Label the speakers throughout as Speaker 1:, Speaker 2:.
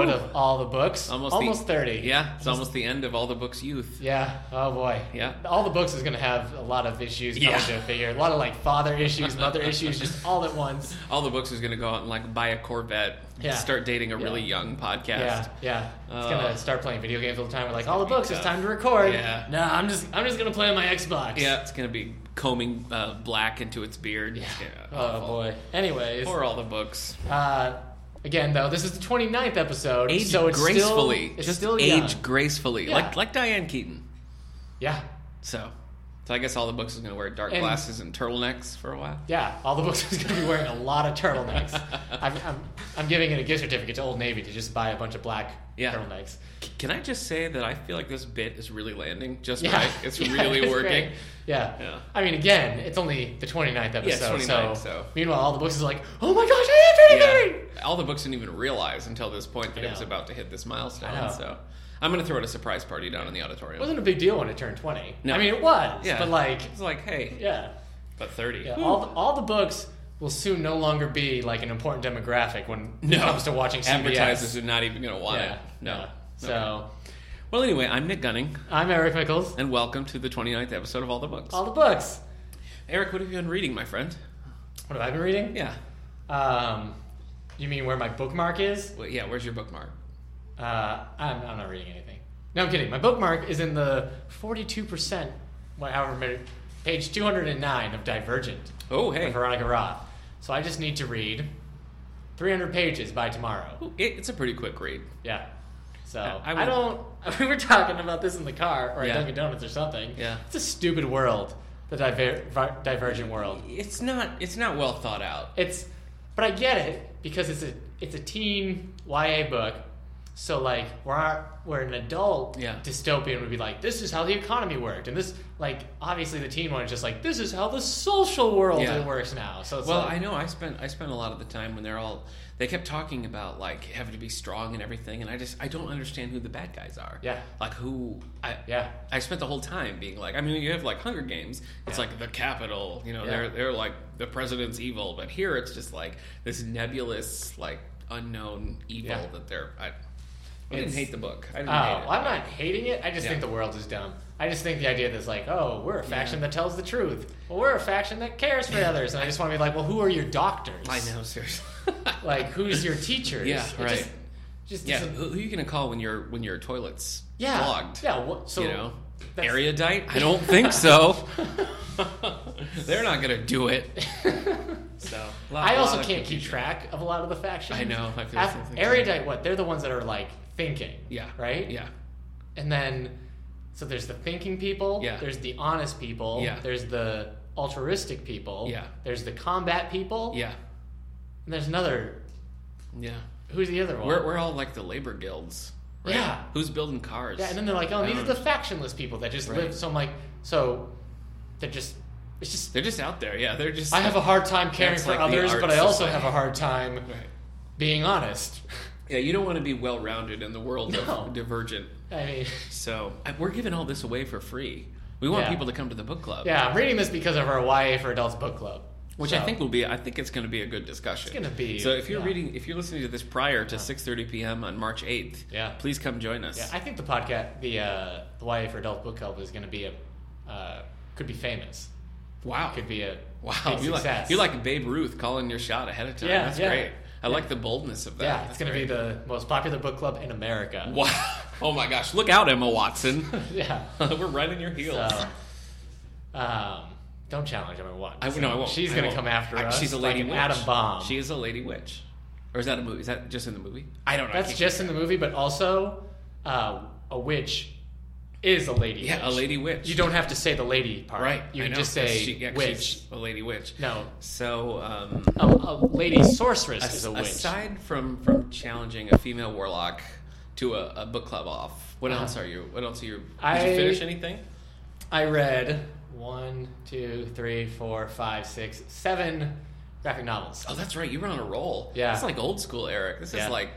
Speaker 1: the books.
Speaker 2: Almost
Speaker 1: Almost,
Speaker 2: the-
Speaker 1: thirty.
Speaker 2: Yeah, it's almost the end of all the books youth.
Speaker 1: Yeah. Oh boy.
Speaker 2: Yeah.
Speaker 1: All the books is gonna have a lot of issues coming
Speaker 2: Yeah.
Speaker 1: to a figure. A lot of like father issues, mother issues, just all at once.
Speaker 2: All the books is going to go out and like buy a Corvette,
Speaker 1: Yeah.
Speaker 2: start dating a
Speaker 1: Yeah.
Speaker 2: really young podcast.
Speaker 1: Yeah, yeah. It's
Speaker 2: Uh,
Speaker 1: gonna start playing video games all the time. We're like, all the
Speaker 2: gonna be
Speaker 1: books. It's
Speaker 2: tough.
Speaker 1: time to record.
Speaker 2: Yeah.
Speaker 1: No, I'm just, I'm just gonna play on my Xbox.
Speaker 2: Yeah, it's going to be combing uh, black into its beard. It's gonna-
Speaker 1: Oh
Speaker 2: awful.
Speaker 1: boy. Anyways,
Speaker 2: Or all the books.
Speaker 1: uh, again though, this is the 29th episode,
Speaker 2: Age
Speaker 1: so it's
Speaker 2: gracefully.
Speaker 1: Still, it's
Speaker 2: Just
Speaker 1: still
Speaker 2: age
Speaker 1: young.
Speaker 2: gracefully.
Speaker 1: Yeah.
Speaker 2: Like like Diane Keaton.
Speaker 1: Yeah.
Speaker 2: So so I guess all the books is going to wear dark
Speaker 1: And-
Speaker 2: glasses and turtlenecks for a while.
Speaker 1: Yeah, all the books is going to be wearing a lot of turtlenecks. I'm, I'm, I'm giving it a gift certificate to Old Navy to just buy a bunch of black
Speaker 2: Yeah.
Speaker 1: turtlenecks.
Speaker 2: C- Can I just say that I feel like this bit is really landing just
Speaker 1: Yeah.
Speaker 2: right? It's
Speaker 1: Yeah,
Speaker 2: really
Speaker 1: it's
Speaker 2: working.
Speaker 1: great. Yeah.
Speaker 2: Yeah.
Speaker 1: I mean, again, it's only the 29th episode.
Speaker 2: it's
Speaker 1: so,
Speaker 2: 29th, so-
Speaker 1: Meanwhile, all the books is like, oh my gosh, I am
Speaker 2: Yeah.
Speaker 1: 29!
Speaker 2: All the books didn't even realize until this point that
Speaker 1: I
Speaker 2: it was
Speaker 1: know.
Speaker 2: about to hit this
Speaker 1: I
Speaker 2: milestone.
Speaker 1: know.
Speaker 2: So I'm going to throw it a surprise party down in the auditorium.
Speaker 1: It wasn't a big deal when it turned 20.
Speaker 2: No.
Speaker 1: I mean, it was,
Speaker 2: Yeah.
Speaker 1: but like,
Speaker 2: It's like, hey,
Speaker 1: yeah.
Speaker 2: but 30.
Speaker 1: yeah.
Speaker 2: Hmm.
Speaker 1: All, the, all the books will soon no longer be like an important demographic when it comes to watching CBS.
Speaker 2: Advertisers are not even going to want
Speaker 1: Yeah.
Speaker 2: it. No.
Speaker 1: yeah.
Speaker 2: Okay.
Speaker 1: So,
Speaker 2: Well, anyway, I'm Nick Gunning,
Speaker 1: I'm Eric Mickles.
Speaker 2: and welcome to the 29th episode of All the Books.
Speaker 1: All the books.
Speaker 2: Eric, what have you been reading, my friend?
Speaker 1: What have I been reading?
Speaker 2: Yeah.
Speaker 1: Um, you mean where my bookmark is?
Speaker 2: Well, yeah, where's your bookmark?
Speaker 1: Uh, I'm, I'm not reading anything. No, I'm kidding. My bookmark is in the 42%, what- however many, page 209 of Divergent
Speaker 2: Oh,
Speaker 1: by
Speaker 2: hey.
Speaker 1: Veronica Roth. So I just need to read 300 pages by tomorrow.
Speaker 2: Ooh, it- It's a pretty quick read.
Speaker 1: Yeah. So
Speaker 2: Yeah, I
Speaker 1: I,
Speaker 2: would-
Speaker 1: don't. We were talking about this in the car or
Speaker 2: Yeah.
Speaker 1: at Dunkin' Donuts or something.
Speaker 2: Yeah.
Speaker 1: It's a stupid world, the diver- vi- Divergent world.
Speaker 2: It's not it's not well thought out.
Speaker 1: It's, but I get it because it's a it's a teen YA book, so like we're we're an adult
Speaker 2: Yeah.
Speaker 1: dystopian would be like this is how the economy worked, and this like obviously the teen one is just like this is how the social world
Speaker 2: Yeah.
Speaker 1: works now. So it's
Speaker 2: Well,
Speaker 1: like,
Speaker 2: I know I spent I spent a lot of the time when they're all they kept talking about like having to be strong and everything and I just I don't understand who the bad guys are.
Speaker 1: Yeah.
Speaker 2: Like who I
Speaker 1: yeah,
Speaker 2: I spent the whole time being like, I mean, you have like Hunger Games. It's like the capital, you know,
Speaker 1: Yeah.
Speaker 2: they're they're like the president's evil, but here it's just like this nebulous, like unknown evil
Speaker 1: Yeah.
Speaker 2: that they're. I, I didn't
Speaker 1: It's-
Speaker 2: hate the book. I
Speaker 1: oh,
Speaker 2: didn't hate it.
Speaker 1: well, I'm not hating it. I just
Speaker 2: Yeah.
Speaker 1: think the world is dumb. I just think the idea that's like, oh, we're a faction that tells the truth. Well, we're a faction that cares for others, and I just want to be like, well, who are your doctors?
Speaker 2: I know, seriously.
Speaker 1: Like, who's your teachers?
Speaker 2: Yeah,
Speaker 1: It
Speaker 2: right.
Speaker 1: Just, just
Speaker 2: yeah, who who you gonna call when your when your toilet's
Speaker 1: Yeah.
Speaker 2: clogged?
Speaker 1: Yeah. What, so
Speaker 2: you know,
Speaker 1: that's-
Speaker 2: erudite. I don't think so. they're not gonna do it. So lot-
Speaker 1: I
Speaker 2: lot
Speaker 1: also
Speaker 2: of
Speaker 1: can't keep
Speaker 2: confusion.
Speaker 1: track of a lot of the factions.
Speaker 2: I know, I feel
Speaker 1: Af-
Speaker 2: something similar.
Speaker 1: erudite. What they're the ones that are like thinking.
Speaker 2: Yeah.
Speaker 1: Right.
Speaker 2: Yeah.
Speaker 1: And then, so there's the thinking people.
Speaker 2: Yeah.
Speaker 1: There's the honest people.
Speaker 2: Yeah.
Speaker 1: There's the altruistic people.
Speaker 2: Yeah.
Speaker 1: There's the combat people.
Speaker 2: Yeah.
Speaker 1: And there's another.
Speaker 2: Yeah.
Speaker 1: Who's the other one?
Speaker 2: We're, we're all like the labor guilds. Right?
Speaker 1: Yeah.
Speaker 2: Who's building cars?
Speaker 1: yeah. And then they're like, oh,
Speaker 2: I
Speaker 1: these are
Speaker 2: don't
Speaker 1: the factionless people that just
Speaker 2: Um, Right.
Speaker 1: live. So I'm like, so they're just. It's just.
Speaker 2: They're just out there. Yeah. They're just.
Speaker 1: I have a hard time caring
Speaker 2: That's
Speaker 1: for
Speaker 2: like the
Speaker 1: others,
Speaker 2: art
Speaker 1: but I also
Speaker 2: society.
Speaker 1: have a hard time
Speaker 2: Right.
Speaker 1: being honest.
Speaker 2: Yeah. You don't want to be well rounded in the world
Speaker 1: No.
Speaker 2: of Divergent.
Speaker 1: I mean.
Speaker 2: So I, we're giving all this away for free. We want
Speaker 1: Yeah.
Speaker 2: people to come to the book club.
Speaker 1: Yeah, I'm reading this because of our YA for Adults book club,
Speaker 2: Which I
Speaker 1: So,
Speaker 2: think will be. I think it's going to be a good discussion.
Speaker 1: It's gonna be-
Speaker 2: So if you're
Speaker 1: yeah.
Speaker 2: reading, if you're listening to this prior to 6:30 p.m. on March 8th,
Speaker 1: Yeah.
Speaker 2: please come join us.
Speaker 1: Yeah, I think the podcast, the uh, the YA for Adults book club, is going to be a uh, could be famous.
Speaker 2: wow.
Speaker 1: Could be a
Speaker 2: Wow.
Speaker 1: big
Speaker 2: You like
Speaker 1: success.
Speaker 2: you like Babe Ruth calling your shot ahead of time.
Speaker 1: Yeah,
Speaker 2: That's
Speaker 1: yeah.
Speaker 2: great. I like the boldness of that.
Speaker 1: yeah,
Speaker 2: That's
Speaker 1: it's going to be
Speaker 2: great.
Speaker 1: the most popular book club in America.
Speaker 2: Wow. Oh my gosh. Look out, Emma Watson.
Speaker 1: yeah.
Speaker 2: We're right in your heels.
Speaker 1: So, um, don't challenge Emma Watson.
Speaker 2: I, no, I won't.
Speaker 1: She's
Speaker 2: I
Speaker 1: going to
Speaker 2: won't.
Speaker 1: come after
Speaker 2: I-
Speaker 1: us.
Speaker 2: She's a lady
Speaker 1: like an
Speaker 2: witch.
Speaker 1: atom bomb.
Speaker 2: She is a lady witch. Or is that a movie? Is that just in the movie? I don't know. I
Speaker 1: That's
Speaker 2: can't-
Speaker 1: just in the movie, but also uh, a witch is a lady.
Speaker 2: yeah, a
Speaker 1: witch.
Speaker 2: lady witch.
Speaker 1: You don't have to say the lady part.
Speaker 2: right.
Speaker 1: You
Speaker 2: I
Speaker 1: can
Speaker 2: know,
Speaker 1: just
Speaker 2: 'cause
Speaker 1: say
Speaker 2: she- yeah, 'cause
Speaker 1: witch.
Speaker 2: she's a lady witch.
Speaker 1: No,
Speaker 2: So, um,
Speaker 1: a, a lady sorceress is a witch.
Speaker 2: aside from from challenging a female warlock to a, a book club off, what
Speaker 1: Uh-huh.
Speaker 2: else are you? What else are you? Did you
Speaker 1: I-
Speaker 2: finish anything?
Speaker 1: I read one, two, three, four, five, six, seven graphic novels.
Speaker 2: Oh, that's right. You were on a roll.
Speaker 1: Yeah.
Speaker 2: It's like old school, Eric. This
Speaker 1: Yeah.
Speaker 2: is like.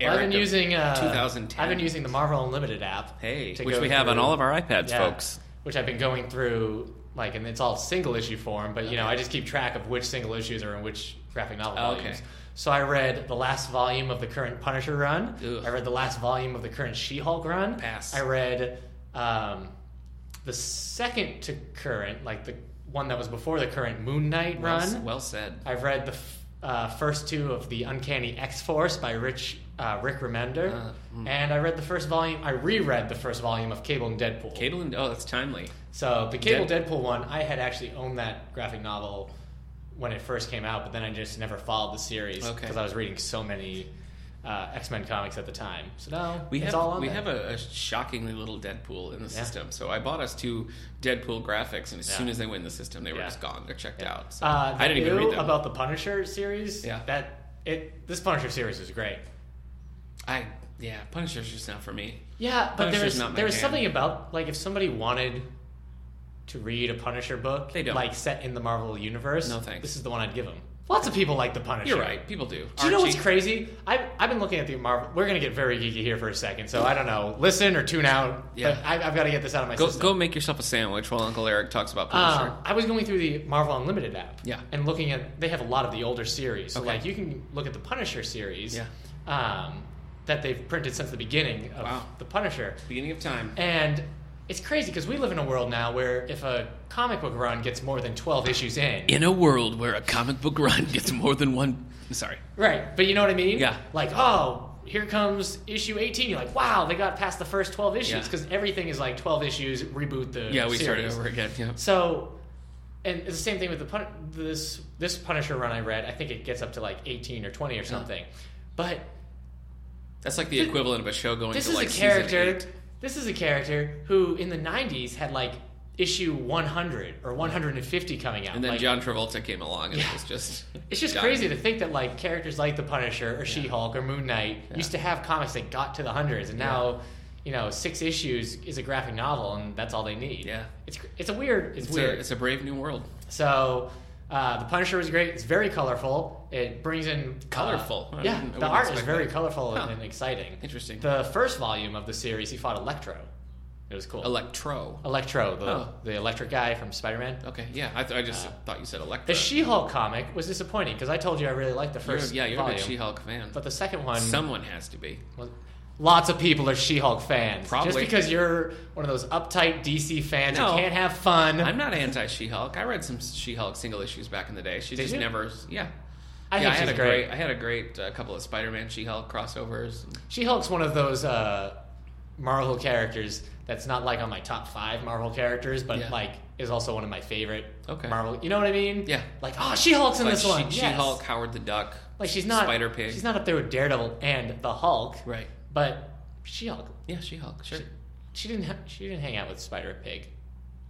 Speaker 1: Well, I've
Speaker 2: Eric
Speaker 1: been
Speaker 2: of-
Speaker 1: using uh,
Speaker 2: 2010.
Speaker 1: I've been using the Marvel Unlimited app.
Speaker 2: Hey,
Speaker 1: to
Speaker 2: which
Speaker 1: go
Speaker 2: we have on
Speaker 1: through-
Speaker 2: all of our iPads,
Speaker 1: Yeah,
Speaker 2: folks.
Speaker 1: Which I've been going through, like, and it's all single issue form. But you know,
Speaker 2: Okay.
Speaker 1: I just keep track of which single issues are in which graphic novel
Speaker 2: Oh, okay.
Speaker 1: volumes. So I read the last volume of the current Punisher run.
Speaker 2: Ugh.
Speaker 1: I read the last volume of the current She-Hulk run.
Speaker 2: Pass.
Speaker 1: I read um, the second to current, like the one that was before the current Moon Knight
Speaker 2: Well s-
Speaker 1: run.
Speaker 2: Well said.
Speaker 1: I've read the f- uh, first two of the Uncanny X Force by Rich uh, Rick Remender,
Speaker 2: Ah, mm.
Speaker 1: and I read the first volume. I reread the first volume of Cable and Deadpool.
Speaker 2: Caitlin, oh, that's timely.
Speaker 1: So the Cable
Speaker 2: Dead-
Speaker 1: Deadpool one, I had actually owned that graphic novel when it first came out, but then I just never followed the series because
Speaker 2: Okay.
Speaker 1: I was reading so many uh, X Men comics at the time. So now
Speaker 2: We
Speaker 1: it's
Speaker 2: have
Speaker 1: all on
Speaker 2: we
Speaker 1: there. Uh,
Speaker 2: have a, a shockingly little Deadpool in the
Speaker 1: Yeah.
Speaker 2: system. So I bought us two Deadpool graphics, and as
Speaker 1: Yeah.
Speaker 2: soon as they went in the system, they were
Speaker 1: Yeah.
Speaker 2: just gone. They're checked out. So
Speaker 1: Uh,
Speaker 2: I didn't even read
Speaker 1: ew
Speaker 2: them.
Speaker 1: about the Punisher series.
Speaker 2: Yeah.
Speaker 1: that it this Punisher series is great.
Speaker 2: I yeah, Punisher's just not for me.
Speaker 1: Yeah, but
Speaker 2: Punisher's
Speaker 1: there's
Speaker 2: not my
Speaker 1: there's
Speaker 2: jam.
Speaker 1: something about like if somebody wanted to read a Punisher book,
Speaker 2: They don't.
Speaker 1: like set in the Marvel universe.
Speaker 2: No thanks.
Speaker 1: This is the one I'd give them. Lots of people like the Punisher.
Speaker 2: You're right. People do.
Speaker 1: Do you know what's
Speaker 2: Archie-
Speaker 1: crazy? I've, I've been looking at the Marvel. We're gonna get very geeky here for a second, so I don't know. Listen or tune out.
Speaker 2: Yeah.
Speaker 1: But I, I've got to get this out of my
Speaker 2: Go
Speaker 1: system.
Speaker 2: go make yourself a sandwich while Uncle Eric talks about Punisher.
Speaker 1: Um, I was going through the Marvel Unlimited app.
Speaker 2: Yeah.
Speaker 1: And looking at they have a lot of the older series. So
Speaker 2: Okay.
Speaker 1: like you can look at the Punisher series.
Speaker 2: Yeah.
Speaker 1: Um, that they've printed since the beginning of
Speaker 2: Wow.
Speaker 1: the Punisher.
Speaker 2: Beginning of time.
Speaker 1: And it's crazy because we live in a world now where if a comic book run gets more than 12 issues in.
Speaker 2: In a world where a comic book run gets more than one. Sorry.
Speaker 1: Right, but you know what I mean?
Speaker 2: Yeah.
Speaker 1: Like, oh, here comes issue 18. You're like, wow, they got past the first 12 issues
Speaker 2: Yeah.
Speaker 1: because everything is like 12 issues, reboot the
Speaker 2: Yeah, we started
Speaker 1: series.
Speaker 2: over again. Yeah.
Speaker 1: So, and it's the same thing with the pun- this this Punisher run I read. I think it gets up to like 18 or 20 or something. But
Speaker 2: That's like the equivalent of a show going
Speaker 1: this
Speaker 2: to
Speaker 1: is
Speaker 2: like
Speaker 1: a
Speaker 2: season
Speaker 1: character.
Speaker 2: eight.
Speaker 1: This is a character who in the 90s had like issue 100 or 150 coming out.
Speaker 2: And then
Speaker 1: like,
Speaker 2: John Travolta came along and
Speaker 1: Yeah.
Speaker 2: it was just
Speaker 1: It's just
Speaker 2: done.
Speaker 1: crazy to think that like characters like the Punisher or She-Hulk or Moon Knight used to have comics that got to the hundreds, and now, you know, six issues is a graphic novel, and that's all they need.
Speaker 2: Yeah.
Speaker 1: it's cr- it's a weird, it's,
Speaker 2: It's a,
Speaker 1: weird.
Speaker 2: it's a brave new world.
Speaker 1: so, uh, the Punisher was great. It's very colorful. It brings in uh,
Speaker 2: Colorful? I
Speaker 1: yeah,
Speaker 2: wouldn't- I
Speaker 1: the
Speaker 2: wouldn't
Speaker 1: art is
Speaker 2: expect
Speaker 1: very
Speaker 2: that.
Speaker 1: colorful and,
Speaker 2: Huh.
Speaker 1: and exciting.
Speaker 2: Interesting.
Speaker 1: The first volume of the series, he fought Electro. It was cool.
Speaker 2: Electro.
Speaker 1: Electro, the
Speaker 2: Oh.
Speaker 1: the electric guy from Spider-Man.
Speaker 2: Okay, yeah, I, th- I just thought you said
Speaker 1: Uh, The
Speaker 2: Electro.
Speaker 1: She-Hulk comic was disappointing because I told you I really liked the
Speaker 2: You're-
Speaker 1: first
Speaker 2: yeah, you're
Speaker 1: volume.
Speaker 2: a big She-Hulk fan.
Speaker 1: But the second one,
Speaker 2: Someone has to be.
Speaker 1: well, lots of people are She-Hulk fans. Just
Speaker 2: Probably.
Speaker 1: because you're one of those uptight DC fans who
Speaker 2: No.
Speaker 1: can't have fun.
Speaker 2: I'm not anti She-Hulk. I read some She-Hulk single issues back in the day. She
Speaker 1: Did
Speaker 2: just
Speaker 1: you?
Speaker 2: never, yeah.
Speaker 1: I
Speaker 2: yeah,
Speaker 1: think
Speaker 2: I had
Speaker 1: she's
Speaker 2: a
Speaker 1: great.
Speaker 2: I had a great uh, couple of Spider-Man She-Hulk crossovers.
Speaker 1: She-Hulk's one of those uh, Marvel characters that's not like on my top five Marvel characters, but
Speaker 2: Yeah.
Speaker 1: like is also one of my favorite
Speaker 2: Okay.
Speaker 1: Marvel. You know what I mean?
Speaker 2: Yeah.
Speaker 1: Like oh, She-Hulk's in
Speaker 2: Like
Speaker 1: this
Speaker 2: she,
Speaker 1: one. yes.
Speaker 2: She-Hulk, Howard the Duck.
Speaker 1: Like she's not
Speaker 2: Spider Pig.
Speaker 1: She's not up there with Daredevil and the Hulk,
Speaker 2: right.
Speaker 1: but She-Hulk.
Speaker 2: Yeah, She-Hulk. Sure.
Speaker 1: She didn't. Ha- she didn't hang out with Spider Pig.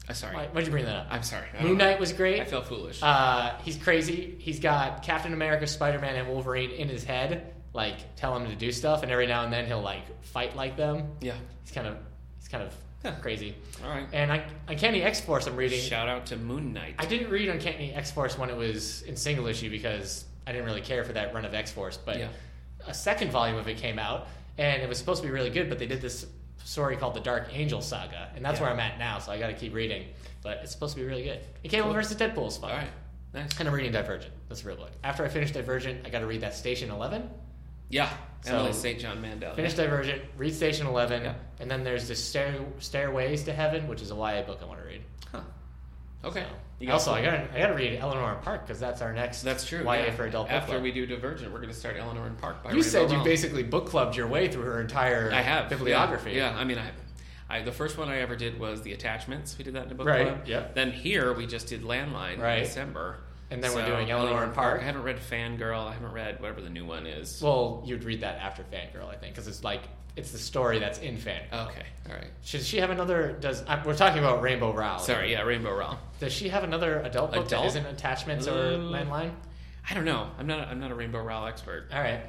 Speaker 2: Uh, sorry.
Speaker 1: Why, why'd you bring that up?
Speaker 2: I'm sorry. I don't
Speaker 1: Moon
Speaker 2: know.
Speaker 1: Knight was great.
Speaker 2: I feel foolish.
Speaker 1: Uh, he's crazy. He's got Captain America, Spider Man, and Wolverine in his head, like tell him to do stuff, and every now and then he'll like fight like them.
Speaker 2: yeah.
Speaker 1: He's kind of he's kind of
Speaker 2: Huh.
Speaker 1: crazy.
Speaker 2: All right.
Speaker 1: And I Uncanny X Force I'm reading.
Speaker 2: Shout out to Moon Knight.
Speaker 1: I didn't read Uncanny X Force when it was in single issue because I didn't really care for that run of X Force, but
Speaker 2: Yeah.
Speaker 1: a second volume of it came out and it was supposed to be really good, but they did this story called the Dark Angel Saga, and that's
Speaker 2: Yeah.
Speaker 1: where I'm at now, so I got to keep reading. But it's supposed to be really good. And Cable versus Deadpool is fun.
Speaker 2: All right. Nice.
Speaker 1: And I'm reading Divergent. That's a real book. After I finish Divergent, I got to read that Station 11.
Speaker 2: Yeah.
Speaker 1: So-
Speaker 2: Emily St. John Mandel.
Speaker 1: Finish Divergent, read Station 11,
Speaker 2: Yeah.
Speaker 1: and then there's the Stair- Stairways to Heaven, which is a YA book I want to read.
Speaker 2: Huh. Okay. You
Speaker 1: So, also, I got to I got to read Eleanor Park because that's our next
Speaker 2: That's true.
Speaker 1: YA
Speaker 2: yeah.
Speaker 1: for adult book
Speaker 2: After
Speaker 1: club.
Speaker 2: we do Divergent, we're going to start Eleanor and Park by
Speaker 1: you
Speaker 2: Randall
Speaker 1: said you
Speaker 2: Rowell.
Speaker 1: basically book clubbed your way through her entire
Speaker 2: I have
Speaker 1: bibliography.
Speaker 2: Yeah, yeah, I mean, I, I the first one I ever did was the attachments. We did that in a book
Speaker 1: Right,
Speaker 2: club.
Speaker 1: yeah.
Speaker 2: Then here we just did Landline
Speaker 1: Right.
Speaker 2: in December.
Speaker 1: And then we're doing Eleanor and Park.
Speaker 2: I haven't read Fangirl. I haven't read whatever the new one is.
Speaker 1: Well, you'd read that after Fangirl, I think, because it's like it's the story that's in Fangirl.
Speaker 2: okay, all right.
Speaker 1: Should she have another? Does I, we're talking about Rainbow Rowell?
Speaker 2: Sorry, yeah, Rainbow Realm.
Speaker 1: Does she have another adult book that
Speaker 2: Adult? Uh,
Speaker 1: isn't attachments or
Speaker 2: Ooh.
Speaker 1: landline?
Speaker 2: I don't know. I'm not. A, I'm not a Rainbow Rowell expert.
Speaker 1: All right,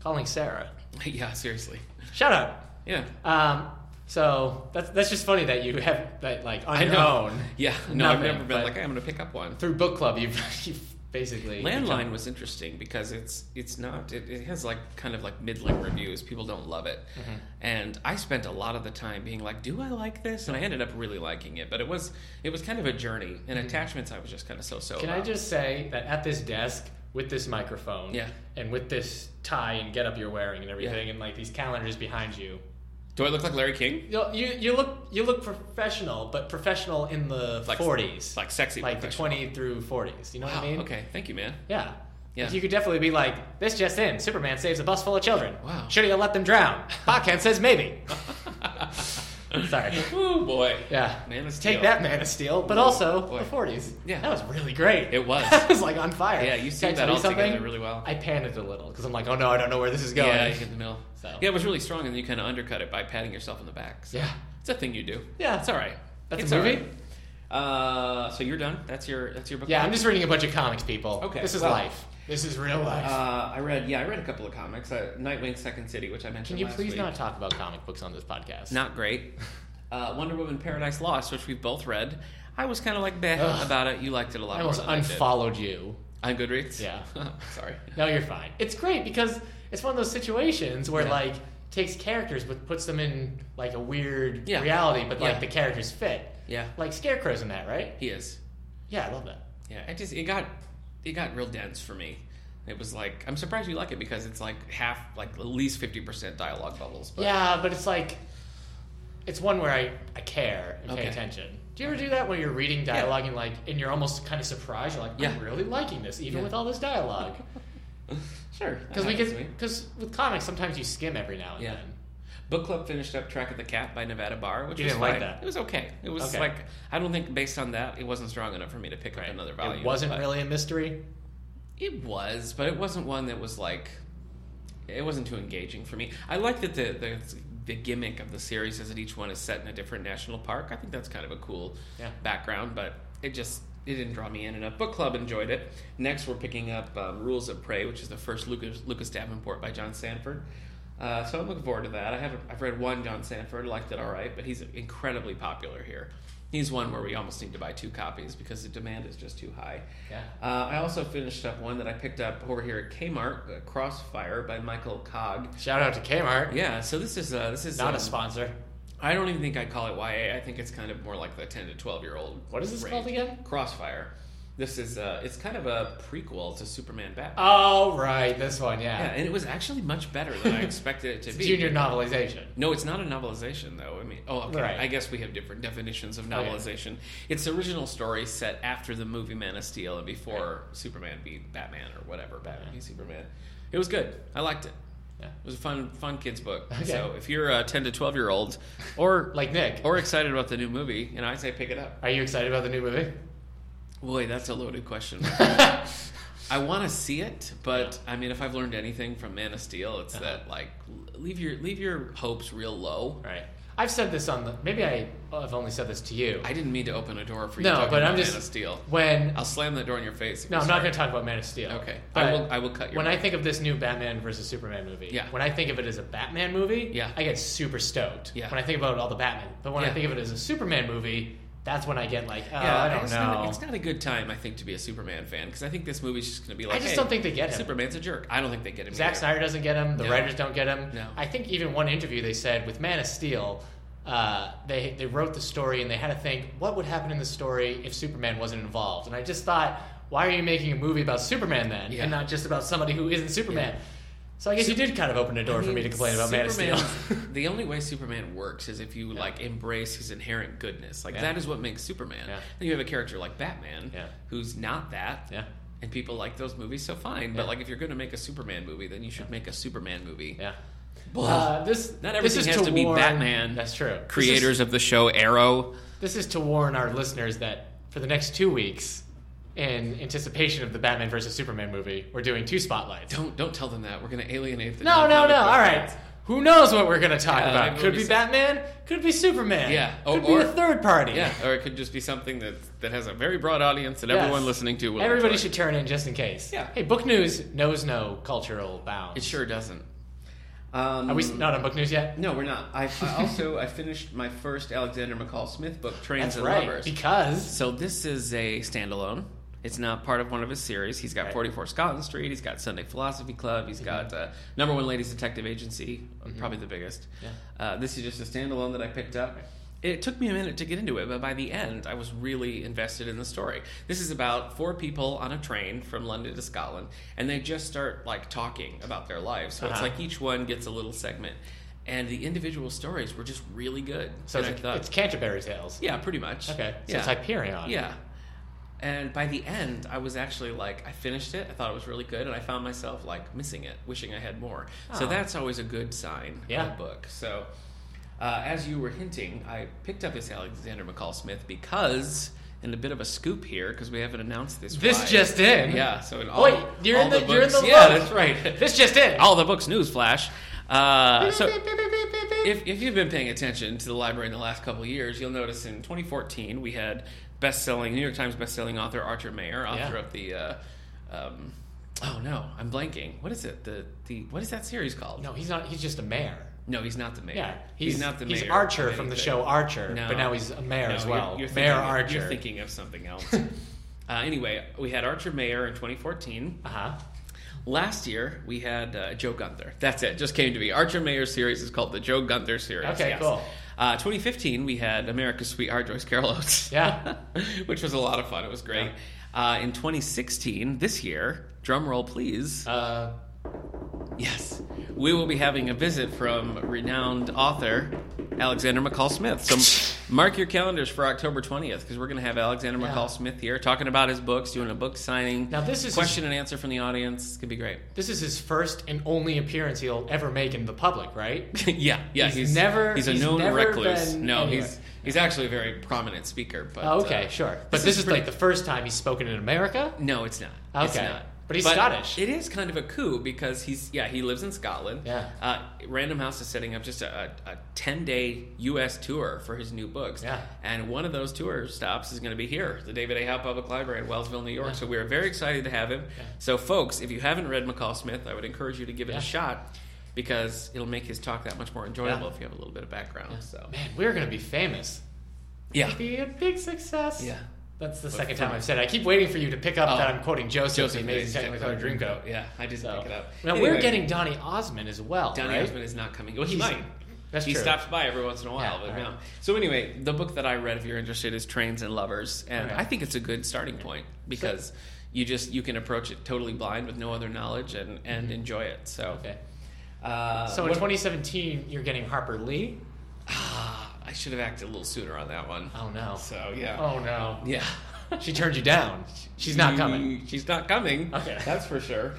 Speaker 1: calling Sarah.
Speaker 2: yeah, seriously.
Speaker 1: Shut up.
Speaker 2: Yeah.
Speaker 1: Um, so that's that's just funny that you have that like on
Speaker 2: I
Speaker 1: your
Speaker 2: know.
Speaker 1: own
Speaker 2: Yeah. No,
Speaker 1: Nothing,
Speaker 2: I've never been
Speaker 1: but-
Speaker 2: like I'm going to pick up one.
Speaker 1: through book club. You've you've basically
Speaker 2: Landline was interesting because it's it's not it, it has like kind of like middling reviews. People don't love it,
Speaker 1: Mm-hmm.
Speaker 2: and I spent a lot of the time being like, "Do I like this?" And I ended up really liking it. But it
Speaker 1: Mm-hmm.
Speaker 2: was it was kind of a journey. And attachments, I was just kind of so so.
Speaker 1: Can I just say that at this desk, with this microphone
Speaker 2: Yeah.
Speaker 1: and with this tie and get up you're wearing and everything and like these calendars behind you.
Speaker 2: Do I look like Larry King?
Speaker 1: You, you you look you look professional, but professional in the
Speaker 2: Like-
Speaker 1: 40s,
Speaker 2: Like sexy.
Speaker 1: like the
Speaker 2: professional.
Speaker 1: 20 through 40s. You know
Speaker 2: Wow,
Speaker 1: what I mean?
Speaker 2: Okay. Thank you, man.
Speaker 1: Yeah.
Speaker 2: Yeah.
Speaker 1: Like, You could definitely be like, this just in, Superman saves a bus full of children.
Speaker 2: Wow.
Speaker 1: Should he have let them drown? Bakken says maybe. Sorry.
Speaker 2: Oh boy.
Speaker 1: Yeah.
Speaker 2: Man of Steel.
Speaker 1: Take that Man of Steel, but
Speaker 2: Whoa,
Speaker 1: also
Speaker 2: boy.
Speaker 1: the 40s.
Speaker 2: Yeah.
Speaker 1: That was really great.
Speaker 2: It was.
Speaker 1: I was like on fire.
Speaker 2: Yeah, you see
Speaker 1: Can I tell
Speaker 2: that
Speaker 1: you
Speaker 2: all together
Speaker 1: something?
Speaker 2: really well.
Speaker 1: I panicked a little because I'm like, oh no, I don't know where this is going.
Speaker 2: Yeah, you get the middle.
Speaker 1: So.
Speaker 2: Yeah, it was really strong, and you kind of undercut it by patting yourself on the back. So
Speaker 1: Yeah.
Speaker 2: it's a thing you do.
Speaker 1: Yeah.
Speaker 2: It's all right.
Speaker 1: That's a
Speaker 2: It's all
Speaker 1: movie?
Speaker 2: right. Uh, so you're done. That's your that's your book.
Speaker 1: Yeah, I'm
Speaker 2: bag?
Speaker 1: just reading a bunch of comics, people.
Speaker 2: Okay,
Speaker 1: This is
Speaker 2: well-
Speaker 1: life. This is real life.
Speaker 2: Uh, I read yeah, I read a couple of comics. Uh, Nightwing, Second City, which I mentioned.
Speaker 1: Can you
Speaker 2: last
Speaker 1: please
Speaker 2: week.
Speaker 1: not talk about comic books on this podcast?
Speaker 2: Not great. Uh, Wonder Woman, Paradise Lost, which we've both read. I was kind of like meh
Speaker 1: Ugh.
Speaker 2: about it. You liked it a lot
Speaker 1: I almost
Speaker 2: more than
Speaker 1: unfollowed you.
Speaker 2: I did. On Goodreads.
Speaker 1: Yeah.
Speaker 2: Sorry.
Speaker 1: No, you're fine. It's great because it's one of those situations where
Speaker 2: Yeah.
Speaker 1: like takes characters but puts them in like a weird
Speaker 2: Yeah.
Speaker 1: reality, but
Speaker 2: Yeah.
Speaker 1: like the characters fit.
Speaker 2: Yeah.
Speaker 1: Like Scarecrow's in that, right?
Speaker 2: He is.
Speaker 1: Yeah, I love that.
Speaker 2: Yeah, it just it got it got real dense for me. It was like I'm surprised you like it because it's like half like at least fifty percent dialogue bubbles. But
Speaker 1: yeah, but it's like it's one where I, I care and
Speaker 2: Okay.
Speaker 1: pay attention. Do you ever do that when you're reading dialogue and like and you're almost kind of surprised? You're like,
Speaker 2: Yeah.
Speaker 1: I'm really liking this, even
Speaker 2: Yeah.
Speaker 1: with all this dialogue.
Speaker 2: sure, that
Speaker 1: Because we
Speaker 2: happens to me.
Speaker 1: get because with comics sometimes you skim every now and
Speaker 2: Yeah.
Speaker 1: then.
Speaker 2: book club finished up Track of the Cat by Nevada Bar, which
Speaker 1: You
Speaker 2: was
Speaker 1: didn't like
Speaker 2: fine.
Speaker 1: that.
Speaker 2: It was okay. It was
Speaker 1: Okay.
Speaker 2: like I don't think based on that it wasn't strong enough for me to pick up another volume.
Speaker 1: it wasn't
Speaker 2: but
Speaker 1: really a mystery.
Speaker 2: It was, but it wasn't one that was like it wasn't too engaging for me. I like that the the the gimmick of the series is that each one is set in a different national park. I think that's kind of a cool
Speaker 1: Yeah.
Speaker 2: background, but it just it didn't draw me in enough. Book club enjoyed it. Next, we're picking up um, Rules of Prey, which is the first Lucas Lucas Davenport by John Sanford. Uh, so I'm looking forward to that. I haven't I've read one John Sanford, liked it all right, but he's incredibly popular here. He's one where we almost need to buy two copies because the demand is just too high.
Speaker 1: Yeah.
Speaker 2: Uh, I also finished up one that I picked up over here at Kmart, uh, Crossfire by Michael Cogg.
Speaker 1: Shout out to Kmart.
Speaker 2: Yeah, so this is uh, this is
Speaker 1: Not
Speaker 2: um,
Speaker 1: a sponsor.
Speaker 2: I don't even think I'd call it YA. I think it's kind of more like the ten to twelve year old.
Speaker 1: What is this called again?
Speaker 2: Crossfire. This is uh, it's kind of a prequel to Superman Batman.
Speaker 1: Oh right, this one, yeah.
Speaker 2: yeah, and it was actually much better than I expected it to
Speaker 1: It's
Speaker 2: be.
Speaker 1: junior novelization.
Speaker 2: No, it's not a novelization, though. I mean, oh, okay.
Speaker 1: Right.
Speaker 2: I guess we have different definitions of
Speaker 1: Oh, yeah.
Speaker 2: novelization. It's original story set after the movie Man of Steel and before Superman beat Batman or whatever Batman beat Superman. It was good. I liked it.
Speaker 1: Yeah.
Speaker 2: It was a fun, fun kids book.
Speaker 1: Okay.
Speaker 2: So if you're a ten to twelve year old, or
Speaker 1: Like Nick,
Speaker 2: or excited about the new movie, and I say pick it up.
Speaker 1: are you excited about the new movie?
Speaker 2: Boy, that's a loaded question. I want to see it, but I mean, if I've learned anything from Man of Steel, it's that like l- leave your leave your hopes real low.
Speaker 1: Uh-huh. Right. I've said this on the. Maybe I, I've only said this to you.
Speaker 2: I didn't mean to open a door for you.
Speaker 1: No,
Speaker 2: talking
Speaker 1: but
Speaker 2: about
Speaker 1: I'm just-
Speaker 2: Man of Steel.
Speaker 1: When.
Speaker 2: I'll slam that door in your face. if
Speaker 1: no,
Speaker 2: you
Speaker 1: I'm not
Speaker 2: start.
Speaker 1: going to talk about Man of Steel.
Speaker 2: Okay,
Speaker 1: But
Speaker 2: I will. I will cut your.
Speaker 1: when I think of this new Batman versus Superman movie,
Speaker 2: Yeah.
Speaker 1: when I think of it as a Batman movie,
Speaker 2: Yeah.
Speaker 1: I get super stoked.
Speaker 2: Yeah.
Speaker 1: When I think about all the Batman, but when
Speaker 2: Yeah.
Speaker 1: I think of it as a Superman movie, that's when I get like, oh,
Speaker 2: yeah,
Speaker 1: I don't
Speaker 2: it's
Speaker 1: know.
Speaker 2: Not, it's not a good time, I think, to be a Superman fan because I think this movie's just going to be like.
Speaker 1: I just
Speaker 2: hey,
Speaker 1: don't think they get him.
Speaker 2: Superman's a jerk. I don't think they get him.
Speaker 1: Zack
Speaker 2: either.
Speaker 1: Snyder doesn't get him. The
Speaker 2: No.
Speaker 1: writers don't get him.
Speaker 2: No.
Speaker 1: I think even one interview they said with Man of Steel, uh, they they wrote the story and they had to think what would happen in the story if Superman wasn't involved. And I just thought, why are you making a movie about Superman then,
Speaker 2: Yeah.
Speaker 1: and not just about somebody who isn't Superman?
Speaker 2: Yeah.
Speaker 1: So I guess you did kind of open a door
Speaker 2: I
Speaker 1: for
Speaker 2: mean,
Speaker 1: me to complain about Man of Steel.
Speaker 2: Superman's- the only way Superman works is if you like embrace his inherent goodness. Like
Speaker 1: Yeah.
Speaker 2: that is what makes Superman.
Speaker 1: Yeah.
Speaker 2: And you have a character like Batman,
Speaker 1: Yeah.
Speaker 2: who's not that.
Speaker 1: yeah,
Speaker 2: And people like those movies, so fine. But
Speaker 1: Yeah.
Speaker 2: like, if you're going to make a Superman movie, then you should make a Superman movie.
Speaker 1: yeah.
Speaker 2: Blah.
Speaker 1: Uh, this
Speaker 2: Not
Speaker 1: this
Speaker 2: everything
Speaker 1: is
Speaker 2: has to be
Speaker 1: warn,
Speaker 2: Batman.
Speaker 1: That's true.
Speaker 2: creators of the show Arrow.
Speaker 1: This is, this is to warn our listeners that for the next two weeks. In anticipation of the Batman versus Superman movie, we're doing two spotlights.
Speaker 2: Don't don't tell them that. We're gonna alienate the
Speaker 1: No, no,
Speaker 2: non-comic
Speaker 1: no.
Speaker 2: book
Speaker 1: All right.
Speaker 2: fans.
Speaker 1: Who knows what we're gonna talk
Speaker 2: Yeah,
Speaker 1: about?
Speaker 2: maybe
Speaker 1: Could
Speaker 2: we'll
Speaker 1: be
Speaker 2: be-
Speaker 1: Batman. Could be Superman.
Speaker 2: Yeah, or-
Speaker 1: could be
Speaker 2: or-
Speaker 1: a third party.
Speaker 2: Yeah, or it could just be something that that has a very broad audience that
Speaker 1: Yes.
Speaker 2: everyone listening to will.
Speaker 1: Everybody
Speaker 2: enjoy.
Speaker 1: should turn in just in case.
Speaker 2: Yeah.
Speaker 1: Hey, book news knows no cultural bounds.
Speaker 2: It sure doesn't. Um,
Speaker 1: Are we not on book news yet?
Speaker 2: No, we're not. I, I also I finished my first Alexander McCall Smith book, Trains
Speaker 1: That's
Speaker 2: and
Speaker 1: right.
Speaker 2: Lovers.
Speaker 1: Because
Speaker 2: So this is a standalone. It's not part of one of his series. He's got
Speaker 1: Right. Mm-hmm.
Speaker 2: 44 Scotland Street. He's got Sunday Philosophy Club. He's got uh, Number One Ladies Detective Agency, probably the biggest.
Speaker 1: Yeah.
Speaker 2: Uh, this is just a standalone that I picked up. it took me a minute to get into it, but by the end, I was really invested in the story. This is about four people on a train from London to Scotland, and they just start like talking about their lives. So it's
Speaker 1: Uh-huh.
Speaker 2: like each one gets a little segment, and the individual stories were just really good.
Speaker 1: So
Speaker 2: And
Speaker 1: it's,
Speaker 2: I thought-
Speaker 1: it's Canterbury Tales.
Speaker 2: yeah, pretty much.
Speaker 1: Okay. So
Speaker 2: yeah.
Speaker 1: it's Hyperion.
Speaker 2: Yeah. And by the end, I was actually like, I finished it. I thought it was really good, and I found myself like missing it, wishing I had more. So
Speaker 1: Oh.
Speaker 2: that's always a good sign
Speaker 1: Yeah.
Speaker 2: of a book. So, uh, as you were hinting, I picked up this Alexander McCall Smith because, and a bit of a scoop here, because we haven't announced this.
Speaker 1: This
Speaker 2: wide.
Speaker 1: just in.
Speaker 2: Yeah. So in all,
Speaker 1: Wait, you're
Speaker 2: all
Speaker 1: in the, you're in
Speaker 2: books-
Speaker 1: the
Speaker 2: Yeah,
Speaker 1: loop.
Speaker 2: that's right.
Speaker 1: This just in.
Speaker 2: all the books newsflash. Uh, so
Speaker 1: Beep, beep, beep, beep, beep, beep.
Speaker 2: if, if you've been paying attention to the library in the last couple of years, you'll notice in 2014 we had best-selling New York Times best-selling author Archer Mayer, author
Speaker 1: Yeah.
Speaker 2: of the. Uh, um, oh no, I'm blanking. What is it? The the what is that series called?
Speaker 1: no, he's not. He's just a mayor.
Speaker 2: No, he's not the mayor.
Speaker 1: Yeah,
Speaker 2: he's, not the
Speaker 1: he's
Speaker 2: mayor.
Speaker 1: Archer
Speaker 2: of
Speaker 1: from the
Speaker 2: anything.
Speaker 1: show Archer,
Speaker 2: No.
Speaker 1: but now he's a mayor
Speaker 2: No,
Speaker 1: as
Speaker 2: you're-
Speaker 1: well.
Speaker 2: you're thinking
Speaker 1: mayor
Speaker 2: of-
Speaker 1: Archer.
Speaker 2: You're thinking of something else. uh, anyway, we had Archer Mayer in 2014.
Speaker 1: Uh huh.
Speaker 2: Last year we had uh, Joe Gunther. That's it. Just came to me. Archer Mayer series is called the Joe Gunther series.
Speaker 1: Okay,
Speaker 2: yes.
Speaker 1: cool.
Speaker 2: Uh, 2015 we had America's Sweetheart Joyce Carol Oates.
Speaker 1: Yeah.
Speaker 2: which was a lot of fun. It was great. Uh, in 2016, this year, drum roll please.
Speaker 1: Uh,
Speaker 2: yes, we will be having a visit from renowned author Alexander McCall Smith. So mark your calendars for October 20th because we're going to have Alexander
Speaker 1: Yeah.
Speaker 2: McCall Smith here talking about his books, doing a book signing.
Speaker 1: now this is
Speaker 2: question and answer from the audience. It's going to be great.
Speaker 1: his, this is his first and only appearance he'll ever make in the public, right?
Speaker 2: yeah, yeah.
Speaker 1: He's never-
Speaker 2: He's a
Speaker 1: he's
Speaker 2: known
Speaker 1: never
Speaker 2: recluse.
Speaker 1: been
Speaker 2: no,
Speaker 1: anywhere.
Speaker 2: he's he's actually a very prominent speaker. But
Speaker 1: Oh, okay,
Speaker 2: uh,
Speaker 1: sure. But this, is, like the first time he's spoken in America.
Speaker 2: no, it's not. It's
Speaker 1: Okay.
Speaker 2: not.
Speaker 1: But he's Scottish.
Speaker 2: It is kind of a coup because he's yeah he lives in Scotland.
Speaker 1: Yeah.
Speaker 2: Uh, Random House is setting up just a, a, a ten day U.S. tour for his new books.
Speaker 1: Yeah.
Speaker 2: And one of those tour stops is going to be here, the David A. Howe Public Library in Wellsville, New York. So we are very excited to have him.
Speaker 1: Yeah.
Speaker 2: So folks, if you haven't read McCall Smith, I would encourage you to give it
Speaker 1: Yeah.
Speaker 2: a shot because it'll make his talk that much more enjoyable
Speaker 1: Yeah.
Speaker 2: if you have a little bit of background. So
Speaker 1: Man, we're gonna be famous.
Speaker 2: yeah.
Speaker 1: Be a big success.
Speaker 2: Yeah.
Speaker 1: That's the second time I've said. it. I keep waiting for you to pick up
Speaker 2: Oh.
Speaker 1: that I'm quoting Joseph,
Speaker 2: Joseph
Speaker 1: the amazing Technicolor Dreamcoat.
Speaker 2: Yeah, I did
Speaker 1: So
Speaker 2: pick it up.
Speaker 1: now
Speaker 2: Anyway,
Speaker 1: we're getting Donny Osmond as well.
Speaker 2: Donny
Speaker 1: right?
Speaker 2: Osmond is not coming. Well, he
Speaker 1: He's-
Speaker 2: might.
Speaker 1: That's
Speaker 2: he
Speaker 1: true.
Speaker 2: stops by every once in a while,
Speaker 1: Yeah,
Speaker 2: but
Speaker 1: all right.
Speaker 2: no. So anyway, the book that I read, if you're interested, is Trains and Lovers, and
Speaker 1: Okay.
Speaker 2: I think it's a good starting point because you just you can approach it totally blind with no other knowledge and and enjoy it. So.
Speaker 1: Mm-hmm. Okay.
Speaker 2: Uh,
Speaker 1: So in
Speaker 2: what-
Speaker 1: 2017, you're getting Harper Lee.
Speaker 2: Ah, I should have acted a little sooner on that one.
Speaker 1: Oh no.
Speaker 2: So yeah,
Speaker 1: Oh no.
Speaker 2: yeah.
Speaker 1: She turned you down. She's not coming.
Speaker 2: Mm, She's not coming.
Speaker 1: Okay.
Speaker 2: That's for sure.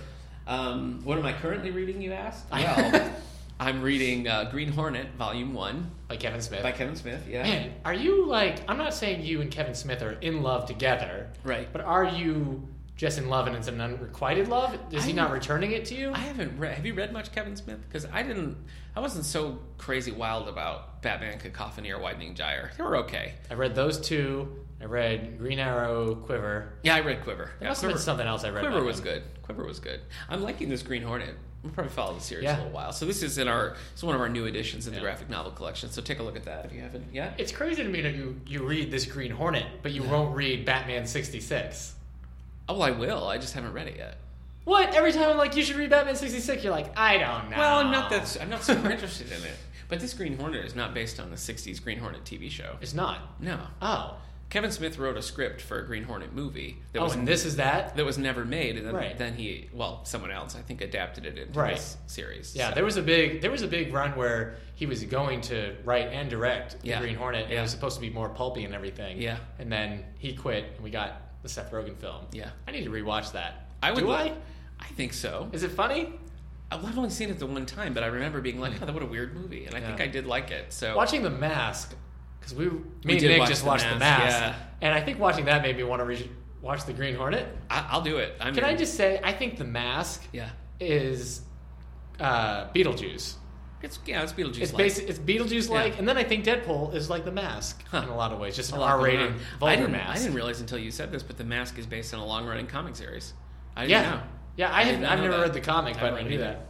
Speaker 2: Um, what am I currently reading, you asked? Well, I'm reading uh, Green Hornet, Volume 1
Speaker 1: Like Kevin Smith.
Speaker 2: by Kevin Smith. Yeah.
Speaker 1: Man, are you like? I'm not saying you and Kevin Smith are in love together,
Speaker 2: Right.
Speaker 1: but are you just in love and it's an unrequited love? Is he
Speaker 2: I-
Speaker 1: not returning it to you?
Speaker 2: I haven't read. Have you read much Kevin Smith? Because I didn't. I wasn't so crazy wild about Batman Cacophony or Widening Gyre. They were okay.
Speaker 1: I read those two. I read Green Arrow, Quiver.
Speaker 2: Yeah, I read Quiver.
Speaker 1: There
Speaker 2: Yeah,
Speaker 1: must have
Speaker 2: Quiver,
Speaker 1: been something else I read.
Speaker 2: Quiver
Speaker 1: about
Speaker 2: was
Speaker 1: him.
Speaker 2: good. Quiver was good. I'm liking this Green Hornet. We'll probably follow the series
Speaker 1: Yeah.
Speaker 2: a little while. So this is in our. It's one of our new editions in the
Speaker 1: Yeah.
Speaker 2: graphic novel collection. So take a look at that if you haven't yet.
Speaker 1: It's crazy to me that you you read this Green Hornet, but you won't read Batman sixty six.
Speaker 2: Oh, I will. I just haven't read it yet.
Speaker 1: What? Every time I'm like, you should read Batman sixty six. You're like, I don't know.
Speaker 2: Well, I'm not that. I'm not super interested in it. But this Green Hornet is not based on the '60s Green Hornet TV show.
Speaker 1: It's not.
Speaker 2: No,
Speaker 1: Oh.
Speaker 2: Kevin Smith wrote a script for a Green Hornet movie that
Speaker 1: oh,
Speaker 2: was
Speaker 1: and this is that.
Speaker 2: that was never made, and then,
Speaker 1: Right.
Speaker 2: then he, well, someone else, I think, adapted it into
Speaker 1: Right.
Speaker 2: this series.
Speaker 1: Yeah,
Speaker 2: So-
Speaker 1: there was a big there was a big run where he was going to write and direct the
Speaker 2: Yeah.
Speaker 1: Green Hornet. It
Speaker 2: Yeah.
Speaker 1: was supposed to be more pulpy and everything.
Speaker 2: Yeah.
Speaker 1: And then he quit, and we got the Seth Rogen film.
Speaker 2: yeah.
Speaker 1: I need to rewatch that.
Speaker 2: I would.
Speaker 1: Do
Speaker 2: li-
Speaker 1: I?
Speaker 2: I think so.
Speaker 1: Is it funny?
Speaker 2: I've I've only seen it the one time, but I remember being like, "Oh, what a weird movie," and I think
Speaker 1: Yeah.
Speaker 2: I did like it. So
Speaker 1: Watching The Mask because we me and
Speaker 2: Oh. did
Speaker 1: Nick
Speaker 2: watch
Speaker 1: just
Speaker 2: The
Speaker 1: watched The
Speaker 2: Mask,
Speaker 1: Mask,
Speaker 2: yeah.
Speaker 1: and I think watching that made me want to re- watch The Green Hornet.
Speaker 2: I, I'll do it. I'm
Speaker 1: Can
Speaker 2: in.
Speaker 1: I just say I think The Mask
Speaker 2: Yeah.
Speaker 1: is uh, Beetlejuice.
Speaker 2: It's yeah. It's Beetlejuice.
Speaker 1: It's basic. It's Beetlejuice like,
Speaker 2: Yeah.
Speaker 1: and then I think Deadpool is like The Mask
Speaker 2: Huh.
Speaker 1: in a lot of ways, just an
Speaker 2: A lot going
Speaker 1: R-rated
Speaker 2: on. I
Speaker 1: vulgar
Speaker 2: didn't, I
Speaker 1: mask.
Speaker 2: didn't realize until you said this, but the mask is based on a long-running comic series. I didn't
Speaker 1: yeah,
Speaker 2: know.
Speaker 1: yeah. I,
Speaker 2: I
Speaker 1: have,
Speaker 2: did not
Speaker 1: I've
Speaker 2: know
Speaker 1: never
Speaker 2: that.
Speaker 1: read the comic,
Speaker 2: I
Speaker 1: but I
Speaker 2: read
Speaker 1: knew
Speaker 2: it.
Speaker 1: that.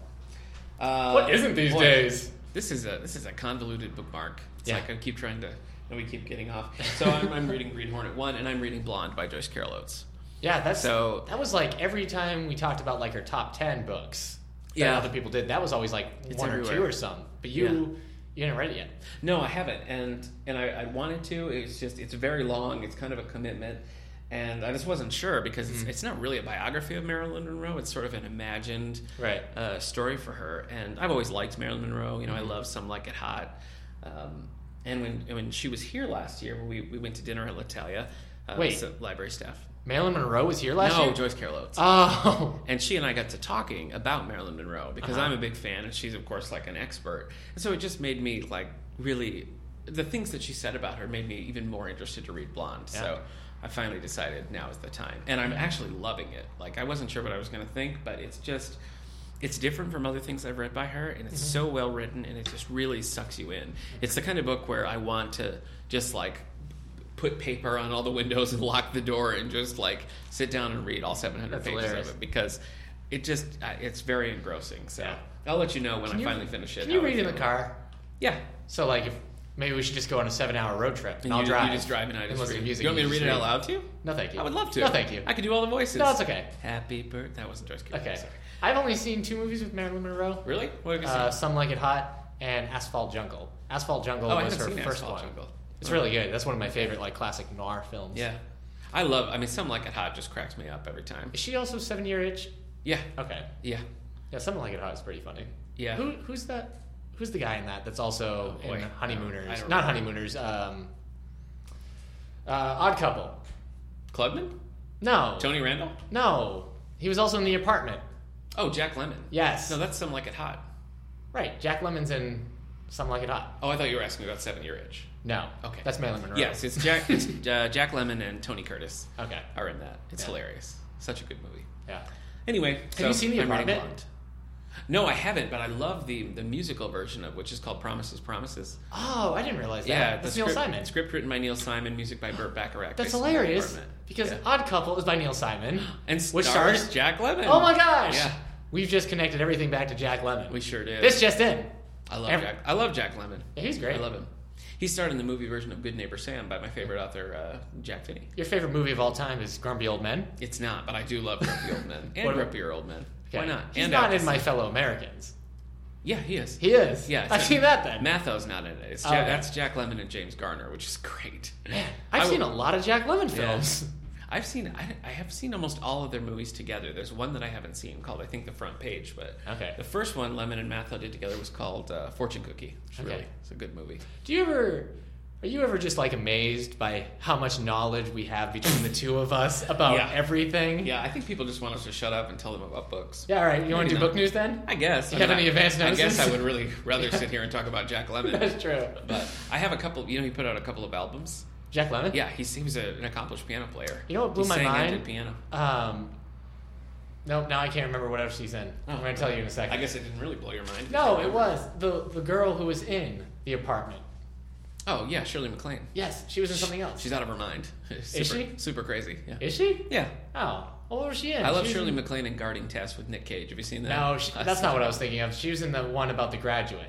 Speaker 2: Uh,
Speaker 1: what isn't these
Speaker 2: boy,
Speaker 1: days?
Speaker 2: This is a this is a convoluted bookmark. It's
Speaker 1: Yeah.
Speaker 2: like I keep trying to, and we keep getting off. So I'm, I'm reading Green Hornet one, and I'm reading Blonde by Joyce Carol Oates.
Speaker 1: Yeah, that's
Speaker 2: So-
Speaker 1: that was like every time we talked about like our top ten books. That
Speaker 2: Yeah.
Speaker 1: other people did. That was always like
Speaker 2: It's
Speaker 1: one or
Speaker 2: everywhere.
Speaker 1: two or something. But you, You haven't read it yet.
Speaker 2: No, I haven't, and and I, I wanted to. It's just it's very long. It's kind of a commitment, and I just wasn't sure because
Speaker 1: Mm-hmm.
Speaker 2: it's, it's not really a biography of Marilyn Monroe. It's sort of an imagined
Speaker 1: Right.
Speaker 2: uh, story for her, and I've always liked Marilyn Monroe. You know, I
Speaker 1: Mm-hmm.
Speaker 2: love "Some Like It Hot," um, and when and when she was here last year, we we went to dinner at Latalia. Uh,
Speaker 1: Wait.
Speaker 2: so- library staff.
Speaker 1: Marilyn Monroe was here last
Speaker 2: no,
Speaker 1: year.
Speaker 2: Joyce Carol Oates.
Speaker 1: Oh,
Speaker 2: and she and I got to talking about Marilyn Monroe because
Speaker 1: Uh-huh.
Speaker 2: I'm a big fan and she's of course like an expert. And so it just made me like really the things that she said about her made me even more interested to read Blonde. So I finally decided now is the time. And
Speaker 1: Mm-hmm.
Speaker 2: I'm actually loving it. Like I wasn't sure what I was going to think, but it's just it's different from other things I've read by her, and it's
Speaker 1: Mm-hmm.
Speaker 2: so well written, and it just really sucks you in. It's the kind of book where I want to just like put paper on all the windows and lock the door and just like sit down and read all 700
Speaker 1: That's
Speaker 2: pages
Speaker 1: hilarious.
Speaker 2: of it because it just uh, it's very engrossing. So
Speaker 1: Yeah.
Speaker 2: I'll let you know when
Speaker 1: Can
Speaker 2: I
Speaker 1: you-
Speaker 2: finally finish it.
Speaker 1: can you
Speaker 2: how I
Speaker 1: read in the
Speaker 2: feel.
Speaker 1: car?
Speaker 2: Yeah.
Speaker 1: So like, if maybe we should just go on a seven-hour road trip and,
Speaker 2: And
Speaker 1: I'll
Speaker 2: you,
Speaker 1: drive.
Speaker 2: You just drive and I
Speaker 1: And
Speaker 2: just
Speaker 1: listen
Speaker 2: read.
Speaker 1: to music
Speaker 2: you want me to
Speaker 1: and
Speaker 2: read
Speaker 1: just
Speaker 2: it out loud to you?
Speaker 1: No, thank you.
Speaker 2: I would love to.
Speaker 1: No, thank you.
Speaker 2: I could do all the voices.
Speaker 1: No, it's okay.
Speaker 2: Happy birthday. That wasn't Joyce Carol.
Speaker 1: Okay.
Speaker 2: sorry.
Speaker 1: I've only seen two movies with Marilyn Monroe.
Speaker 2: Really? What have you
Speaker 1: Uh,
Speaker 2: seen?
Speaker 1: Some Like It Hot and Asphalt Jungle. Asphalt Jungle
Speaker 2: Oh, I
Speaker 1: was her
Speaker 2: haven't seen
Speaker 1: first
Speaker 2: Asphalt
Speaker 1: one.
Speaker 2: Jungle.
Speaker 1: It's really good. That's one of my favorite like classic noir films.
Speaker 2: Yeah. I love. I mean, some like it hot just cracks me up every time.
Speaker 1: Is she also Seven Year Itch?
Speaker 2: Yeah.
Speaker 1: Okay.
Speaker 2: Yeah.
Speaker 1: Yeah, Something Like It Hot is pretty funny.
Speaker 2: Yeah.
Speaker 1: Who who's that? Who's the guy in that? That's also
Speaker 2: Oh, boy.
Speaker 1: in Honeymooners.
Speaker 2: I don't
Speaker 1: Not
Speaker 2: know.
Speaker 1: Honeymooners. Um, uh, Odd Couple.
Speaker 2: Klugman?
Speaker 1: No.
Speaker 2: Tony Randall?
Speaker 1: No. He was also in The Apartment.
Speaker 2: Oh, Jack Lemon.
Speaker 1: Yes.
Speaker 2: No, that's some like it hot.
Speaker 1: right. Jack Lemon's in Some Like It Hot.
Speaker 2: Oh, I thought you were asking about Seven Year Itch.
Speaker 1: No.
Speaker 2: Okay.
Speaker 1: That's Marilyn Monroe.
Speaker 2: Yes, it's Jack. It's uh, Jack Lemon and Tony Curtis uh,
Speaker 1: Okay.
Speaker 2: are in that. It's
Speaker 1: Yeah.
Speaker 2: hilarious. Such a good movie.
Speaker 1: Yeah.
Speaker 2: Anyway, have
Speaker 1: you seen The Apartment?
Speaker 2: No, I haven't, but I love the the musical version of which is called Promises, Promises.
Speaker 1: Oh, I didn't realize that.
Speaker 2: Yeah,
Speaker 1: that's
Speaker 2: the
Speaker 1: Neil
Speaker 2: script,
Speaker 1: Simon.
Speaker 2: Script written by Neil Simon, music by Burt Bacharach.
Speaker 1: That's
Speaker 2: based on The
Speaker 1: hilarious
Speaker 2: Apartment.
Speaker 1: because
Speaker 2: Yeah.
Speaker 1: Odd Couple is by Neil Simon.
Speaker 2: and
Speaker 1: which
Speaker 2: stars
Speaker 1: stars-
Speaker 2: Jack Lemon.
Speaker 1: Oh my gosh!
Speaker 2: Yeah,
Speaker 1: We've just connected everything back to Jack Lemon.
Speaker 2: we sure did.
Speaker 1: This just in.
Speaker 2: I love
Speaker 1: every-
Speaker 2: Jack. I love Jack Lemon.
Speaker 1: Yeah, he's great.
Speaker 2: I love him. He starred in the movie version of Good Neighbor Sam by my favorite author, uh, Jack Finney.
Speaker 1: Your favorite movie of all time is Grumpy Old Men.
Speaker 2: It's not, but I do love grumpy old men and
Speaker 1: What-
Speaker 2: grumpier old men. Why
Speaker 1: Okay.
Speaker 2: not?
Speaker 1: He's
Speaker 2: and
Speaker 1: not
Speaker 2: Elvis.
Speaker 1: in My Fellow Americans.
Speaker 2: Yeah, he is.
Speaker 1: He is.
Speaker 2: Yeah,
Speaker 1: I've
Speaker 2: so-
Speaker 1: seen that then.
Speaker 2: Matthew's not in it. It's
Speaker 1: Oh,
Speaker 2: Jack,
Speaker 1: okay.
Speaker 2: That's Jack Lemon and James Garner, which is great.
Speaker 1: Man, I've
Speaker 2: I-
Speaker 1: seen a lot of Jack Lemon
Speaker 2: Yeah.
Speaker 1: films.
Speaker 2: I've seen. I, I have seen almost all of their movies together. There's one that I haven't seen called I think The Front Page, but
Speaker 1: Okay.
Speaker 2: the first one Lemon and Matthew did together was called uh, Fortune Cookie. Which
Speaker 1: Okay.
Speaker 2: really it's a good movie.
Speaker 1: Do you ever? Are you ever just like amazed by how much knowledge we have between the two of us about
Speaker 2: Yeah.
Speaker 1: everything?
Speaker 2: Yeah, I think people just want us to shut up and tell them about books.
Speaker 1: Yeah. All right. You want
Speaker 2: Maybe
Speaker 1: to do
Speaker 2: not.
Speaker 1: book news then?
Speaker 2: I guess.
Speaker 1: You
Speaker 2: I
Speaker 1: have
Speaker 2: mean,
Speaker 1: any
Speaker 2: I-
Speaker 1: advanced
Speaker 2: I guess
Speaker 1: notices?
Speaker 2: I would really rather sit here and talk about Jack Lemon.
Speaker 1: That's true.
Speaker 2: But I have a couple. You know, he put out a couple of albums.
Speaker 1: Jack Lemon.
Speaker 2: Yeah, he's, he was a, an accomplished piano player.
Speaker 1: You know what blew
Speaker 2: he
Speaker 1: my
Speaker 2: sang
Speaker 1: mind?
Speaker 2: And did piano.
Speaker 1: Um, no, now I can't remember what else she's in.
Speaker 2: Oh,
Speaker 1: I'm going to tell you in a second.
Speaker 2: I guess it didn't really blow your mind.
Speaker 1: No, it was the the girl who was in the apartment.
Speaker 2: Oh yeah, Shirley MacLaine.
Speaker 1: Yes, she was in something else.
Speaker 2: She's out of her mind. super,
Speaker 1: she?
Speaker 2: Super crazy. Yeah.
Speaker 1: is she?
Speaker 2: yeah.
Speaker 1: Oh, well, what was she in?
Speaker 2: I love
Speaker 1: She was
Speaker 2: Shirley
Speaker 1: in-
Speaker 2: MacLaine in Guarding Test with Nick Cage. Have you seen that?
Speaker 1: No, she,
Speaker 2: Uh,
Speaker 1: that's not what I was thinking of. She was in the one about the graduate.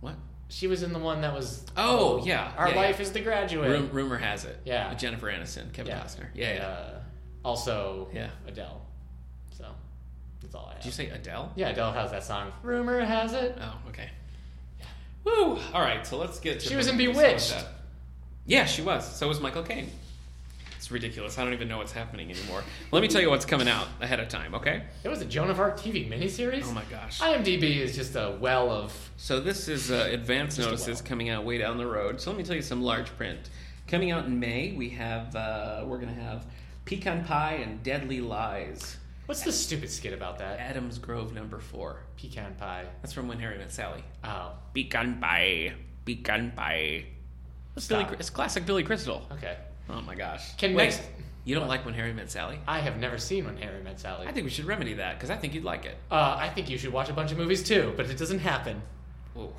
Speaker 2: What?
Speaker 1: She was in the one that was.
Speaker 2: Oh, yeah,
Speaker 1: Our
Speaker 2: yeah,
Speaker 1: life
Speaker 2: yeah.
Speaker 1: is the graduate.
Speaker 2: Rum, rumor has it.
Speaker 1: Yeah.
Speaker 2: With Jennifer Aniston, Kevin
Speaker 1: Yeah.
Speaker 2: Costner. Yeah. yeah.
Speaker 1: Uh, also,
Speaker 2: Yeah.
Speaker 1: Adele. So that's all I have.
Speaker 2: Did you say Adele?
Speaker 1: yeah, Adele has that song. Rumor has it.
Speaker 2: Oh, okay. Woo! All right, so let's get to.
Speaker 1: She was in
Speaker 2: movies. How about
Speaker 1: Bewitched.
Speaker 2: that? Yeah, she was. So was Michael Caine. It's ridiculous. I don't even know what's happening anymore. Let me tell you what's coming out ahead of time, okay?
Speaker 1: It was a Joan of Arc TV miniseries.
Speaker 2: Oh my gosh.
Speaker 1: IMDb is just a well of
Speaker 2: So this is uh, advance
Speaker 1: a
Speaker 2: notices
Speaker 1: while.
Speaker 2: coming out way down the road. So let me tell you some large print. Coming out in May, we have uh, we're gonna have Pecan Pie and Deadly Lies.
Speaker 1: what's the stupid skit about that?
Speaker 2: Adams Grove number four.
Speaker 1: Pecan pie.
Speaker 2: That's from When Harry Met Sally.
Speaker 1: Oh,
Speaker 2: Pecan Pie, Pecan Pie. It's, Billy,
Speaker 1: Stop.
Speaker 2: it's classic Billy Crystal.
Speaker 1: okay.
Speaker 2: Oh my gosh.
Speaker 1: Can we-
Speaker 2: Next, you don't like When Harry Met Sally?
Speaker 1: I have never seen When Harry Met Sally.
Speaker 2: I think we should remedy that because I think you'd like it.
Speaker 1: uh, I think you should watch a bunch of movies too, but it doesn't happen.
Speaker 2: Whoa.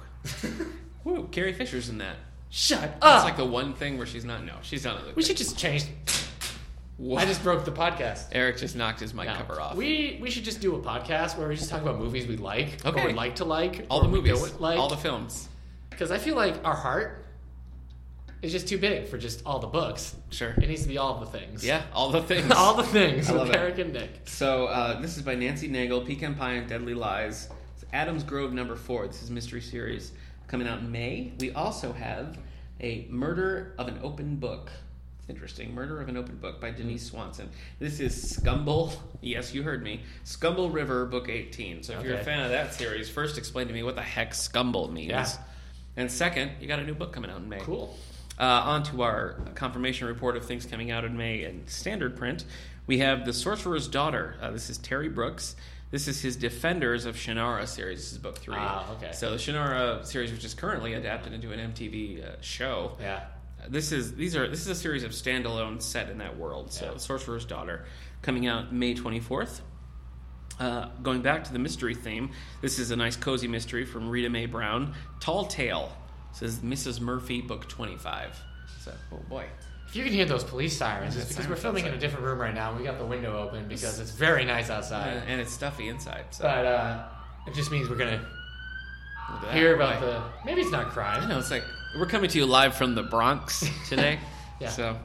Speaker 2: Woo, Carrie Fisher's in that.
Speaker 1: Shut
Speaker 2: That's
Speaker 1: up.
Speaker 2: like the one thing where she's not. No, she's not.
Speaker 1: Ah! we should just change.
Speaker 2: Whoa.
Speaker 1: I just broke the podcast.
Speaker 2: Eric just knocked his mic
Speaker 1: No.
Speaker 2: cover off.
Speaker 1: We we should just do a podcast where we just talk about movies we like, or
Speaker 2: Okay.
Speaker 1: would like to like,
Speaker 2: all
Speaker 1: or
Speaker 2: the
Speaker 1: we
Speaker 2: movies,
Speaker 1: don't like,
Speaker 2: all the films.
Speaker 1: because I feel like our heart is just too big for just all the books.
Speaker 2: Sure.
Speaker 1: It needs to be all the things.
Speaker 2: Yeah, all the things.
Speaker 1: all the things
Speaker 2: I love
Speaker 1: with
Speaker 2: it.
Speaker 1: Eric and Nick.
Speaker 2: so uh, this is by Nancy Nagel, Pecan Pie and Deadly Lies. It's Adams Grove number four. This is mystery series. coming out in May. We also have a Murder of an Open Book. It's interesting. Murder of an Open Book by Denise Swanson. This is Scumble. Yes, you heard me. Scumble River, Book 18. So if you're a
Speaker 1: Okay.
Speaker 2: fan of that series, first explain to me what the heck Scumble means.
Speaker 1: Yeah.
Speaker 2: And second, you got a new book coming out in May.
Speaker 1: Cool.
Speaker 2: Uh, on to our confirmation report of things coming out in May in standard print. We have The Sorcerer's Daughter. Uh, this is Terry Brooks. This is his Defenders of Shannara series. This is book three.
Speaker 1: Ah, okay.
Speaker 2: So the Shannara series, which is currently adapted into an MTV uh, show.
Speaker 1: Yeah.
Speaker 2: Uh, This is these are this is a series of standalone set in that world. So
Speaker 1: Yeah.
Speaker 2: Sorcerer's Daughter, coming out May twenty fourth. Uh, going back to the mystery theme, this is a nice cozy mystery from Rita Mae Brown. Tall Tale says Mrs. Murphy, book twenty five. So oh boy,
Speaker 1: If you can hear those police sirens, it's
Speaker 2: That
Speaker 1: because
Speaker 2: siren
Speaker 1: we're filming in
Speaker 2: outside.
Speaker 1: a different room right now. and We got the window open because it's very nice outside.
Speaker 2: Uh, and it's stuffy inside. So
Speaker 1: But uh, it just means we're gonna
Speaker 2: look at that.
Speaker 1: hear
Speaker 2: Boy.
Speaker 1: about the. Maybe it's not crime.
Speaker 2: I know it's like we're coming to you live from the Bronx today.
Speaker 1: Yeah.
Speaker 2: So,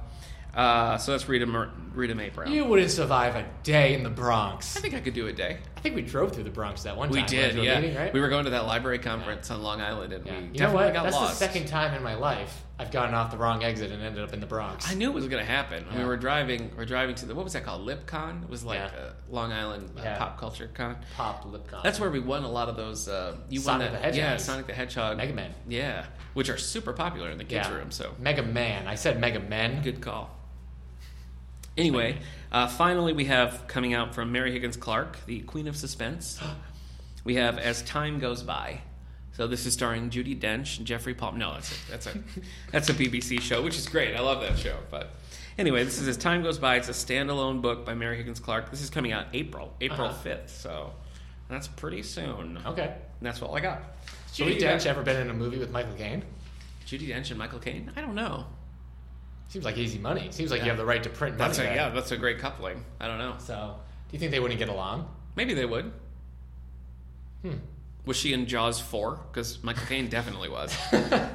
Speaker 2: uh, so that's Rita Mer- Rita Mae Brown.
Speaker 1: You wouldn't survive a day in the Bronx.
Speaker 2: I think I could do a day.
Speaker 1: I think we drove through the Bronx that one time.
Speaker 2: We
Speaker 1: when I
Speaker 2: did,
Speaker 1: was
Speaker 2: yeah.
Speaker 1: meeting, right?
Speaker 2: We were going to that library conference on Long Island, and
Speaker 1: Yeah.
Speaker 2: we
Speaker 1: You know
Speaker 2: definitely
Speaker 1: what?
Speaker 2: got
Speaker 1: That's
Speaker 2: lost.
Speaker 1: the second time in my life I've gotten off the wrong exit and ended up in the Bronx.
Speaker 2: I knew it was going to happen. When
Speaker 1: Yeah.
Speaker 2: we were driving, we are driving to the what was that called? LipCon. It was like
Speaker 1: Yeah.
Speaker 2: a Long Island uh,
Speaker 1: Yeah.
Speaker 2: pop culture con.
Speaker 1: Pop lip con.
Speaker 2: That's where we won a lot of those. Uh, you
Speaker 1: Sonic
Speaker 2: won that,
Speaker 1: the Hedgehog.
Speaker 2: yeah, Sonic the Hedgehog,
Speaker 1: Mega Man.
Speaker 2: yeah, which are super popular in the kids'
Speaker 1: Yeah.
Speaker 2: room. So
Speaker 1: Mega Man. I said Mega Men.
Speaker 2: Good call. Anyway, uh, finally, we have coming out from Mary Higgins Clark, the Queen of Suspense. We have As Time Goes By. So this is starring Judy Dench and Jeffrey Palmer. No, that's a, that's a that's a BBC show, which is great. I love that show. But anyway, this is As Time Goes By. It's a standalone book by Mary Higgins Clark. This is coming out April April
Speaker 1: Uh-huh.
Speaker 2: fifth. So that's pretty soon. And
Speaker 1: Okay.
Speaker 2: that's all I got. So
Speaker 1: Judy
Speaker 2: what do you
Speaker 1: Dench
Speaker 2: got?
Speaker 1: ever been in a movie with Michael Caine?
Speaker 2: Judy Dench and Michael Caine. I don't know.
Speaker 1: Seems like easy money. Seems like
Speaker 2: Yeah.
Speaker 1: you have the right to print money.
Speaker 2: That's a,
Speaker 1: there.
Speaker 2: yeah, that's a great coupling. I don't know.
Speaker 1: So, do you think they wouldn't get along?
Speaker 2: Maybe they would. Hmm.
Speaker 1: Hmm.
Speaker 2: Was she in Jaws 4? Because Michael Caine definitely was.
Speaker 1: All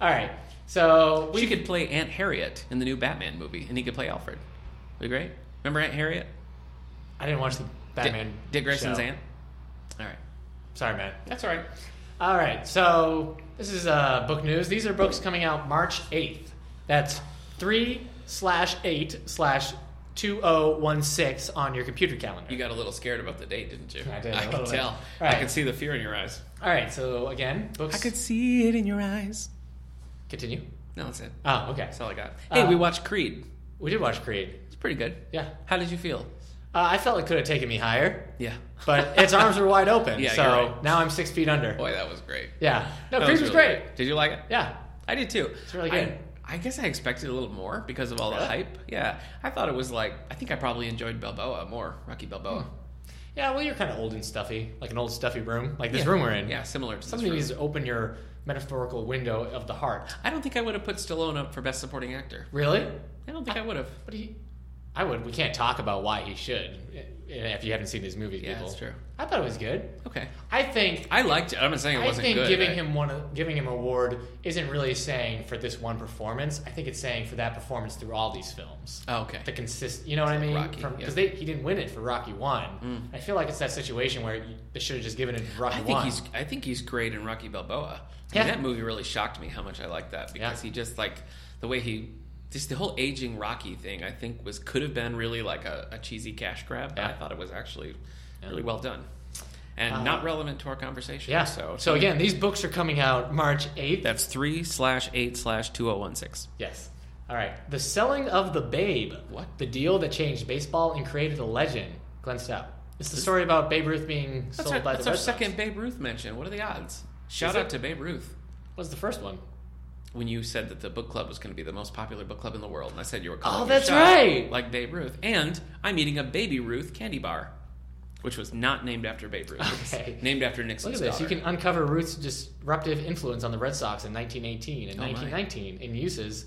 Speaker 1: right. So we
Speaker 2: she could play Aunt Harriet in the new Batman movie, and he could play Alfred. Would be great. Remember Aunt Harriet?
Speaker 1: I didn't watch the
Speaker 2: Dick-
Speaker 1: Batman.
Speaker 2: Dick Grayson's
Speaker 1: show.
Speaker 2: aunt? All right.
Speaker 1: Sorry, man.
Speaker 2: That's all right.
Speaker 1: All right. So this is uh, book news. These are books coming out March eighth. That's three slash eight slash two oh one six on your computer calendar.
Speaker 2: You got a little scared about the date, didn't you?
Speaker 1: I did,
Speaker 2: I
Speaker 1: a
Speaker 2: could
Speaker 1: little bit.
Speaker 2: tell.
Speaker 1: All
Speaker 2: I
Speaker 1: right.
Speaker 2: could see the fear in your eyes.
Speaker 1: All right. So again, books.
Speaker 2: see it in your eyes.
Speaker 1: continue.
Speaker 2: No, that's it.
Speaker 1: Oh, okay.
Speaker 2: That's
Speaker 1: So
Speaker 2: all I got. Hey,
Speaker 1: Uh,
Speaker 2: we watched Creed.
Speaker 1: we did watch Creed.
Speaker 2: It's pretty good.
Speaker 1: Yeah.
Speaker 2: How did you feel?
Speaker 1: Uh, I felt it could have taken me higher,
Speaker 2: Yeah.
Speaker 1: but its arms were wide open.
Speaker 2: Yeah,
Speaker 1: so
Speaker 2: you're right.
Speaker 1: now I'm six feet under.
Speaker 2: Boy, that was great.
Speaker 1: Yeah. No,
Speaker 2: That
Speaker 1: Creed was
Speaker 2: really
Speaker 1: great.
Speaker 2: good. Did you like it?
Speaker 1: Yeah.
Speaker 2: I did too. It's
Speaker 1: really good.
Speaker 2: I, I guess I expected a little more because of all the
Speaker 1: Really?
Speaker 2: hype. Yeah, I thought it was like I think I probably enjoyed Balboa more, Rocky Balboa.
Speaker 1: Yeah, well, you're kind of old and stuffy, like an old stuffy room, like this
Speaker 2: Yeah.
Speaker 1: room we're in.
Speaker 2: Yeah, similar to
Speaker 1: Somebody
Speaker 2: this
Speaker 1: needs
Speaker 2: room.
Speaker 1: to open your metaphorical window of the heart.
Speaker 2: I don't think I would have put Stallone up for Best Supporting Actor.
Speaker 1: Really?
Speaker 2: I don't think I would have.
Speaker 1: But he, I would. We can't talk about why he should i- if you haven't seen these movies.
Speaker 2: Yeah,
Speaker 1: people.
Speaker 2: that's true.
Speaker 1: I thought it was good.
Speaker 2: Okay,
Speaker 1: I think.
Speaker 2: I liked it. I'm not saying it
Speaker 1: I
Speaker 2: wasn't
Speaker 1: think
Speaker 2: good.
Speaker 1: giving
Speaker 2: I-
Speaker 1: him one, giving him an award isn't really saying for this one performance. I think it's saying for that performance through all these films.
Speaker 2: Oh, okay.
Speaker 1: The consist, you know what I mean?
Speaker 2: Rocky, yeah. Mm.
Speaker 1: Because he didn't win it for Rocky One. I feel like it's that situation where you- they should have just given it to Rocky
Speaker 2: I think
Speaker 1: One.
Speaker 2: he's I think he's great in Rocky Balboa. I
Speaker 1: Yeah.
Speaker 2: mean, that movie really shocked me how much I liked that because
Speaker 1: Yeah.
Speaker 2: he just like the way he just the whole aging Rocky thing I think was could have been really like a, a cheesy cash grab, but I
Speaker 1: Yeah.
Speaker 2: thought it was actually
Speaker 1: Yeah.
Speaker 2: really well done. And
Speaker 1: Uh,
Speaker 2: not relevant to our conversation.
Speaker 1: Yeah.
Speaker 2: So
Speaker 1: So, again, these books are coming out March 8th.
Speaker 2: that's three slash eight slash two oh one six.
Speaker 1: yes. All right. The Selling of the Babe.
Speaker 2: What?
Speaker 1: The deal that changed baseball and created a legend. Glenn Stout. It's the story about Babe Ruth being
Speaker 2: That's,
Speaker 1: sold
Speaker 2: our,
Speaker 1: by
Speaker 2: that's
Speaker 1: the
Speaker 2: our
Speaker 1: Red Sox.
Speaker 2: second Babe Ruth mention. What are the odds? Shout
Speaker 1: it?
Speaker 2: out to Babe Ruth.
Speaker 1: What's the first one?
Speaker 2: When you said that the book club was going to be the most popular book club in the world, and I said you were calling
Speaker 1: Oh,
Speaker 2: your
Speaker 1: that's
Speaker 2: shot,
Speaker 1: right.
Speaker 2: like Babe Ruth, and I'm eating a Baby Ruth candy bar, which was not named after Babe Ruth. It was
Speaker 1: Okay.
Speaker 2: named after
Speaker 1: Look
Speaker 2: Nixon's
Speaker 1: at this. You
Speaker 2: daughter.
Speaker 1: can uncover Ruth's disruptive influence on the Red Sox in 1918 and
Speaker 2: Oh, my.
Speaker 1: 1919 in uses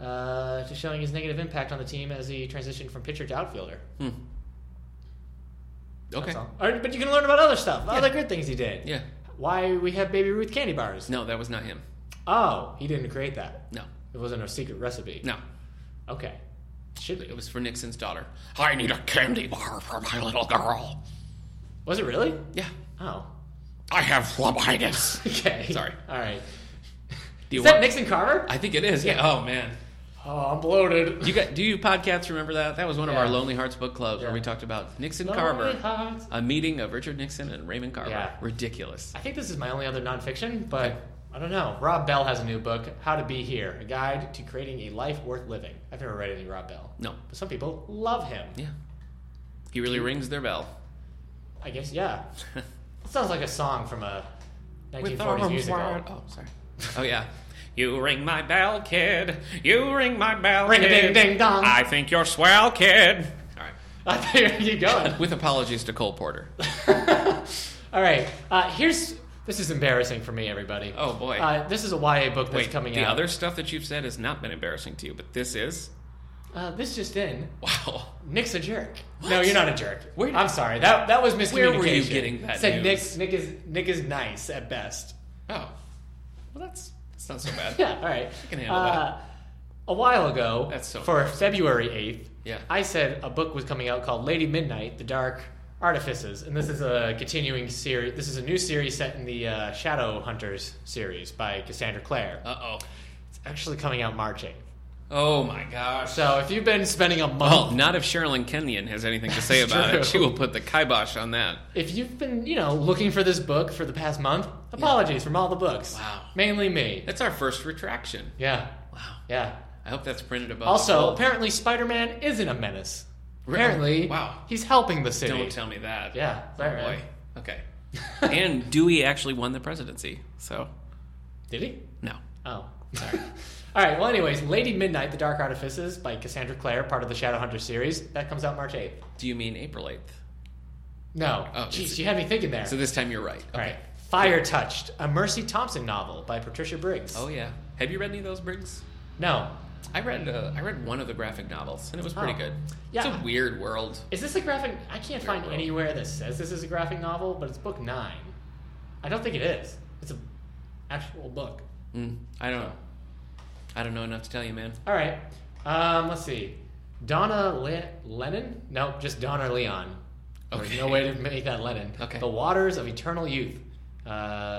Speaker 1: uh, to showing his negative impact on the team as he transitioned from pitcher to outfielder.
Speaker 2: okay,
Speaker 1: That's all. All right, but you can learn about other stuff, other good things he did.
Speaker 2: yeah,
Speaker 1: Why we have Baby Ruth candy bars.
Speaker 2: no, that was not him.
Speaker 1: Oh, he didn't create that.
Speaker 2: No,
Speaker 1: It wasn't a secret recipe.
Speaker 2: no,
Speaker 1: Okay. Should be.
Speaker 2: it was for Nixon's daughter. I need a candy bar for my little girl.
Speaker 1: Was it really?
Speaker 2: Yeah,
Speaker 1: Oh.
Speaker 2: I have phlebitis.
Speaker 1: Okay.
Speaker 2: Sorry.
Speaker 1: All right.
Speaker 2: Do you
Speaker 1: Is that
Speaker 2: want-
Speaker 1: Nixon Carver?
Speaker 2: I think it is. Yeah. Oh man.
Speaker 1: Oh, I'm bloated.
Speaker 2: You got? Do you podcasts remember that? That was one of
Speaker 1: Yeah.
Speaker 2: our Lonely Hearts book clubs where
Speaker 1: Yeah.
Speaker 2: we talked about Nixon
Speaker 1: Lonely
Speaker 2: Carver,
Speaker 1: hearts.
Speaker 2: a meeting of Richard Nixon and Raymond Carver.
Speaker 1: Yeah.
Speaker 2: Ridiculous.
Speaker 1: I think this is my only other nonfiction, but I don't know. Rob Bell has a new book, How to Be Here: A Guide to Creating a Life Worth Living. I've never read any Rob Bell,
Speaker 2: No.
Speaker 1: but some people love him.
Speaker 2: Yeah. He really rings their bell.
Speaker 1: I guess, yeah. It sounds like a song from a 1940s
Speaker 2: arms
Speaker 1: musical.
Speaker 2: wide- Oh, sorry. Oh yeah. You ring my bell, kid. You ring my bell,
Speaker 1: Ring a ding
Speaker 2: kid.
Speaker 1: ding dong.
Speaker 2: I think you're swell, kid. All right.
Speaker 1: I thought you were going.
Speaker 2: With apologies to Cole Porter.
Speaker 1: All right. Uh, here's this is embarrassing for me, everybody.
Speaker 2: Oh, boy.
Speaker 1: Uh, this is a YA book that's
Speaker 2: Wait,
Speaker 1: coming
Speaker 2: the
Speaker 1: out.
Speaker 2: other stuff that you've said has not been embarrassing to you, but this is.
Speaker 1: Uh, this just in.
Speaker 2: Wow.
Speaker 1: Nick's a jerk.
Speaker 2: What?
Speaker 1: No, you're not a jerk.
Speaker 2: Where-
Speaker 1: I'm sorry. That that was miscommunication.
Speaker 2: Where were you getting that
Speaker 1: Said
Speaker 2: news?
Speaker 1: Nick. Nick is Nick is nice at best.
Speaker 2: Oh. Well, that's that's not so bad.
Speaker 1: Yeah. All right. Uh,
Speaker 2: can handle that.
Speaker 1: A while ago,
Speaker 2: That's so
Speaker 1: for February 8th,
Speaker 2: Yeah.
Speaker 1: I said a book was coming out called Lady Midnight: The Dark Artifices, and this is a continuing series. This is a new series set in the uh, Shadow Hunters series by Cassandra Clare.
Speaker 2: Uh oh.
Speaker 1: It's actually coming out March 8th.
Speaker 2: Oh my gosh.
Speaker 1: So if you've been spending a month,
Speaker 2: Well, not if Sherilyn Kenyon has anything to say
Speaker 1: That's
Speaker 2: about it.
Speaker 1: true.
Speaker 2: She will put the kibosh on that.
Speaker 1: if you've been, you know, looking for this book for the past month, apologies from all the books.
Speaker 2: Wow.
Speaker 1: Mainly me.
Speaker 2: That's our first retraction.
Speaker 1: Yeah.
Speaker 2: Wow.
Speaker 1: Yeah.
Speaker 2: I hope that's printed above.
Speaker 1: Also, apparently Spider-Man isn't a menace.
Speaker 2: Re-
Speaker 1: Apparently,
Speaker 2: wow.
Speaker 1: he's helping the city.
Speaker 2: don't tell me that.
Speaker 1: Yeah.
Speaker 2: Oh
Speaker 1: Sorry,
Speaker 2: boy.
Speaker 1: man.
Speaker 2: Okay. and Dewey actually won the presidency. So
Speaker 1: Did he?
Speaker 2: no.
Speaker 1: Oh, sorry. All right. Well, anyways, Lady Midnight: The Dark Artifices by Cassandra Clare, part of the Shadowhunter series, that comes out March eighth.
Speaker 2: Do you mean April eighth?
Speaker 1: No.
Speaker 2: Oh,
Speaker 1: Jeez,
Speaker 2: it's-
Speaker 1: you had me thinking there.
Speaker 2: So this time you're right.
Speaker 1: All
Speaker 2: Okay.
Speaker 1: right. Fire Touched, a Mercy Thompson novel by Patricia Briggs.
Speaker 2: Oh yeah. Have you read any of those Briggs?
Speaker 1: No.
Speaker 2: I read uh, I read one of the graphic novels and it was pretty
Speaker 1: Oh.
Speaker 2: good. It's
Speaker 1: Yeah.
Speaker 2: a weird world.
Speaker 1: Is this a graphic? I can't find
Speaker 2: world.
Speaker 1: anywhere that says this is a graphic novel, but it's book nine. I don't think it is. It's a actual book.
Speaker 2: Mm, I don't know. I don't know enough to tell you, man.
Speaker 1: All right. Um, let's see. Donna Le- Lennon? No, just Donna Leon. There's
Speaker 2: Okay.
Speaker 1: no way to make that Lennon.
Speaker 2: Okay.
Speaker 1: The Waters of Eternal Youth. Uh,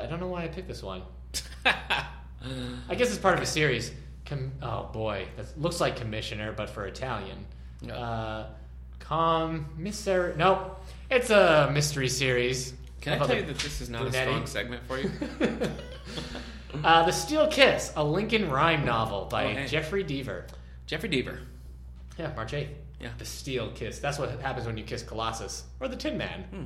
Speaker 1: I don't know why I picked this one. I guess it's part of a series. Com- oh boy, that looks like Commissioner, but for Italian.
Speaker 2: Yeah.
Speaker 1: Uh, commissary. No, it's a mystery series.
Speaker 2: Can I
Speaker 1: about
Speaker 2: tell
Speaker 1: the-
Speaker 2: you that this is not
Speaker 1: Brunetti.
Speaker 2: a strong segment for you?
Speaker 1: uh, the Steel Kiss, a Lincoln Rhyme novel by
Speaker 2: Oh, hey.
Speaker 1: Jeffrey Deaver.
Speaker 2: Jeffrey Deaver.
Speaker 1: Yeah, March 8th.
Speaker 2: Yeah.
Speaker 1: The Steel Kiss. That's what happens when you kiss Colossus or the Tin Man.
Speaker 2: Hmm.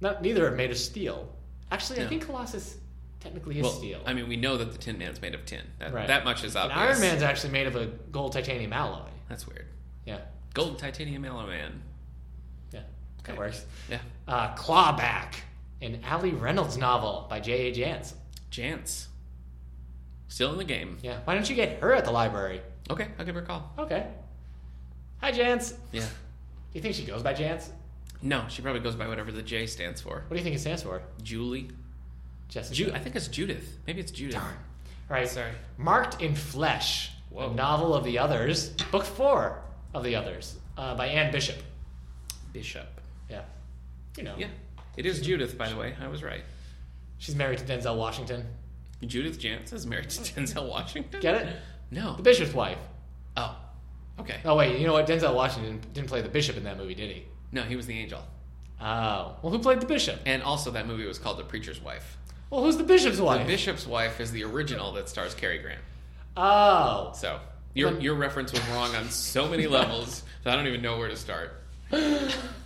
Speaker 1: Not neither are made of steel. Actually, I
Speaker 2: No.
Speaker 1: think Colossus technically is
Speaker 2: Well,
Speaker 1: steel.
Speaker 2: I mean, we know that the Tin Man's made of tin. That,
Speaker 1: Right.
Speaker 2: that much is
Speaker 1: and
Speaker 2: obvious.
Speaker 1: Iron Man's actually made of a gold titanium alloy.
Speaker 2: That's weird.
Speaker 1: Yeah,
Speaker 2: Gold titanium alloy man.
Speaker 1: yeah,
Speaker 2: Okay.
Speaker 1: that works.
Speaker 2: Yeah.
Speaker 1: Uh, Clawback, an Allie Reynolds novel by J.A. Jance.
Speaker 2: Jance. Still in the game.
Speaker 1: Yeah, why don't you get her at the library?
Speaker 2: Okay, I'll give her a call.
Speaker 1: Okay. Hi, Jance. Do
Speaker 2: Yeah.
Speaker 1: you think she goes by Jance?
Speaker 2: No, she probably goes by whatever the J stands for.
Speaker 1: What do you think it stands for?
Speaker 2: Julie.
Speaker 1: Jessica.
Speaker 2: Ju- I think it's Judith. Maybe it's Judith.
Speaker 1: Darn. All right.
Speaker 2: Sorry.
Speaker 1: Marked in Flesh,
Speaker 2: Whoa.
Speaker 1: a novel of the others, book four of the others uh, by Anne Bishop.
Speaker 2: Bishop.
Speaker 1: Yeah. You know,
Speaker 2: Yeah. It is Judith, by the way. I was right.
Speaker 1: she's married to Denzel Washington.
Speaker 2: Judith Jance is married to Denzel Washington.
Speaker 1: Get it?
Speaker 2: No.
Speaker 1: The Bishop's wife.
Speaker 2: Oh. Okay.
Speaker 1: Oh, wait, you know what? Denzel Washington didn't play the Bishop in that movie, did he?
Speaker 2: No, he was the angel.
Speaker 1: Oh. Well, who played the Bishop?
Speaker 2: And also, that movie was called The Preacher's Wife.
Speaker 1: Well, who's the Bishop's
Speaker 2: The
Speaker 1: wife?
Speaker 2: Bishop's Wife is the original that stars Cary Grant.
Speaker 1: oh.
Speaker 2: So your
Speaker 1: Then-
Speaker 2: your reference was wrong on so many levels. so I don't even know where to start.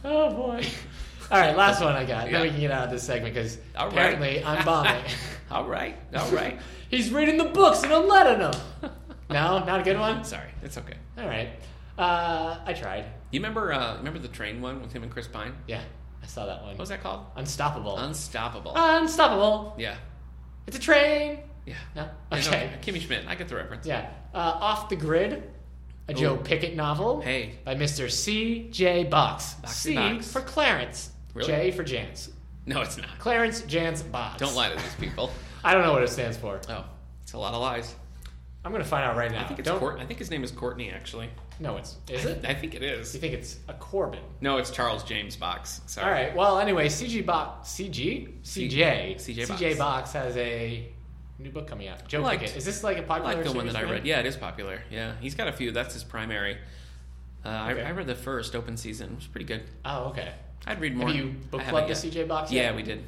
Speaker 1: Oh, boy. All right, last one I got.
Speaker 2: Yeah.
Speaker 1: Then we can get out of this segment because
Speaker 2: All right.
Speaker 1: apparently I'm bombing.
Speaker 2: All right, all right.
Speaker 1: He's reading the books and I'm letting him. No, not a good one?
Speaker 2: Sorry, it's okay.
Speaker 1: All right. Uh, I tried.
Speaker 2: You remember uh, remember the train one with him and Chris Pine?
Speaker 1: Yeah, I saw that one.
Speaker 2: What was that called?
Speaker 1: Unstoppable.
Speaker 2: Unstoppable.
Speaker 1: Uh, Unstoppable.
Speaker 2: yeah,
Speaker 1: It's a train.
Speaker 2: yeah.
Speaker 1: No.
Speaker 2: Yeah, no,
Speaker 1: Okay.
Speaker 2: Kimmy Schmidt. I get the reference.
Speaker 1: Yeah. Uh, Off the Grid, a Joe
Speaker 2: Ooh.
Speaker 1: Pickett novel
Speaker 2: Hey,
Speaker 1: by Mr. C. J. Box.
Speaker 2: Boxy
Speaker 1: C
Speaker 2: Box.
Speaker 1: for Clarence.
Speaker 2: Really?
Speaker 1: J for Jance.
Speaker 2: no, it's not.
Speaker 1: Clarence Jance Box.
Speaker 2: Don't lie to these people.
Speaker 1: I don't know what it stands for.
Speaker 2: Oh, it's a lot of lies.
Speaker 1: All I'm gonna find out right now.
Speaker 2: I think it's
Speaker 1: Don't,
Speaker 2: Court. I think his name is Courtney. Actually,
Speaker 1: No, it's is
Speaker 2: I-
Speaker 1: it?
Speaker 2: I think it is.
Speaker 1: You think it's a Corbin?
Speaker 2: No, it's Charles James Box. Sorry.
Speaker 1: All right. Well, anyway, CG Box, CG,
Speaker 2: C-
Speaker 1: CJ,
Speaker 2: CJ Box.
Speaker 1: CJ Box has a new book coming out. Joe
Speaker 2: Liked-
Speaker 1: Pickett. Is this like a
Speaker 2: I
Speaker 1: popular?
Speaker 2: like the one
Speaker 1: series
Speaker 2: that I
Speaker 1: for you?
Speaker 2: read. Yeah, it is popular. Yeah, he's got a few. That's his primary. Uh,
Speaker 1: Okay.
Speaker 2: I, I read the first open season. It was pretty good.
Speaker 1: Oh, okay.
Speaker 2: I'd read more.
Speaker 1: Have you book
Speaker 2: I haven't
Speaker 1: club the
Speaker 2: yet.
Speaker 1: CJ Box?
Speaker 2: Yeah,
Speaker 1: Yet?
Speaker 2: we did.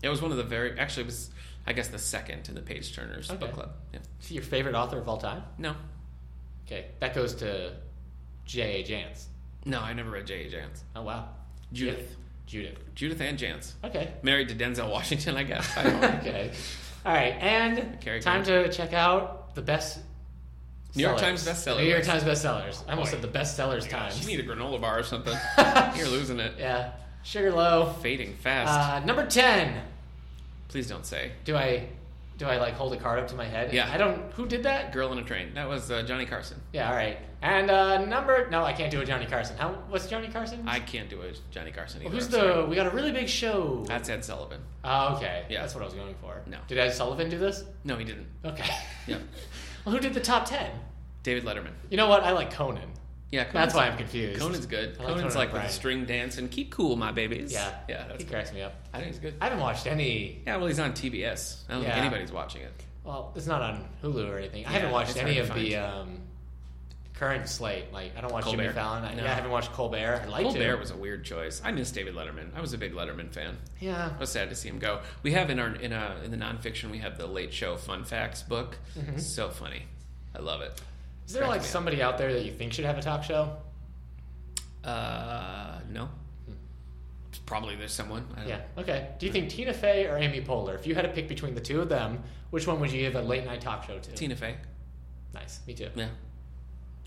Speaker 2: It was one of the very. Actually, it was I guess the second in the Page Turners
Speaker 1: Okay.
Speaker 2: book club. Yeah.
Speaker 1: Is he your favorite author of all time?
Speaker 2: No,
Speaker 1: Okay, that goes to J. A. Jans.
Speaker 2: no, I never read J.A. Jans.
Speaker 1: Oh wow.
Speaker 2: Judith,
Speaker 1: Judith.
Speaker 2: Judith and Jans,
Speaker 1: Okay.
Speaker 2: married to Denzel Washington, I guess. I don't know.
Speaker 1: okay. All right, and
Speaker 2: Carrie
Speaker 1: time to check out the best.
Speaker 2: New York
Speaker 1: sellers.
Speaker 2: Times bestseller
Speaker 1: New York
Speaker 2: list.
Speaker 1: Times bestsellers. I almost
Speaker 2: Boy.
Speaker 1: said the best sellers
Speaker 2: Gosh,
Speaker 1: times.
Speaker 2: you need a granola bar or something. You're losing it.
Speaker 1: yeah. Sugar low.
Speaker 2: Fading fast.
Speaker 1: Uh, number ten.
Speaker 2: Please don't say.
Speaker 1: Do I, do I like hold a card up to my head?
Speaker 2: Yeah.
Speaker 1: I don't. Who did that?
Speaker 2: Girl in a train. That was uh, Johnny Carson.
Speaker 1: Yeah. All right. And uh, number. No, I can't do a Johnny Carson. How? What's Johnny Carson?
Speaker 2: I can't do it. Johnny Carson. Either.
Speaker 1: Who's
Speaker 2: I'm
Speaker 1: the?
Speaker 2: sorry.
Speaker 1: We got a really big show.
Speaker 2: That's Ed Sullivan.
Speaker 1: Oh, okay.
Speaker 2: Yeah.
Speaker 1: That's what I was going for.
Speaker 2: No.
Speaker 1: Did Ed Sullivan do this?
Speaker 2: No, he didn't.
Speaker 1: Okay.
Speaker 2: Yeah.
Speaker 1: well, who did the top ten?
Speaker 2: David Letterman.
Speaker 1: You know what? I like Conan.
Speaker 2: Yeah, Conan's,
Speaker 1: That's why I'm confused.
Speaker 2: Conan's
Speaker 1: I
Speaker 2: good.
Speaker 1: like
Speaker 2: Conan's
Speaker 1: Conan
Speaker 2: like with the
Speaker 1: O'Brien.
Speaker 2: string dance and keep cool, my babies.
Speaker 1: Yeah.
Speaker 2: yeah. That's
Speaker 1: he cracks me up.
Speaker 2: I think it's good.
Speaker 1: I haven't watched any.
Speaker 2: Yeah, well, he's on TBS. I don't
Speaker 1: Yeah.
Speaker 2: think anybody's watching it.
Speaker 1: Well, it's not on Hulu or anything. I
Speaker 2: Yeah,
Speaker 1: haven't watched
Speaker 2: it's
Speaker 1: any
Speaker 2: hard
Speaker 1: of
Speaker 2: to
Speaker 1: the um, current slate. Like, I don't watch Jimmy
Speaker 2: Colbert.
Speaker 1: Fallon. I,
Speaker 2: No.
Speaker 1: yeah, I haven't watched Colbert. I'd like
Speaker 2: Colbert
Speaker 1: to.
Speaker 2: was a weird choice. I miss David Letterman. I was a big Letterman fan.
Speaker 1: Yeah.
Speaker 2: I was sad to see him go. We have in our in a in the nonfiction we have the Late Show Fun Facts book.
Speaker 1: Mm-hmm.
Speaker 2: So funny, I love it.
Speaker 1: Is there like
Speaker 2: me up.
Speaker 1: somebody out there that you think should have a talk show?
Speaker 2: Uh, no, probably there's someone. I don't
Speaker 1: Hmm. Yeah. Okay. Do you think Tina Fey or Amy Poehler? If you had to pick between the two of them, which one would you give a late night talk show to?
Speaker 2: Tina Fey.
Speaker 1: Nice. Me too.
Speaker 2: Yeah.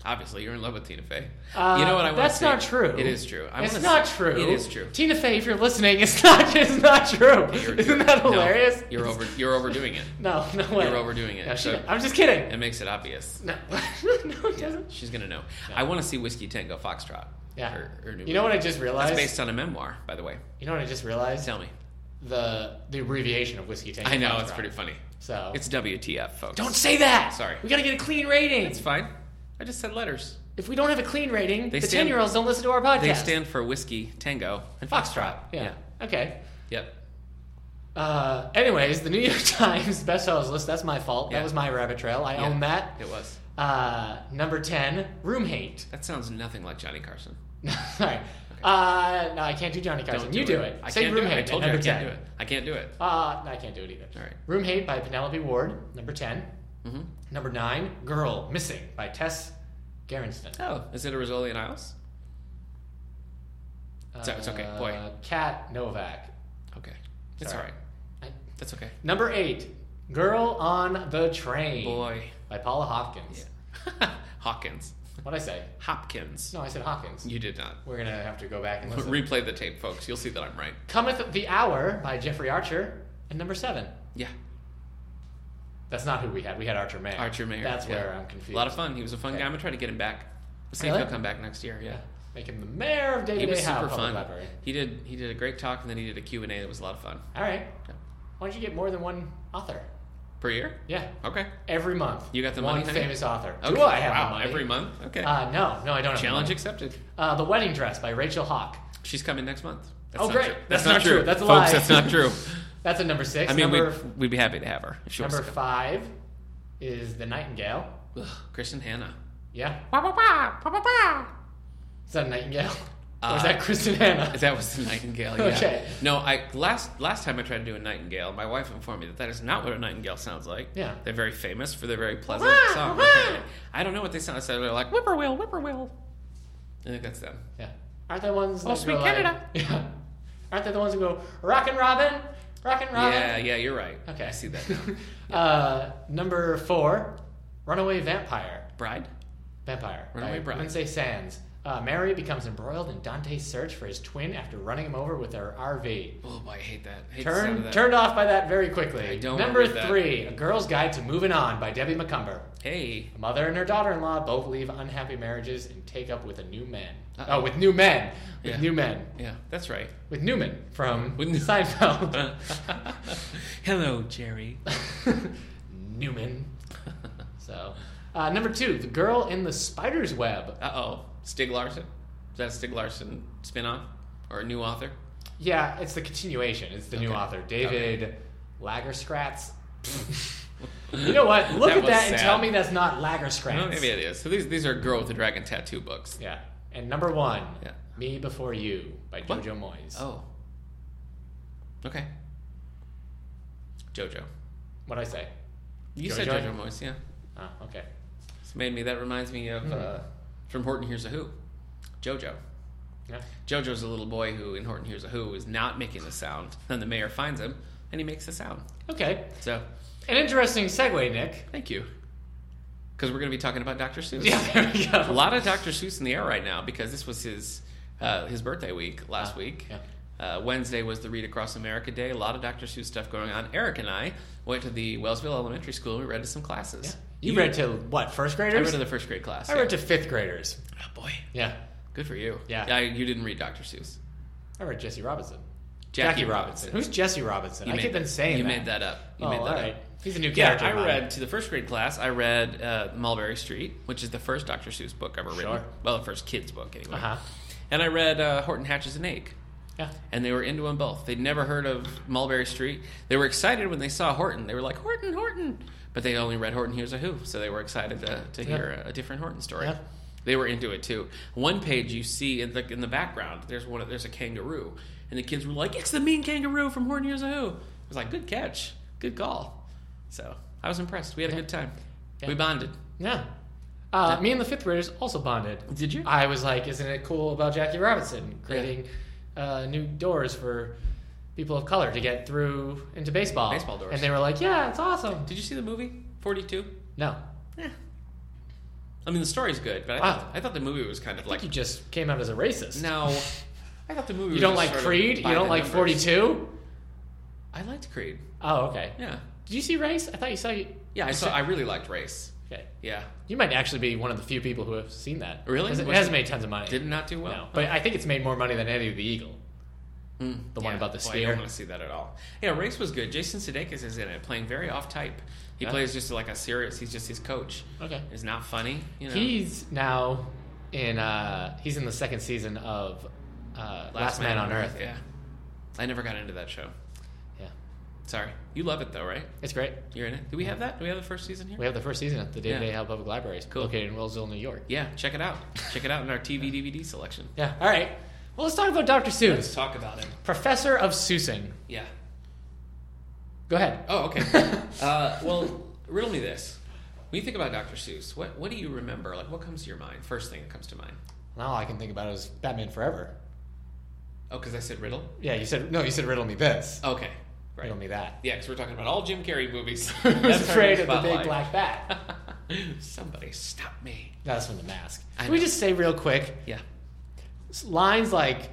Speaker 2: Obviously, you're in love with Tina Fey.
Speaker 1: Uh,
Speaker 2: you know what I want
Speaker 1: That's
Speaker 2: to see?
Speaker 1: not true.
Speaker 2: It is true. I
Speaker 1: it's
Speaker 2: wanna
Speaker 1: not
Speaker 2: see-
Speaker 1: true.
Speaker 2: It is true.
Speaker 1: Tina Fey, if you're listening, it's not. It's not true.
Speaker 2: You're-
Speaker 1: Isn't that
Speaker 2: no,
Speaker 1: hilarious?
Speaker 2: you're over. You're overdoing it.
Speaker 1: No, no way.
Speaker 2: You're overdoing it.
Speaker 1: No, she,
Speaker 2: So-
Speaker 1: I'm just kidding.
Speaker 2: It makes it obvious.
Speaker 1: No, no, it doesn't.
Speaker 2: She's gonna know. I want to see Whiskey Tango Foxtrot.
Speaker 1: Yeah.
Speaker 2: Her, her new
Speaker 1: You know what
Speaker 2: movie.
Speaker 1: I just
Speaker 2: That's
Speaker 1: realized?
Speaker 2: based on a memoir, by the way.
Speaker 1: you know what I just realized?
Speaker 2: Tell me.
Speaker 1: The the abbreviation of whiskey tango.
Speaker 2: I know
Speaker 1: Foxtrot.
Speaker 2: it's pretty funny.
Speaker 1: So
Speaker 2: It's WTF, folks.
Speaker 1: don't say that.
Speaker 2: Sorry.
Speaker 1: We gotta get a clean rating.
Speaker 2: It's fine. I just said letters.
Speaker 1: if we don't have a clean rating,
Speaker 2: They
Speaker 1: the
Speaker 2: stand-
Speaker 1: ten year olds don't listen to our podcast.
Speaker 2: They stand for whiskey, tango, and foxtrot.
Speaker 1: Yeah. Okay.
Speaker 2: Yep.
Speaker 1: Uh, anyways, the New York Times bestsellers list. That's my fault.
Speaker 2: Yeah.
Speaker 1: That was my rabbit trail. I
Speaker 2: Yeah.
Speaker 1: own that.
Speaker 2: It was.
Speaker 1: Uh, number ten, room hate.
Speaker 2: That sounds nothing like Johnny Carson.
Speaker 1: Sorry. Uh, no, I can't do Johnny Carson.
Speaker 2: Don't
Speaker 1: you do it.
Speaker 2: I
Speaker 1: Say
Speaker 2: can't
Speaker 1: room
Speaker 2: do it.
Speaker 1: hate.
Speaker 2: I told
Speaker 1: at
Speaker 2: you I
Speaker 1: number
Speaker 2: can't
Speaker 1: 10.
Speaker 2: do it. I can't do it.
Speaker 1: Uh, no, I can't do it either.
Speaker 2: All right.
Speaker 1: Room Hate by Penelope Ward, number 10.
Speaker 2: Mhm.
Speaker 1: Number 9, Girl Missing by Tess Gerenston.
Speaker 2: Oh, is it a Rizzoli and Isles? So- it's okay, boy.
Speaker 1: Uh, Kat Novak.
Speaker 2: Okay. It's
Speaker 1: Sorry.
Speaker 2: all right.
Speaker 1: I-
Speaker 2: That's okay.
Speaker 1: number 8, Girl on the Train
Speaker 2: Boy.
Speaker 1: by Paula Hopkins.
Speaker 2: Hawkins.
Speaker 1: What'd I say?
Speaker 2: Hopkins.
Speaker 1: No, I said Hopkins.
Speaker 2: You did not.
Speaker 1: We're going to have to go back and listen.
Speaker 2: Replay the tape, folks. You'll see that I'm right.
Speaker 1: Cometh the Hour by Jeffrey Archer. And number 7.
Speaker 2: Yeah.
Speaker 1: That's not who we had. We had Archer Mayer.
Speaker 2: Archer Mayer.
Speaker 1: That's
Speaker 2: yeah.
Speaker 1: where I'm confused.
Speaker 2: A lot of fun. He was a fun
Speaker 1: Okay.
Speaker 2: guy. I'm gonna try to get him back. We'll see
Speaker 1: Really?
Speaker 2: if he'll come back next year. Yeah.
Speaker 1: Make him the mayor of David
Speaker 2: He was
Speaker 1: A. Howe
Speaker 2: super
Speaker 1: Public
Speaker 2: fun.
Speaker 1: Library.
Speaker 2: He did he did a great talk and then he did a Q and A that was a lot of fun.
Speaker 1: All right.
Speaker 2: Yeah.
Speaker 1: Why don't you get more than one author?
Speaker 2: Per year?
Speaker 1: Yeah,
Speaker 2: Okay.
Speaker 1: every month.
Speaker 2: You got the
Speaker 1: one
Speaker 2: money, honey?
Speaker 1: famous author.
Speaker 2: okay.
Speaker 1: Do I have
Speaker 2: wow,
Speaker 1: the money?
Speaker 2: every month? Okay.
Speaker 1: Uh, no, no, I don't.
Speaker 2: Challenge
Speaker 1: Have
Speaker 2: accepted.
Speaker 1: the, money. Uh, the Wedding Dress by Rachel Hawk.
Speaker 2: She's coming next month.
Speaker 1: Oh,
Speaker 2: not
Speaker 1: great.
Speaker 2: true.
Speaker 1: That's not true. That's a
Speaker 2: Folks,
Speaker 1: lie.
Speaker 2: That's not true.
Speaker 1: That's at number six.
Speaker 2: I mean,
Speaker 1: number
Speaker 2: we'd, we'd be happy to have her if she
Speaker 1: number
Speaker 2: wants
Speaker 1: five is the Nightingale.
Speaker 2: to. Ugh, Kristen Hanna.
Speaker 1: Yeah,
Speaker 2: That
Speaker 1: is that a Nightingale? or
Speaker 2: Uh,
Speaker 1: is that Kristen Hanna?
Speaker 2: was the nightingale. Yeah.
Speaker 1: Okay.
Speaker 2: No, I last last time I tried to do a nightingale, my wife informed me that that is not what a nightingale sounds like.
Speaker 1: Yeah.
Speaker 2: They're very famous for their very pleasant song. I don't know what they sound like. So They're like whippoorwill, whippoorwill. I think that's them.
Speaker 1: yeah, aren't they ones?
Speaker 2: Oh,
Speaker 1: that
Speaker 2: Sweet
Speaker 1: go
Speaker 2: Canada.
Speaker 1: Like, yeah, aren't they the ones who go Rockin' Robin, Rockin' Robin?
Speaker 2: Yeah, yeah, you're right.
Speaker 1: Uh-huh. Okay.
Speaker 2: I see that. Now.
Speaker 1: uh, number four, Runaway Vampire.
Speaker 2: Bride.
Speaker 1: Vampire.
Speaker 2: Runaway
Speaker 1: by
Speaker 2: Bride.
Speaker 1: Lindsay Sands. Uh, Mary becomes embroiled in Dante's search for his twin after running him over with her RV.
Speaker 2: Oh boy, I hate that. I hate the sound of
Speaker 1: Turned
Speaker 2: that.
Speaker 1: turned off by that very quickly.
Speaker 2: I don't
Speaker 1: Number
Speaker 2: read that.
Speaker 1: three, A Girl's Guide to Moving On by Debbie McCumber.
Speaker 2: Hey.
Speaker 1: A mother and her daughter-in-law both leave unhappy marriages and take up with a new man.
Speaker 2: Uh-oh.
Speaker 1: Oh, with new men. With
Speaker 2: Yeah.
Speaker 1: new men.
Speaker 2: Yeah, that's right.
Speaker 1: With Newman from
Speaker 2: With New-
Speaker 1: Seinfeld.
Speaker 2: Hello, Jerry.
Speaker 1: Newman. So, uh, number two, The Girl in the Spider's Web.
Speaker 2: Uh oh, Stig Larson. Is that a Stig Larson spinoff or a new author?
Speaker 1: Yeah, it's the continuation. It's the new
Speaker 2: Okay.
Speaker 1: author, David Lagerskratz. you know what? Look
Speaker 2: That
Speaker 1: at
Speaker 2: was
Speaker 1: that and
Speaker 2: sad.
Speaker 1: tell me that's not
Speaker 2: No,
Speaker 1: Lagerskratz.
Speaker 2: maybe it is. So these these are Girl with the Dragon Tattoo books.
Speaker 1: Yeah. And number one,
Speaker 2: Yeah.
Speaker 1: Me Before You by
Speaker 2: What?
Speaker 1: Jojo Moyes.
Speaker 2: Oh. Okay. JoJo.
Speaker 1: What'd I say?
Speaker 2: You said
Speaker 1: JoJo?
Speaker 2: JoJo Moyes, yeah.
Speaker 1: Oh, okay.
Speaker 2: It's made me. That reminds me
Speaker 1: Hmm.
Speaker 2: of uh, from Horton Hears a Who, JoJo.
Speaker 1: Yeah.
Speaker 2: JoJo's a little boy who in Horton Hears a Who is not making a sound. Then the mayor finds him and he makes a sound.
Speaker 1: Okay.
Speaker 2: So
Speaker 1: An interesting segue, Nick.
Speaker 2: thank you, because we're going to be talking about Dr. Seuss.
Speaker 1: Yeah, there we
Speaker 2: a
Speaker 1: go.
Speaker 2: lot of Dr. Seuss in the air right now because this was his uh, his birthday week last
Speaker 1: Ah,
Speaker 2: week.
Speaker 1: yeah.
Speaker 2: Uh, Wednesday was the Read Across America Day. A lot of Dr. Seuss stuff going on. Eric and I went to the Wellsville Elementary School and we read to some classes.
Speaker 1: Yeah. You read to what, first
Speaker 2: I
Speaker 1: graders?
Speaker 2: read to the first grade class.
Speaker 1: I read to fifth graders.
Speaker 2: yeah. Oh boy,
Speaker 1: Yeah.
Speaker 2: good for you.
Speaker 1: Yeah.
Speaker 2: I, you didn't read Dr. Seuss.
Speaker 1: I read Jesse Robinson.
Speaker 2: Jackie Robinson.
Speaker 1: Who's Jesse Robinson?
Speaker 2: You
Speaker 1: I
Speaker 2: made-
Speaker 1: keep been saying
Speaker 2: you
Speaker 1: that.
Speaker 2: made that up. You
Speaker 1: oh,
Speaker 2: made that
Speaker 1: all right.
Speaker 2: up.
Speaker 1: He's a new
Speaker 2: Yeah,
Speaker 1: character.
Speaker 2: I
Speaker 1: of mine.
Speaker 2: read to the first grade class. I read uh, Mulberry Street, which is the first Dr. Seuss book ever written.
Speaker 1: Sure.
Speaker 2: Well, the first kids book anyway.
Speaker 1: Uh-huh.
Speaker 2: And I read uh, Horton Hatches an Egg,
Speaker 1: Yeah.
Speaker 2: and they were into them both. They'd never heard of Mulberry Street. They were excited when they saw Horton. They were like Horton, Horton, but they only read Horton Hears a Who, so they were excited to, to
Speaker 1: Yeah.
Speaker 2: hear a, a different Horton story.
Speaker 1: Yeah.
Speaker 2: They were into it too. One page you see in the in the background, there's one. There's a kangaroo, and the kids were like, "It's the mean kangaroo from Horton Hears a Who." I was like, "Good catch, good call." So I was impressed. We had a good time.
Speaker 1: Yeah.
Speaker 2: We bonded.
Speaker 1: Yeah. Uh, Me and the fifth graders also bonded.
Speaker 2: Did you?
Speaker 1: I was like, isn't it cool about Jackie Robinson creating uh, new doors for people of color to get through into baseball?
Speaker 2: Baseball doors.
Speaker 1: And they were like, yeah, it's awesome.
Speaker 2: Did you see the movie Forty Two?
Speaker 1: No.
Speaker 2: I mean, the story's good, but I,
Speaker 1: Wow.
Speaker 2: thought, I thought the movie was kind of
Speaker 1: I
Speaker 2: like
Speaker 1: think you just came out as a racist.
Speaker 2: No, I thought the movie.
Speaker 1: You
Speaker 2: was
Speaker 1: don't
Speaker 2: just
Speaker 1: like
Speaker 2: sort of
Speaker 1: Creed? You
Speaker 2: by
Speaker 1: don't
Speaker 2: the
Speaker 1: like
Speaker 2: numbers.
Speaker 1: 42?
Speaker 2: I liked Creed.
Speaker 1: Oh, okay.
Speaker 2: Yeah,
Speaker 1: Did you see Race? I thought you saw. You...
Speaker 2: yeah. I saw. I really liked Race.
Speaker 1: Okay.
Speaker 2: Yeah,
Speaker 1: You might actually be one of the few people who have seen that.
Speaker 2: Really?
Speaker 1: It
Speaker 2: What's
Speaker 1: has
Speaker 2: it-
Speaker 1: made tons of money.
Speaker 2: did not do well.
Speaker 1: No. But I think it's made more money than Eddie the Eagle.
Speaker 2: Mm,
Speaker 1: The one
Speaker 2: yeah.
Speaker 1: about the
Speaker 2: Well, I
Speaker 1: spear.
Speaker 2: don't want to see that at all. Yeah, Race was good. Jason Sudeikis is in it, playing very off type. He
Speaker 1: Yeah.
Speaker 2: plays just like a serious. He's just his coach.
Speaker 1: Okay.
Speaker 2: He's not funny. You know.
Speaker 1: He's now in uh he's in the second season of uh, Last, Man, on Earth.
Speaker 2: Yeah. I never got into that show.
Speaker 1: Yeah.
Speaker 2: Sorry. You love it though, right?
Speaker 1: It's great.
Speaker 2: You're in it. Do we have that? Do we have the first season here?
Speaker 1: We have the first season at the Day to Day
Speaker 2: Yeah.
Speaker 1: Hal Public Library. It's
Speaker 2: Cool.
Speaker 1: located in Roseville, New York.
Speaker 2: yeah. Check it out. check it out in our TV DVD selection.
Speaker 1: Yeah. All right. Well, let's talk about Dr. Seuss,
Speaker 2: Let's talk about it.
Speaker 1: professor of Seussing.
Speaker 2: Yeah.
Speaker 1: Go ahead.
Speaker 2: Oh, okay. uh, well, riddle me this. When you think about Dr. Seuss, what, what do you remember? Like, what comes to your mind? First thing that comes to mind.
Speaker 1: Now all I can think about is Batman Forever.
Speaker 2: Oh, because I said riddle?
Speaker 1: Yeah, you said no. You said riddle me this.
Speaker 2: Okay. Oh, Right.
Speaker 1: Riddle me that.
Speaker 2: Yeah, because we're talking about all Jim Carrey movies.
Speaker 1: I was
Speaker 2: our
Speaker 1: afraid
Speaker 2: new
Speaker 1: of the big
Speaker 2: spotlight.
Speaker 1: black bat.
Speaker 2: Somebody stop me.
Speaker 1: That's from the mask.
Speaker 2: I
Speaker 1: Can we
Speaker 2: know.
Speaker 1: just say real quick
Speaker 2: Yeah.
Speaker 1: s- lines like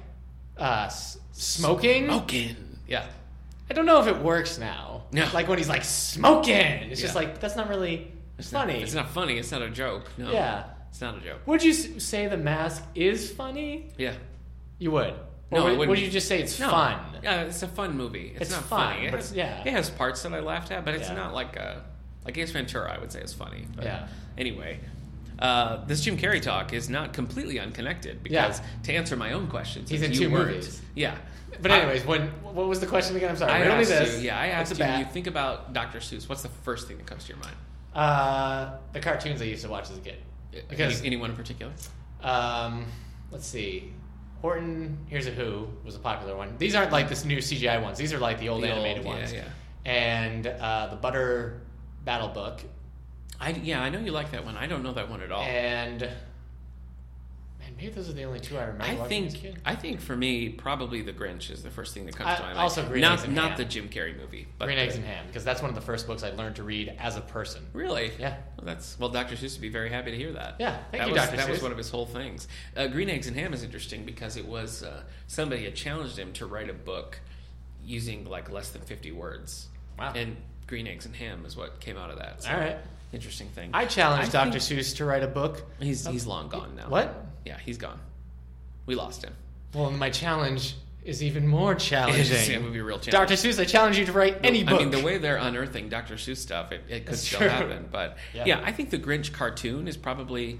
Speaker 1: uh, s- smoking?
Speaker 2: Smoking. Oh, Yeah.
Speaker 1: I don't know if it works now.
Speaker 2: No.
Speaker 1: Like when he's like smoking. It's just
Speaker 2: Yeah.
Speaker 1: like that's not really
Speaker 2: It's not-
Speaker 1: funny.
Speaker 2: it's not funny. It's not a joke. No.
Speaker 1: Yeah.
Speaker 2: It's not a joke.
Speaker 1: Would you s- say the mask is funny?
Speaker 2: Yeah.
Speaker 1: You would.
Speaker 2: No,
Speaker 1: Or
Speaker 2: I
Speaker 1: would-
Speaker 2: wouldn't.
Speaker 1: would you just say it's
Speaker 2: No.
Speaker 1: fun?
Speaker 2: Yeah, it's a fun movie. It's,
Speaker 1: It's
Speaker 2: not
Speaker 1: fun,
Speaker 2: funny. It
Speaker 1: but
Speaker 2: has-
Speaker 1: yeah.
Speaker 2: It has parts that I laughed at, but it's
Speaker 1: Yeah.
Speaker 2: not like a like Ace Ventura. I would say is funny. But
Speaker 1: Yeah.
Speaker 2: Anyway, uh, this Jim Carrey talk is not completely unconnected because to answer my own questions,
Speaker 1: He's
Speaker 2: if
Speaker 1: in
Speaker 2: you
Speaker 1: two
Speaker 2: weren't-
Speaker 1: movies.
Speaker 2: Yeah.
Speaker 1: But
Speaker 2: I-
Speaker 1: anyways, when what was the question again? I'm sorry.
Speaker 2: I,
Speaker 1: Riddle me
Speaker 2: asked
Speaker 1: this.
Speaker 2: you. Yeah, I
Speaker 1: It's
Speaker 2: asked
Speaker 1: a
Speaker 2: you. When you
Speaker 1: bat.
Speaker 2: think about Dr. Seuss, what's the first thing that comes to your mind?
Speaker 1: Uh, the cartoons I used to watch as a kid. Because
Speaker 2: Any- anyone in particular?
Speaker 1: um, let's see. Horton, here's a Who was a popular one. These aren't like this new CGI ones. These are like the old
Speaker 2: The old-
Speaker 1: animated
Speaker 2: yeah,
Speaker 1: ones.
Speaker 2: yeah.
Speaker 1: And uh, the Butter Battle Book
Speaker 2: I yeah, I know you like that one. I don't know that one at all.
Speaker 1: Eh, and man, maybe those are the only two I remember.
Speaker 2: I
Speaker 1: watching as a
Speaker 2: think
Speaker 1: kid.
Speaker 2: I think for me probably the Grinch is the first thing that comes
Speaker 1: I-
Speaker 2: to my mind.
Speaker 1: also Green
Speaker 2: not
Speaker 1: Eggs and
Speaker 2: not
Speaker 1: Ham.
Speaker 2: the Jim Carrey movie, but
Speaker 1: Green
Speaker 2: the-
Speaker 1: Eggs and Ham because that's one of the first books I learned to read as a person.
Speaker 2: Really?
Speaker 1: Yeah.
Speaker 2: Well, that's well. Dr. Seuss would be very happy to hear that.
Speaker 1: Yeah, thank
Speaker 2: that
Speaker 1: you,
Speaker 2: was,
Speaker 1: Dr.
Speaker 2: That was
Speaker 1: Seuss.
Speaker 2: one of his whole things. Uh, Green Eggs and Ham is interesting because it was uh, somebody had challenged him to write a book using like less than fifty words.
Speaker 1: Wow.
Speaker 2: And Green Eggs and Ham is what came out of that. So,
Speaker 1: All right,
Speaker 2: Interesting thing.
Speaker 1: I challenged
Speaker 2: I
Speaker 1: Dr. Seuss to write a book.
Speaker 2: He's he's long gone now.
Speaker 1: What?
Speaker 2: Yeah, he's gone. We lost him.
Speaker 1: Well, my challenge is even more
Speaker 2: It is- it
Speaker 1: challenging.
Speaker 2: would be a real challenge.
Speaker 1: Dr. Seuss, I challenge you to write any book.
Speaker 2: I mean, the way they're unearthing Dr. Seuss stuff, it, it could
Speaker 1: That's
Speaker 2: still
Speaker 1: true.
Speaker 2: happen. But
Speaker 1: Yeah.
Speaker 2: yeah. I think the Grinch cartoon is probably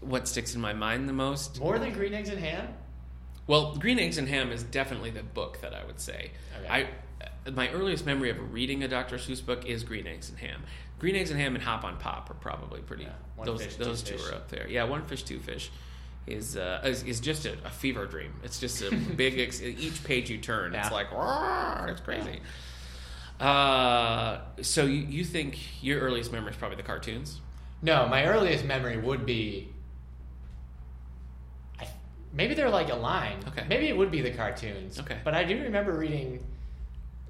Speaker 2: what sticks in my mind the most.
Speaker 1: more than green eggs and ham.
Speaker 2: Well, Green Eggs and Ham is definitely the book that I would say.
Speaker 1: Okay.
Speaker 2: I my earliest memory of reading a Dr. Seuss book is Green Eggs and Ham. Green Eggs and Ham and Hop on Pop are probably pretty.
Speaker 1: Yeah. One
Speaker 2: Those
Speaker 1: fish, two
Speaker 2: those two,
Speaker 1: fish.
Speaker 2: are up there. Yeah, one fish, two fish. Is, uh, is is just a, a fever dream. It's just a big. Ex- each page you turn, it's
Speaker 1: Yeah.
Speaker 2: like "Rawr," it's crazy. Uh, so you, you think your earliest memory is probably the cartoons?
Speaker 1: No, my earliest memory would be. I, maybe they're like a line.
Speaker 2: Okay.
Speaker 1: Maybe it would be the cartoons.
Speaker 2: Okay.
Speaker 1: But I do remember reading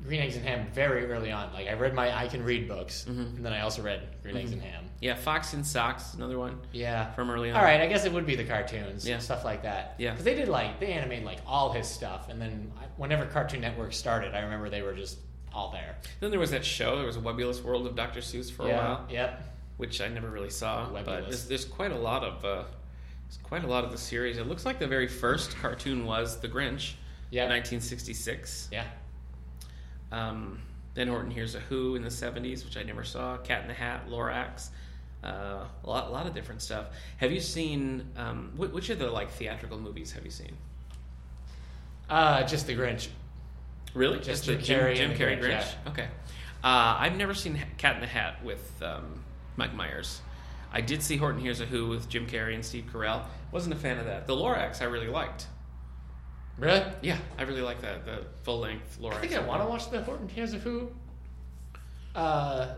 Speaker 1: Green Eggs and Ham very early on. Like I read my I can read books,
Speaker 2: Mm-hmm.
Speaker 1: and then I also read Green Eggs and Ham.
Speaker 2: Yeah, Fox and Socks, another one
Speaker 1: Yeah.
Speaker 2: Mm-hmm. from early on.
Speaker 1: All right, I guess it would be the cartoons,
Speaker 2: Yeah.
Speaker 1: and stuff like that.
Speaker 2: Yeah.
Speaker 1: Because they did like they animated like all his stuff, and then I- whenever Cartoon Network started, I remember they were just all there.
Speaker 2: Then there was that show. There was a Webulous World of Dr. Seuss for
Speaker 1: yeah.
Speaker 2: a while.
Speaker 1: Yep.
Speaker 2: which I never really saw. But
Speaker 1: Webulous.
Speaker 2: there's, there's quite a lot of uh, there's quite a lot of the series. It looks like the very first cartoon was The Grinch,
Speaker 1: Yeah.
Speaker 2: 1966.
Speaker 1: Yeah.
Speaker 2: Um, then Horton Hears a Who in the 70s, which I never saw. Cat in the Hat, Lorax. Uh, a lot, a lot of different stuff. Have you seen um, wh- which of the like theatrical movies have you seen?
Speaker 1: Uh, just the Grinch.
Speaker 2: Really,
Speaker 1: Just
Speaker 2: the
Speaker 1: Jim Carrey
Speaker 2: Jim
Speaker 1: and the
Speaker 2: Carrey
Speaker 1: Grinch,
Speaker 2: Grinch. Okay, uh, I've never seen Ha- Cat in the Hat with um, Mike Myers. I did see Horton Hears a Who with Jim Carrey and Steve Carell. Wasn't a fan of that. The Lorax I really liked.
Speaker 1: Really?
Speaker 2: Yeah, I really like that the full length Lorax.
Speaker 1: I think I want to watch the Horton Hears of Who. Uh,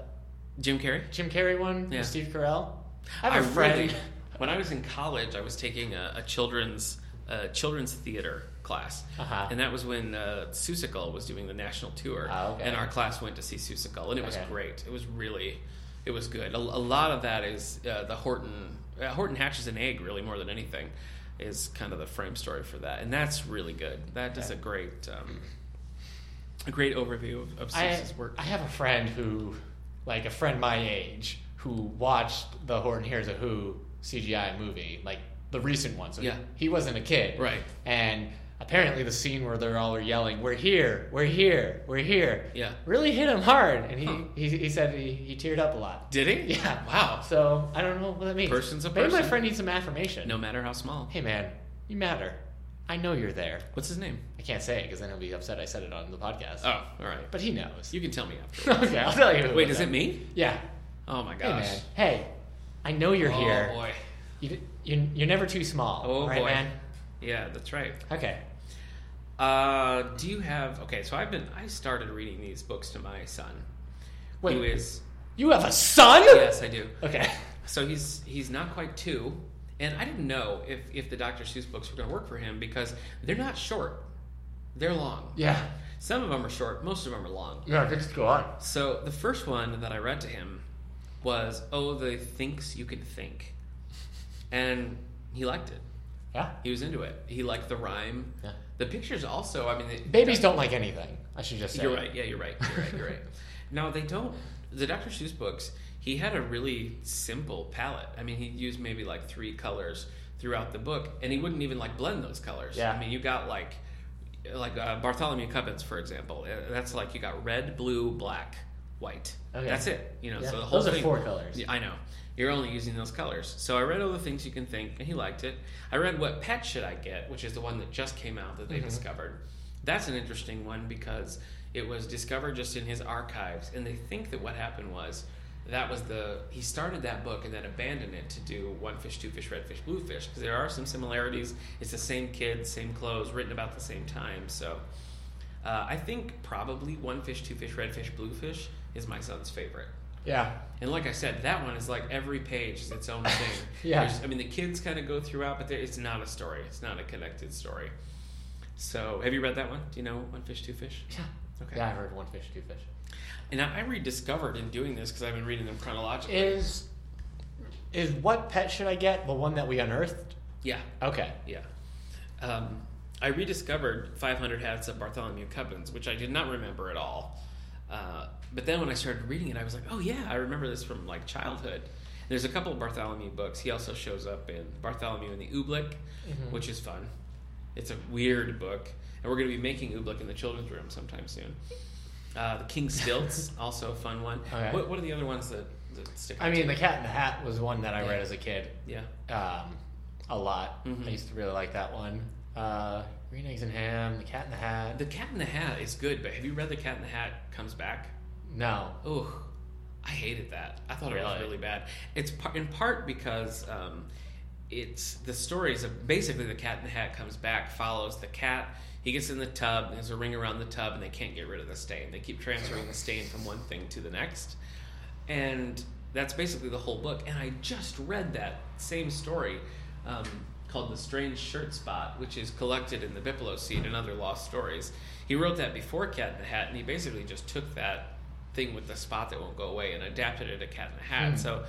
Speaker 2: Jim Carrey.
Speaker 1: Jim Carrey one
Speaker 2: Yeah.
Speaker 1: with Steve Carell. I have a
Speaker 2: I
Speaker 1: friend.
Speaker 2: really- when I was in college, I was taking a, a children's uh, children's theater class,
Speaker 1: Uh-huh.
Speaker 2: and that was when uh, Seussical was doing the national tour,
Speaker 1: Ah, okay.
Speaker 2: and our class went to see Seussical, and it was
Speaker 1: Okay.
Speaker 2: great. It was really, it was good. A, a lot of that is uh, the Horton uh, Horton hatches an egg, really more than anything, is kind of the frame story for that, and that's really good. That does
Speaker 1: Okay.
Speaker 2: a great. Um, a great overview of, of
Speaker 1: I,
Speaker 2: Seuss's work.
Speaker 1: I have a friend who, like a friend my age, who watched the Horton Hears a Who CGI movie, like the recent one. So
Speaker 2: Yeah.
Speaker 1: he wasn't a kid.
Speaker 2: Right.
Speaker 1: And apparently the scene where they're all yelling, "We're here, we're here, we're here,"
Speaker 2: Yeah.
Speaker 1: really hit him hard, and he
Speaker 2: Huh.
Speaker 1: he, he said he, he teared up a lot.
Speaker 2: Did he?
Speaker 1: Yeah.
Speaker 2: Wow.
Speaker 1: So I don't know what that means.
Speaker 2: Person's a
Speaker 1: Maybe my
Speaker 2: person.
Speaker 1: friend needs some affirmation.
Speaker 2: No matter how small.
Speaker 1: Hey man, you matter. I know you're there.
Speaker 2: What's his name?
Speaker 1: I can't say it because then he'll be upset I said it on the podcast.
Speaker 2: Oh, all right.
Speaker 1: But he knows.
Speaker 2: You can tell me after.
Speaker 1: okay, I'll tell you.
Speaker 2: Wait, is it me?
Speaker 1: Yeah.
Speaker 2: Oh my
Speaker 1: Hey
Speaker 2: gosh.
Speaker 1: man. Hey, I know you're
Speaker 2: oh
Speaker 1: here.
Speaker 2: boy.
Speaker 1: You, you, you're never too small.
Speaker 2: Oh
Speaker 1: right,
Speaker 2: boy.
Speaker 1: man.
Speaker 2: Yeah, that's right.
Speaker 1: Okay.
Speaker 2: Uh, do you have? Okay, so I've been. I started reading these books to my son, who
Speaker 1: Wait,
Speaker 2: is.
Speaker 1: you have a son?
Speaker 2: Yes, I do.
Speaker 1: Okay.
Speaker 2: So he's he's not quite two, and I didn't know if if the Dr. Seuss books were going to work for him because they're not short, they're long.
Speaker 1: Yeah.
Speaker 2: Some of them are short, most of them are long.
Speaker 1: Yeah. Just go on.
Speaker 2: So the first one that I read to him was "Oh, the Thinks You Can Think," and he liked it.
Speaker 1: Yeah.
Speaker 2: He was into it. He liked the rhyme.
Speaker 1: Yeah.
Speaker 2: The pictures also. I mean, they,
Speaker 1: Babies don't like anything. I should just say.
Speaker 2: you're right. Yeah, you're right. You're right. You're right. Now they don't. The Dr. Seuss books. He had a really simple palette. I mean, he used maybe like three colors throughout the book, and he wouldn't even like blend those colors.
Speaker 1: Yeah.
Speaker 2: I mean, you got like, like uh, Bartholomew Cubbins, for example. Uh, That's like you got red, blue, black, white.
Speaker 1: Okay.
Speaker 2: That's it. You know,
Speaker 1: Yeah,
Speaker 2: so the whole
Speaker 1: those are
Speaker 2: thing-
Speaker 1: four colors.
Speaker 2: Yeah, I know. You're only using those colors. So I read all the things you can think, and he liked it. I read What Pet Should I Get, which is the one that just came out that they
Speaker 1: Mm-hmm.
Speaker 2: discovered. That's an interesting one because it was discovered just in his archives, and they think that what happened was that was the he started that book and then abandoned it to do one fish two fish red fish blue fish because there are some similarities it's the same kid same clothes written about the same time so uh, i think probably one fish two fish red fish blue fish is my son's favorite
Speaker 1: Yeah.
Speaker 2: and like I said, that one is like every page is its own thing.
Speaker 1: Yeah.
Speaker 2: There's- I mean, the kids kind of go throughout, but there, it's not a story. It's not a connected story. So, have you read that one? Do you know One Fish, Two Fish?
Speaker 1: Yeah.
Speaker 2: Okay.
Speaker 1: Yeah. I heard one fish, two fish.
Speaker 2: And I, I rediscovered in doing this because I've been reading them chronologically.
Speaker 1: Is is what pet should I get? The one that we unearthed.
Speaker 2: yeah.
Speaker 1: Okay.
Speaker 2: Yeah. Um, I rediscovered 500 Hats of Bartholomew Cubbins, which I did not remember at all. Uh, but then when I started reading it, I was like, oh yeah, I remember this from like childhood. There's a
Speaker 1: Mm-hmm.
Speaker 2: couple of Bartholomew books. He also shows up in Bartholomew and the Oobleck, which is fun. It's a weird book, and we're going to be making Oobleck in the children's room sometime soon. Uh, the King Stilts, also a fun one.
Speaker 1: Okay.
Speaker 2: What, what are the other ones that, that stick?
Speaker 1: Oh, I
Speaker 2: out
Speaker 1: mean,
Speaker 2: to
Speaker 1: The
Speaker 2: you?
Speaker 1: Cat in the Hat was one that I
Speaker 2: Yeah.
Speaker 1: read as a kid
Speaker 2: yeah,
Speaker 1: um, a lot.
Speaker 2: Mhm.
Speaker 1: I used to really like that one. Uh, Green Eggs and Ham, The Cat in the Hat.
Speaker 2: The Cat in the Hat is good, but have you read The Cat in the Hat Comes Back?
Speaker 1: No.
Speaker 2: Ugh, I hated that. I thought it was
Speaker 1: Really?
Speaker 2: really bad. It's par- in part because um, it's the stories of basically the cat in the hat comes back, follows the cat. He gets in the tub, and there's a ring around the tub, and they can't get rid of the stain. They keep transferring the stain from one thing to the next. And that's basically the whole book. And I just read that same story um, called The Strange Shirt Spot, which is collected in the Bipolo Seed and Other Lost Stories. He wrote that before Cat in the Hat, and he basically just took that thing with the spot that won't go away and adapted it to Cat in the Hat.
Speaker 1: Hmm.
Speaker 2: So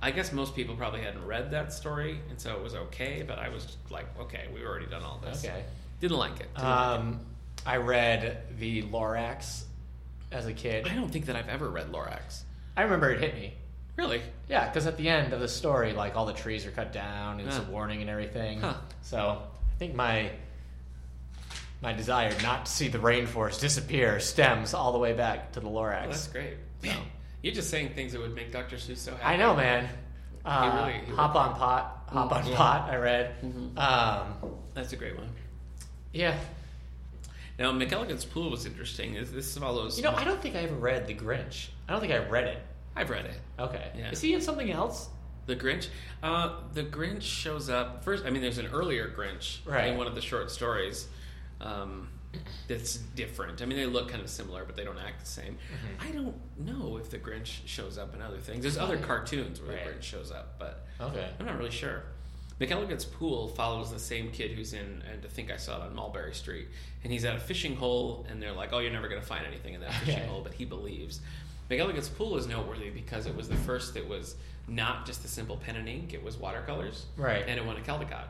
Speaker 2: I guess most people probably hadn't read that story, and so it was okay, but I was like, okay, we've already done all this.
Speaker 1: Okay.
Speaker 2: Didn't like it. Didn't like
Speaker 1: Um, I read The Lorax as a kid.
Speaker 2: it. I don't think that I've ever read Lorax.
Speaker 1: I remember it hit me.
Speaker 2: Really?
Speaker 1: Yeah, because at the end of the story, like all the trees are cut down, and it's
Speaker 2: Huh.
Speaker 1: a warning and everything.
Speaker 2: Huh.
Speaker 1: So I think my my desire not to see the rainforest disappear stems all the way back to the Lorax.
Speaker 2: Well, that's great. Man, You're just saying things that would make Dr. Seuss so happy.
Speaker 1: I know, man. Uh,
Speaker 2: really- Mm-hmm. he
Speaker 1: hop on pot, hop
Speaker 2: Mm,
Speaker 1: on
Speaker 2: yeah.
Speaker 1: pot. I read. Um,
Speaker 2: That's a great one.
Speaker 1: yeah,
Speaker 2: Now, McElligot's Pool was interesting. This, this follows.
Speaker 1: you know, I don't think I ever read The Grinch. I don't think I read it.
Speaker 2: I've read it.
Speaker 1: Okay,
Speaker 2: Yeah.
Speaker 1: is he in something else?
Speaker 2: The Grinch. Uh, the Grinch shows up first. I mean, there's an earlier Grinch
Speaker 1: Right.
Speaker 2: in one of the short stories um, that's different. I mean, they look kind of similar, but they don't act the same. I don't know if the Grinch shows up in other things. There's other cartoons where the
Speaker 1: Mm-hmm. Right.
Speaker 2: Grinch shows up, but
Speaker 1: Okay,
Speaker 2: I'm not really sure. McElligot's Pool follows the same kid who's in, and I think I saw it on Mulberry Street. And he's at a fishing hole, and they're like, oh, you're never going to find anything in that fishing
Speaker 1: Okay.
Speaker 2: hole, but he believes. McElligot's Pool is noteworthy because it was the first that was not just the simple pen and ink, it was watercolors.
Speaker 1: Right.
Speaker 2: And it won a Caldecott.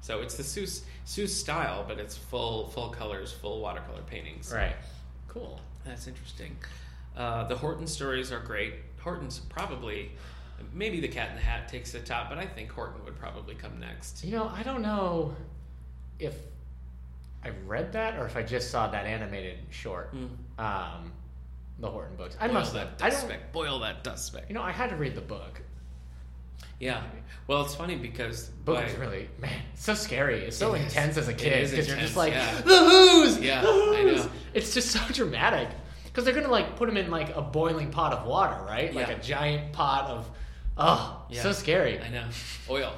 Speaker 2: So it's the Seuss, Seuss style, but it's full full colors, full watercolor paintings.
Speaker 1: right, cool.
Speaker 2: That's interesting. Uh, the Horton stories are great. Horton's probably, maybe the Cat in the Hat takes the top, but I think Horton would probably come next.
Speaker 1: You know, I don't know if I read that or if I just saw that animated short,
Speaker 2: Mm.
Speaker 1: um, the Horton books. I
Speaker 2: Boil
Speaker 1: must have.
Speaker 2: that
Speaker 1: I
Speaker 2: dust
Speaker 1: don't.
Speaker 2: speck. Boil that dust speck.
Speaker 1: You know, I had to read the book.
Speaker 2: Yeah. Well, it's funny because
Speaker 1: Book
Speaker 2: by-
Speaker 1: is really man, it's so scary. It's so
Speaker 2: It is.
Speaker 1: intense as a
Speaker 2: It
Speaker 1: kid
Speaker 2: is
Speaker 1: because you're
Speaker 2: intense,
Speaker 1: just like
Speaker 2: yeah.
Speaker 1: the who's,
Speaker 2: Yeah,
Speaker 1: the
Speaker 2: I
Speaker 1: who's.
Speaker 2: know.
Speaker 1: It's just so dramatic because they're gonna like put him in like a boiling pot of water, right? Like
Speaker 2: Yeah.
Speaker 1: a giant pot of, oh,
Speaker 2: Yeah.
Speaker 1: so scary.
Speaker 2: I know. Oil.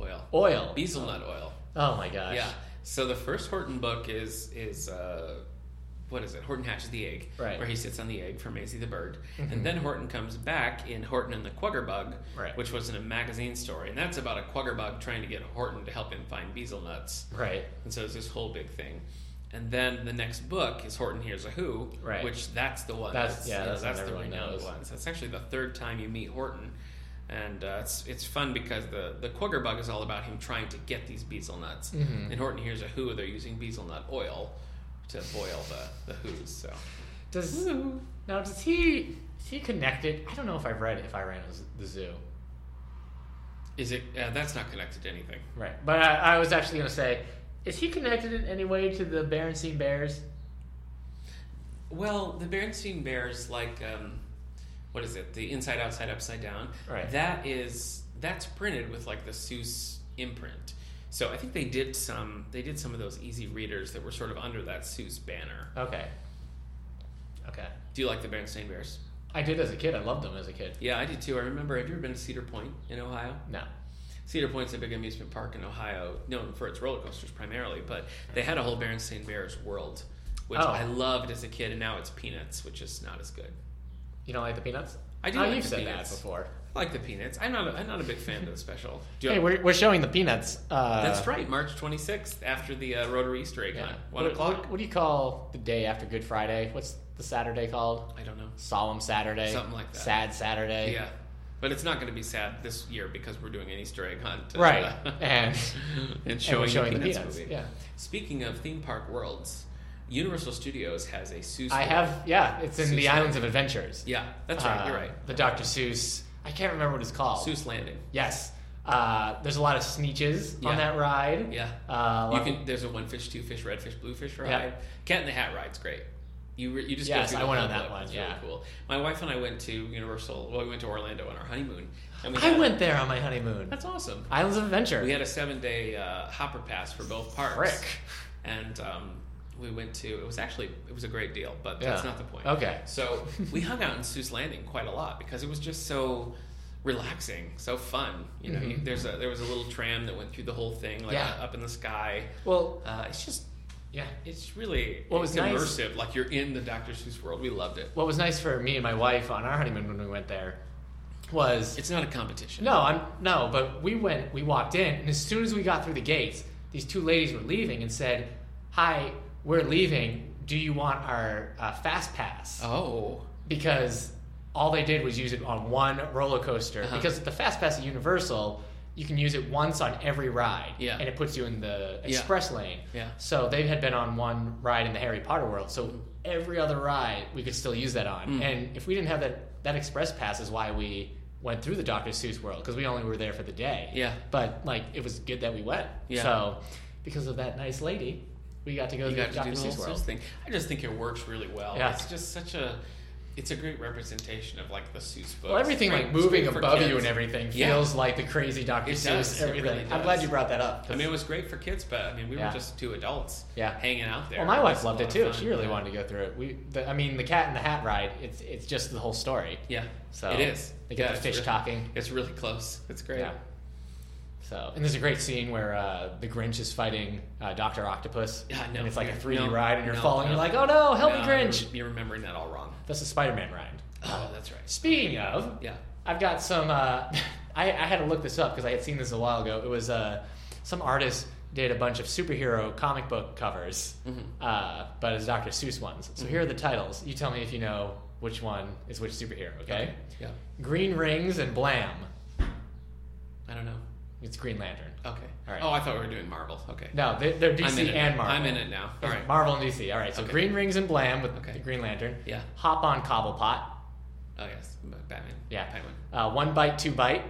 Speaker 2: Oil.
Speaker 1: Oil.
Speaker 2: Bezelnut oil.
Speaker 1: Oh my gosh.
Speaker 2: Yeah. So the first Horton book is is uh, what is it? Horton hatches the egg,
Speaker 1: Right. Mm-hmm.
Speaker 2: Where he sits on the egg for Maisie the bird, and then Horton comes back in Horton and the Quagger Bug,
Speaker 1: Right.
Speaker 2: Which was in a magazine story, and that's about a Quagger Bug trying to get Horton to help him find bezel nuts,
Speaker 1: Right.
Speaker 2: and so it's this whole big thing. And then the next book is Horton Hears a Who,
Speaker 1: Right.
Speaker 2: which that's the one.
Speaker 1: That's- yeah, that's
Speaker 2: that's
Speaker 1: what
Speaker 2: the
Speaker 1: everyone
Speaker 2: renowned
Speaker 1: knows.
Speaker 2: one. So That's actually the third time you meet Horton, and uh, it's it's fun because the the Quagger Bug is all about him trying to get these bezel nuts.
Speaker 1: Mhm.
Speaker 2: And Horton hears a who, they're using bezel nut oil to boil the, the who's. So
Speaker 1: Does now does he is he connected? I don't know if I've read if I ran the zoo.
Speaker 2: is it? Uh, that's not connected to anything.
Speaker 1: Right, but I, I was actually gonna say, is he connected in any way to the Berenstain Bears?
Speaker 2: Well, the Berenstain Bears, like um, what is it? The Inside Outside Upside Down.
Speaker 1: Right.
Speaker 2: That is that's printed with like the Seuss imprint. So I think they did some they did some of those easy readers that were sort of under that Seuss banner.
Speaker 1: Okay. Okay.
Speaker 2: Do you like the Berenstain Bears?
Speaker 1: I did as a kid. I loved them as a kid.
Speaker 2: Yeah, I did too. I remember. Have you ever been to Cedar Point in Ohio?
Speaker 1: No.
Speaker 2: Cedar Point's a big amusement park in Ohio, known for its roller coasters primarily, but they had a whole Berenstain Bears world, which
Speaker 1: Oh.
Speaker 2: I loved as a kid, and now it's Peanuts, which is not as good.
Speaker 1: You don't like the peanuts?
Speaker 2: I do
Speaker 1: Oh,
Speaker 2: like
Speaker 1: you've
Speaker 2: the
Speaker 1: said
Speaker 2: Peanuts.
Speaker 1: that before.
Speaker 2: I like the Peanuts. I'm not a, I'm not a big fan of the special. Do you-
Speaker 1: Hey, we're, we're showing the peanuts. Uh,
Speaker 2: that's right, March 26th, after the uh, Rotary Easter egg
Speaker 1: Yeah.
Speaker 2: hunt, 1
Speaker 1: what,
Speaker 2: o'clock.
Speaker 1: What, what do you call the day after Good Friday? What's the Saturday called?
Speaker 2: I don't know.
Speaker 1: Solemn Saturday.
Speaker 2: Something like that.
Speaker 1: Sad Saturday.
Speaker 2: Yeah. But it's not going to be sad this year because we're doing an Easter egg hunt. and,
Speaker 1: Right.
Speaker 2: uh,
Speaker 1: and,
Speaker 2: and
Speaker 1: and
Speaker 2: showing,
Speaker 1: we're showing
Speaker 2: the, Peanuts movie.
Speaker 1: Yeah.
Speaker 2: Speaking of theme park worlds, Universal Studios has a Seuss
Speaker 1: I
Speaker 2: world.
Speaker 1: have, yeah, it's in
Speaker 2: Seuss
Speaker 1: the
Speaker 2: Land.
Speaker 1: Islands of Adventures.
Speaker 2: Yeah, that's right.
Speaker 1: Uh,
Speaker 2: you're right.
Speaker 1: The Dr. Seuss. I can't remember what it's called.
Speaker 2: Seuss Landing.
Speaker 1: Yes. Uh, there's a lot of sneeches
Speaker 2: Yeah.
Speaker 1: on that ride.
Speaker 2: Yeah.
Speaker 1: Uh, a
Speaker 2: You
Speaker 1: lot-
Speaker 2: can. There's a one fish, two fish, red fish, blue fish ride.
Speaker 1: Yeah.
Speaker 2: Cat in the Hat ride's great. You re, you just
Speaker 1: Yes,
Speaker 2: go through
Speaker 1: I
Speaker 2: the
Speaker 1: went
Speaker 2: whole
Speaker 1: on that
Speaker 2: loop.
Speaker 1: one,
Speaker 2: It's
Speaker 1: yeah.
Speaker 2: really cool. My wife and I went to Universal. Well, we went to Orlando on our honeymoon. And we
Speaker 1: I
Speaker 2: had-
Speaker 1: went there on my honeymoon.
Speaker 2: That's awesome.
Speaker 1: Islands of Adventure.
Speaker 2: We had a seven day uh, hopper pass for both parks.
Speaker 1: Frick.
Speaker 2: And um, we went to. It was actually it was a great deal, but that's
Speaker 1: Yeah.
Speaker 2: not the point.
Speaker 1: Okay.
Speaker 2: So we hung out in Seuss Landing quite a lot because it was just so relaxing, so fun. You know, you- there's a there was a little tram that went through the whole thing, like
Speaker 1: Mm-hmm. Yeah.
Speaker 2: up in the sky.
Speaker 1: Well,
Speaker 2: Uh, it's just
Speaker 1: yeah.
Speaker 2: it's really
Speaker 1: What
Speaker 2: it's
Speaker 1: was nice-
Speaker 2: immersive. Like you're in the Dr. Seuss world. We loved it.
Speaker 1: What was nice for me and my wife on our honeymoon when we went there was
Speaker 2: It's not a competition.
Speaker 1: No, I'm no, but we went, we walked in, and as soon as we got through the gates, these two ladies were leaving and said, "Hi, we're leaving. Do you want our uh, fast pass?"
Speaker 2: Oh.
Speaker 1: Because all they did was use it on one roller coaster.
Speaker 2: Uh-huh.
Speaker 1: Because with the fast pass at Universal, you can use it once on every ride,
Speaker 2: Yeah.
Speaker 1: and it puts you in the
Speaker 2: Yeah.
Speaker 1: express lane.
Speaker 2: Yeah.
Speaker 1: So they had been on one ride in the Harry Potter world. So every other ride we could still use that on.
Speaker 2: Mm.
Speaker 1: And if we didn't have that that express pass is why we went through the Dr. Seuss world because we only were there for the day.
Speaker 2: Yeah.
Speaker 1: But like it was good that we went.
Speaker 2: Yeah.
Speaker 1: So because of that nice lady, we got to go
Speaker 2: You
Speaker 1: to
Speaker 2: got
Speaker 1: the
Speaker 2: to
Speaker 1: Dr.
Speaker 2: do the whole
Speaker 1: Seuss
Speaker 2: Seuss
Speaker 1: world.
Speaker 2: thing. I just think it works really well.
Speaker 1: Yeah.
Speaker 2: It's just such a it's a great representation of like the Seuss books.
Speaker 1: Well, everything
Speaker 2: Great-
Speaker 1: like moving
Speaker 2: great for
Speaker 1: above you
Speaker 2: kids.
Speaker 1: and everything
Speaker 2: Yeah.
Speaker 1: feels like the crazy Dr.
Speaker 2: It
Speaker 1: Seuss.
Speaker 2: does. It
Speaker 1: Everything.
Speaker 2: really
Speaker 1: I'm
Speaker 2: does.
Speaker 1: glad you brought that up.
Speaker 2: I mean, it was great for kids, but I mean, we
Speaker 1: Yeah.
Speaker 2: were just two adults
Speaker 1: Yeah.
Speaker 2: hanging out there.
Speaker 1: well, my wife
Speaker 2: was a
Speaker 1: loved it
Speaker 2: lot
Speaker 1: too.
Speaker 2: of fun.
Speaker 1: She really
Speaker 2: Yeah.
Speaker 1: wanted to go through it. We, the, I mean, the Cat in the Hat ride. It's it's just the whole story.
Speaker 2: Yeah,
Speaker 1: So
Speaker 2: it is.
Speaker 1: They get
Speaker 2: Yeah,
Speaker 1: the
Speaker 2: it's
Speaker 1: fish
Speaker 2: really-
Speaker 1: talking.
Speaker 2: It's really close. It's great.
Speaker 1: Yeah. So, and there's a great scene where uh, the Grinch is fighting uh, Doctor Octopus.
Speaker 2: Yeah, no,
Speaker 1: and it's like a
Speaker 2: yeah,
Speaker 1: 3D
Speaker 2: no,
Speaker 1: ride, and you're
Speaker 2: no,
Speaker 1: falling.
Speaker 2: no.
Speaker 1: You're like, oh no, help
Speaker 2: No,
Speaker 1: me, Grinch!
Speaker 2: Um, You're, you're remembering that all wrong.
Speaker 1: That's a Spider-Man ride.
Speaker 2: Oh, that's right.
Speaker 1: Speaking of,
Speaker 2: Yeah.
Speaker 1: I've got some. Uh, I, I had to look this up because I had seen this a while ago. It was uh, some artist did a bunch of superhero comic book covers,
Speaker 2: Mm-hmm.
Speaker 1: uh, but as Dr. Seuss ones. So here are the titles. You tell me if you know which one is which superhero. okay.
Speaker 2: Yeah.
Speaker 1: Green Rings and Blam.
Speaker 2: I don't know.
Speaker 1: It's Green Lantern.
Speaker 2: Okay.
Speaker 1: All right.
Speaker 2: Oh, I thought we were doing Marvel. Okay.
Speaker 1: No, they, they're
Speaker 2: I'm in
Speaker 1: DC
Speaker 2: it
Speaker 1: and
Speaker 2: now.
Speaker 1: Marvel.
Speaker 2: I'm in it now. All right.
Speaker 1: Marvel and DC. All right. So
Speaker 2: Okay.
Speaker 1: Green Rings and Blam with
Speaker 2: Okay.
Speaker 1: the Green Lantern.
Speaker 2: Yeah.
Speaker 1: Hop on Cobblepot.
Speaker 2: Oh yes, Batman.
Speaker 1: Yeah.
Speaker 2: Penguin.
Speaker 1: Uh, one bite, two bite.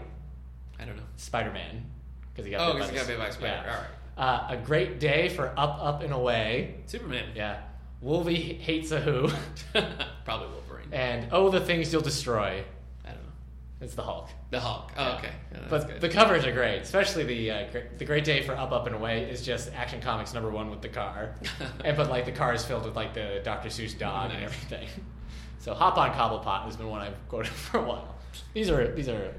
Speaker 2: I don't know.
Speaker 1: Spider Man. Because he got
Speaker 2: Oh,
Speaker 1: bit by
Speaker 2: because he
Speaker 1: the-
Speaker 2: got bit by a spider.
Speaker 1: Yeah.
Speaker 2: All right.
Speaker 1: Uh, a great day for up, up and away.
Speaker 2: Superman.
Speaker 1: Yeah. Wolvie hates a who,
Speaker 2: Probably Wolverine.
Speaker 1: and oh the things you'll destroy.
Speaker 2: I don't know.
Speaker 1: It's the Hulk.
Speaker 2: The Hulk. Oh, okay. Yeah, that's
Speaker 1: But
Speaker 2: good.
Speaker 1: the covers are great, especially the uh, gr- the Great Day for Up, Up and Away is just Action Comics number one with the car, and but like the car is filled with like the Dr. Seuss dog and
Speaker 2: Nice.
Speaker 1: everything. So Hop on Cobblepot has been one I've quoted for a while. These are these are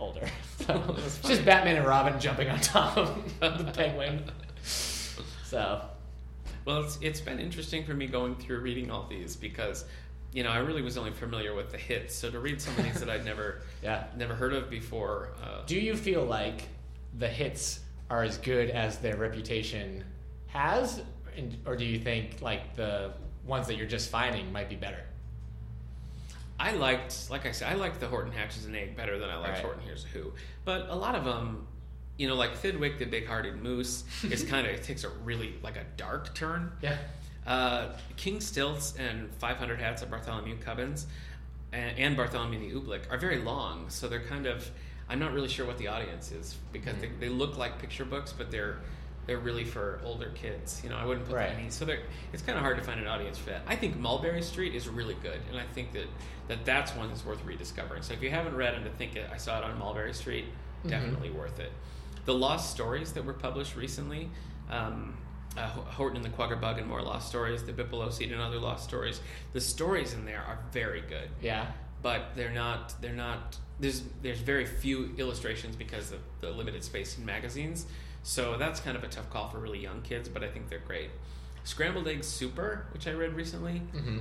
Speaker 1: older. So
Speaker 2: That's
Speaker 1: it's just Batman and Robin jumping on top of the penguin. So
Speaker 2: Well, it's, it's been interesting for me going through reading all these because, you know, I really was only familiar with the hits. So to read some of these that I'd never
Speaker 1: yeah.
Speaker 2: never heard of before, uh,
Speaker 1: Do you feel like the hits are as good as their reputation has, and, or do you think like the ones that you're just finding might be better?
Speaker 2: I liked, like I said, I liked the Horton Hatches and Egg better than I liked
Speaker 1: Right.
Speaker 2: Horton Here's a Who. But a lot of them, you know, like Thidwick the Big Hearted Moose is kind of, it takes a really, like a dark turn.
Speaker 1: Yeah.
Speaker 2: Uh, King Stilts and 500 Hats of Bartholomew Cubbins and, and Bartholomew the Oobleck are very long, so they're kind of. I'm not really sure what the audience is because
Speaker 1: Mm-hmm.
Speaker 2: they, they look like picture books, but they're they're really for older kids. You know, I wouldn't put
Speaker 1: Right.
Speaker 2: them in. So they're, it's kind of hard to find an audience for that. I think Mulberry Street is really good, and I think that, that that's one that's worth rediscovering. So if you haven't read and I think I saw it on Mulberry Street, definitely worth it. The lost stories that were published recently, um, uh, Ho- Horton and the Quagga and more lost stories, the Bippolo Seed and other lost stories. The stories in there are very good,
Speaker 1: Yeah.
Speaker 2: but they're not. They're not. There's there's very few illustrations because of the limited space in magazines. So that's kind of a tough call for really young kids, but I think they're great. Scrambled Eggs Super, which I read recently,
Speaker 1: Mm-hmm.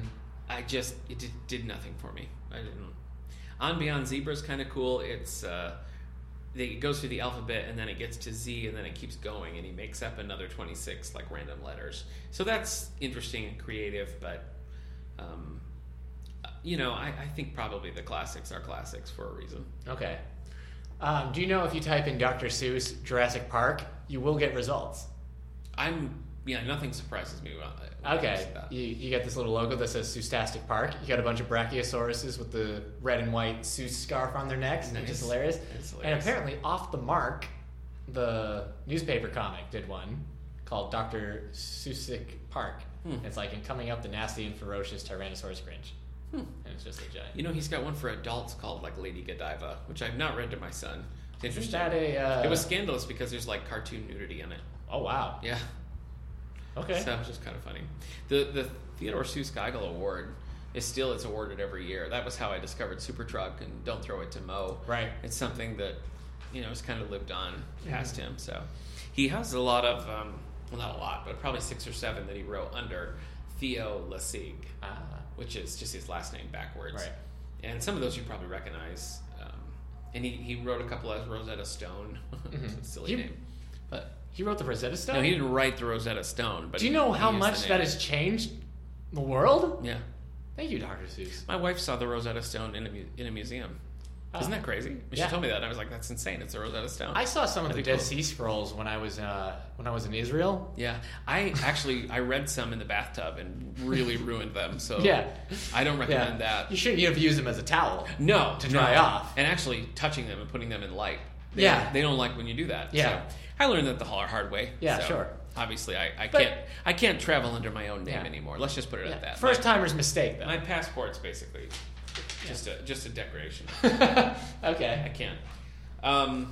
Speaker 2: I just it did, did nothing for me. I didn't. On Beyond Zebra is kind of cool. It's uh, they, it goes through the alphabet and then it gets to Z and then it keeps going and he makes up another twenty six like random letters. So that's interesting and creative, but um, uh, you know I, I think probably the classics are classics for a reason.
Speaker 1: Okay. Um, do you know if you type in Dr. Seuss Jurassic Park, you will get results?
Speaker 2: I'm yeah, nothing surprises me. When I, when I
Speaker 1: Okay,
Speaker 2: see that.
Speaker 1: you, you get this little logo that says Sustastic Park. You got a bunch of brachiosauruses with the red and white Seuss scarf on their necks, and it's just
Speaker 2: Nice.
Speaker 1: hilarious.
Speaker 2: It's
Speaker 1: And
Speaker 2: hilarious.
Speaker 1: apparently, off the mark, the newspaper comic did one called Doctor Susick Park.
Speaker 2: Hmm.
Speaker 1: It's like in coming up the nasty and ferocious Tyrannosaurus Grinch,
Speaker 2: Hmm.
Speaker 1: and it's just a giant.
Speaker 2: You know, he's got one for adults called like Lady Godiva, which I've not read to my son. It's
Speaker 1: Isn't
Speaker 2: interesting.
Speaker 1: that a? Uh,
Speaker 2: it was scandalous because there's like cartoon nudity in it.
Speaker 1: Oh wow.
Speaker 2: Yeah.
Speaker 1: Okay.
Speaker 2: So it's just kind of funny. The the Theodore Seuss Geigel Award is still it's awarded every year. That was how I discovered Supertruck and Don't Throw It to Mo.
Speaker 1: right.
Speaker 2: It's something that you know has kind of lived on past him. So he has a lot of um, well, not a lot, but probably six or seven that he wrote under Theo Lessig,
Speaker 1: Ah.
Speaker 2: which is just his last name backwards.
Speaker 1: Right.
Speaker 2: And some of those you probably recognize. Um, and he, he wrote a couple as Rosetta Stone,
Speaker 1: Mhm.
Speaker 2: silly
Speaker 1: He-
Speaker 2: name. But
Speaker 1: He wrote the Rosetta Stone.
Speaker 2: no, he didn't write the Rosetta Stone. But
Speaker 1: Do you
Speaker 2: he-
Speaker 1: know
Speaker 2: he
Speaker 1: how
Speaker 2: used the
Speaker 1: much that
Speaker 2: name.
Speaker 1: has changed the world?
Speaker 2: Yeah.
Speaker 1: Thank you, Doctor Seuss.
Speaker 2: My wife saw the Rosetta Stone in a, mu- in a museum. Isn't
Speaker 1: Ah.
Speaker 2: that crazy? She
Speaker 1: Yeah.
Speaker 2: told me that, and I was like, "That's insane! It's a Rosetta Stone."
Speaker 1: I saw some of the
Speaker 2: That'd be
Speaker 1: Dead
Speaker 2: cool.
Speaker 1: Sea Scrolls when I was uh, when I was in Israel.
Speaker 2: yeah, I actually I read some in the bathtub and really ruined them. So
Speaker 1: Yeah,
Speaker 2: I don't recommend
Speaker 1: yeah.
Speaker 2: that.
Speaker 1: You shouldn't have used them as a towel.
Speaker 2: No,
Speaker 1: To dry
Speaker 2: no.
Speaker 1: off.
Speaker 2: and actually touching them and putting them in light. They,
Speaker 1: Yeah.
Speaker 2: they don't like when you do that.
Speaker 1: Yeah.
Speaker 2: so I learned that the har- hard way.
Speaker 1: Yeah,
Speaker 2: so
Speaker 1: sure.
Speaker 2: Obviously, I, I
Speaker 1: But-
Speaker 2: can't I can't travel under my own name
Speaker 1: Yeah.
Speaker 2: anymore. Let's just put it
Speaker 1: Yeah.
Speaker 2: at that.
Speaker 1: First
Speaker 2: my,
Speaker 1: timer's mistake though.
Speaker 2: my passport's basically just a just a decoration. I
Speaker 1: okay.
Speaker 2: can't. Um,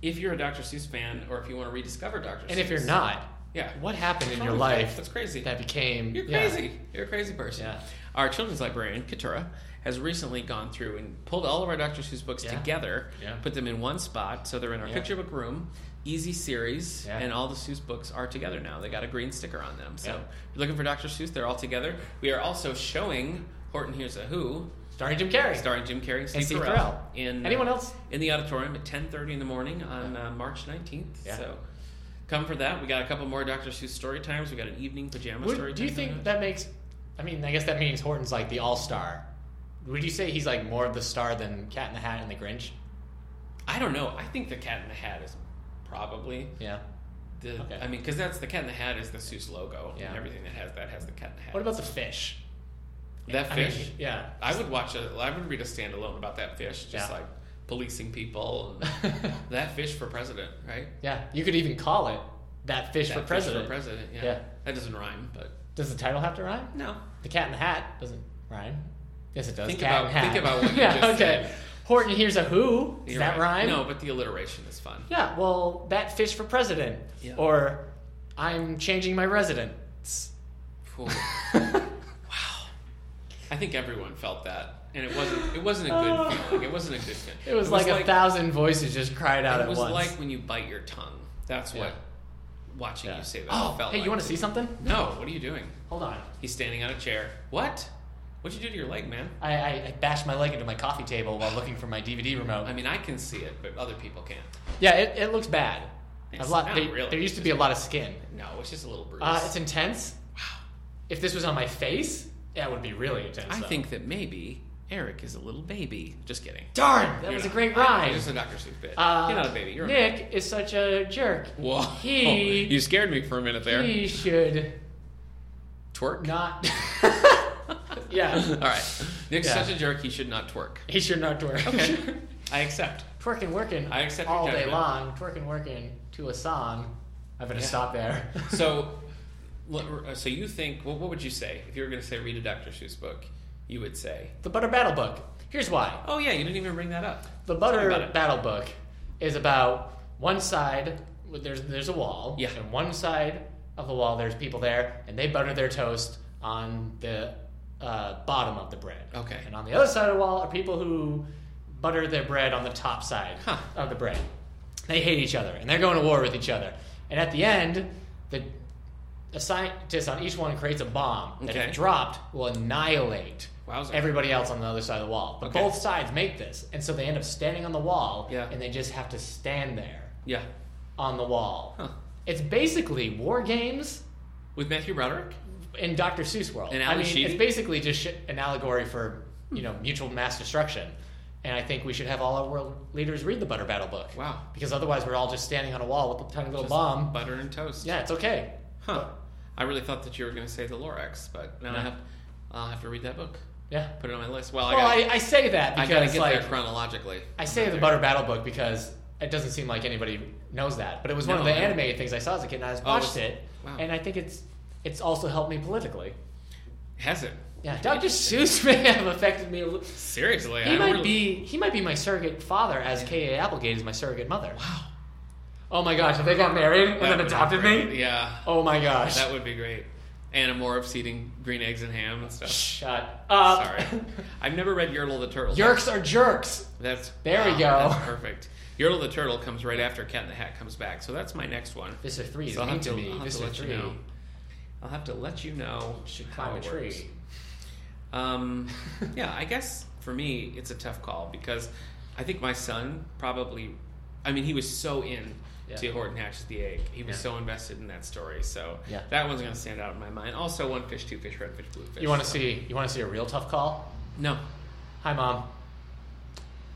Speaker 2: if you're a Dr. Seuss fan, or if you want to rediscover Dr.
Speaker 1: And
Speaker 2: Seuss,
Speaker 1: if you're not,
Speaker 2: yeah,
Speaker 1: what happened in your
Speaker 2: Oh,
Speaker 1: life
Speaker 2: That's crazy.
Speaker 1: that became
Speaker 2: you're
Speaker 1: yeah.
Speaker 2: crazy. You're a crazy person.
Speaker 1: Yeah.
Speaker 2: Our children's librarian Katura has recently gone through and pulled all of our Dr. Seuss books
Speaker 1: Yeah.
Speaker 2: together,
Speaker 1: Yeah.
Speaker 2: put them in one spot, so they're in our
Speaker 1: Yeah.
Speaker 2: picture book room. Easy series,
Speaker 1: Yeah.
Speaker 2: and all the Seuss books are together now. They got a green sticker on them. So
Speaker 1: Yeah.
Speaker 2: if you're looking for Dr. Seuss, they're all together. We are also showing Horton Hears a Who,
Speaker 1: Starring Jim Carrey.
Speaker 2: starring Jim Carrey and Steve,
Speaker 1: and Steve
Speaker 2: Carell.
Speaker 1: Carell.
Speaker 2: In, uh,
Speaker 1: Anyone else?
Speaker 2: in the auditorium at 10.30 in the morning on uh, march 19th
Speaker 1: Yeah.
Speaker 2: so come for that we got a couple more dr seuss story times we got an evening pajama
Speaker 1: Would-
Speaker 2: story
Speaker 1: do you
Speaker 2: time
Speaker 1: think
Speaker 2: coming up.
Speaker 1: that makes? I mean, I guess that means Horton's like the all star. Would you say he's like more of the star than Cat in the Hat and the Grinch?
Speaker 2: i don't know i think the cat in the hat is probably
Speaker 1: Yeah.
Speaker 2: the
Speaker 1: Okay.
Speaker 2: i mean because that's the cat in the hat is the seuss logo
Speaker 1: Yeah.
Speaker 2: and everything that has that has the cat in the hat
Speaker 1: What about the fish?
Speaker 2: that
Speaker 1: I mean,
Speaker 2: fish
Speaker 1: yeah.
Speaker 2: I would watch a. I would read a standalone about that fish, just
Speaker 1: Yeah.
Speaker 2: like policing people. And that fish for president, right?
Speaker 1: yeah. You could even call it that fish
Speaker 2: That
Speaker 1: for
Speaker 2: fish
Speaker 1: president.
Speaker 2: for president. Yeah.
Speaker 1: Yeah.
Speaker 2: that doesn't rhyme, but
Speaker 1: Does the title have to rhyme?
Speaker 2: no,
Speaker 1: The Cat in the Hat doesn't rhyme. Yes, it does.
Speaker 2: Think
Speaker 1: Cat in
Speaker 2: about-
Speaker 1: the Hat.
Speaker 2: think about what you
Speaker 1: yeah,
Speaker 2: just
Speaker 1: okay.
Speaker 2: said.
Speaker 1: Horton hears a who. Does
Speaker 2: You're
Speaker 1: that
Speaker 2: right.
Speaker 1: rhyme?
Speaker 2: No, but the alliteration is fun.
Speaker 1: Yeah. Well, that fish for president.
Speaker 2: Yeah.
Speaker 1: Or I'm changing my residence.
Speaker 2: Cool. I think everyone felt that, and it wasn't. It wasn't a good feeling. It wasn't a good feeling.
Speaker 1: Uh. It was, like, a thousand voices just cried out
Speaker 2: It
Speaker 1: at
Speaker 2: was
Speaker 1: once.
Speaker 2: like when you bite your tongue. That's what
Speaker 1: Yeah.
Speaker 2: watching
Speaker 1: Yeah.
Speaker 2: you say that
Speaker 1: oh,
Speaker 2: felt.
Speaker 1: hey,
Speaker 2: like.
Speaker 1: you want to see something?
Speaker 2: No, what are you doing?
Speaker 1: Hold on.
Speaker 2: He's standing on a chair. What? What'd you do to your leg, man?
Speaker 1: I, I, I bashed my leg into my coffee table while looking for my DVD remote.
Speaker 2: I mean, I can see it, but other people can't.
Speaker 1: yeah, it, it looks bad.
Speaker 2: It's
Speaker 1: a lot.
Speaker 2: not
Speaker 1: they-
Speaker 2: really.
Speaker 1: There used to be a lot of skin.
Speaker 2: No, it's just a little bruise.
Speaker 1: Uh, it's intense. Wow. If this was on my face, that would be really intense.
Speaker 2: I
Speaker 1: though.
Speaker 2: think that maybe Eric is a little baby. Just kidding.
Speaker 1: Darn, that
Speaker 2: You're
Speaker 1: was a
Speaker 2: not.
Speaker 1: great
Speaker 2: I-
Speaker 1: rhyme.
Speaker 2: You're just a Dr. Seuss bit.
Speaker 1: Uh,
Speaker 2: you're not a baby. You're a
Speaker 1: Nick is such a jerk.
Speaker 2: Whoa.
Speaker 1: He-
Speaker 2: you scared me for a minute there.
Speaker 1: He should
Speaker 2: twerk?
Speaker 1: not. yeah,
Speaker 2: All right. Nick's
Speaker 1: Yeah.
Speaker 2: such a jerk, he should not twerk.
Speaker 1: he should not twerk.
Speaker 2: Okay. I accept.
Speaker 1: twerking, working.
Speaker 2: I accept your
Speaker 1: all day
Speaker 2: judgment.
Speaker 1: long. Twerking, working to a song. I better
Speaker 2: Yeah.
Speaker 1: stop there.
Speaker 2: So, what- so you think, well, what would you say? If you were going to say read a Dr. Seuss book, you would say,
Speaker 1: the Butter Battle Book. Here's why.
Speaker 2: oh, yeah, you didn't even bring that up.
Speaker 1: The Butter
Speaker 2: about it.
Speaker 1: Battle Book is about one side. There's there's a wall.
Speaker 2: Yeah.
Speaker 1: And one side of the wall, there's people there, and they butter their toast on the uh, bottom of the bread.
Speaker 2: Okay.
Speaker 1: And on the other side of the wall are people who butter their bread on the top side
Speaker 2: Huh.
Speaker 1: of the bread. They hate each other, and they're going to war with each other. And at the end, the a scientist on each one creates a bomb that,
Speaker 2: Okay.
Speaker 1: if dropped, will annihilate
Speaker 2: Wowzer.
Speaker 1: everybody else on the other side of the wall. But
Speaker 2: Okay.
Speaker 1: both sides make this, and so they end up standing on the wall,
Speaker 2: Yeah.
Speaker 1: and they just have to stand there
Speaker 2: yeah.
Speaker 1: on the wall.
Speaker 2: Huh.
Speaker 1: It's basically war games
Speaker 2: With Matthew Broderick?
Speaker 1: in Dr. Seuss world.
Speaker 2: And
Speaker 1: I
Speaker 2: Ali
Speaker 1: mean,
Speaker 2: Sheedy?
Speaker 1: it's basically just sh- an allegory for you know mutual mass destruction. And I think we should have all our world leaders read the Butter Battle book.
Speaker 2: Wow.
Speaker 1: Because otherwise, we're all just standing on a wall with a tiny little
Speaker 2: Just
Speaker 1: bomb.
Speaker 2: Butter and toast.
Speaker 1: Yeah, it's okay.
Speaker 2: Huh. I really thought that you were going to say the Lorax, but now
Speaker 1: No.
Speaker 2: I have I'll have to read that book.
Speaker 1: Yeah.
Speaker 2: Put it on my list. Well, I
Speaker 1: Well,
Speaker 2: got
Speaker 1: I, I say that
Speaker 2: I gotta
Speaker 1: because
Speaker 2: get
Speaker 1: like
Speaker 2: there chronologically.
Speaker 1: I say the Butter Battle book because it doesn't seem like anybody knows that, but it was one
Speaker 2: No,
Speaker 1: of the
Speaker 2: no.
Speaker 1: animated things I saw as a kid, and I just
Speaker 2: Oh,
Speaker 1: watched
Speaker 2: it's-
Speaker 1: it,
Speaker 2: wow.
Speaker 1: and I think it's it's also helped me politically.
Speaker 2: Has it?
Speaker 1: Yeah, Dr. Seuss may have affected me. A little.
Speaker 2: Seriously,
Speaker 1: He
Speaker 2: I
Speaker 1: might
Speaker 2: really-
Speaker 1: be he might be my surrogate father, as K.A. Applegate is my surrogate mother.
Speaker 2: Wow.
Speaker 1: Oh my gosh, if they got married and
Speaker 2: That
Speaker 1: then
Speaker 2: would be
Speaker 1: adopted
Speaker 2: great.
Speaker 1: me.
Speaker 2: Yeah,
Speaker 1: Oh my gosh.
Speaker 2: that would be great. Animorphs eating green eggs and ham and stuff.
Speaker 1: Shut up.
Speaker 2: Sorry, I've never read Yertle the Turtle.
Speaker 1: Yerks are jerks.
Speaker 2: That's
Speaker 1: There we
Speaker 2: wow,
Speaker 1: go.
Speaker 2: That's perfect. Yertle the Turtle comes right after Cat in the Hat comes back, so that's my next one.
Speaker 1: Visitor three is
Speaker 2: So I'll
Speaker 1: mean
Speaker 2: have
Speaker 1: to,
Speaker 2: to,
Speaker 1: me.
Speaker 2: I'll have to
Speaker 1: Visitor
Speaker 2: let you
Speaker 1: three
Speaker 2: know. I'll have to let you know.
Speaker 1: should
Speaker 2: how
Speaker 1: climb a
Speaker 2: it works.
Speaker 1: tree.
Speaker 2: Um, yeah, I guess for me, it's a tough call because I think my son probably, I mean, he was so in
Speaker 1: Yeah.
Speaker 2: to Horton Hatches the Egg. He was
Speaker 1: Yeah.
Speaker 2: so invested in that story. So
Speaker 1: Yeah.
Speaker 2: that one's going to stand out in my mind. Also, one fish, two fish, red fish, blue fish.
Speaker 1: You want to
Speaker 2: so-
Speaker 1: see you want to see a real tough call?
Speaker 2: No.
Speaker 1: Hi, mom.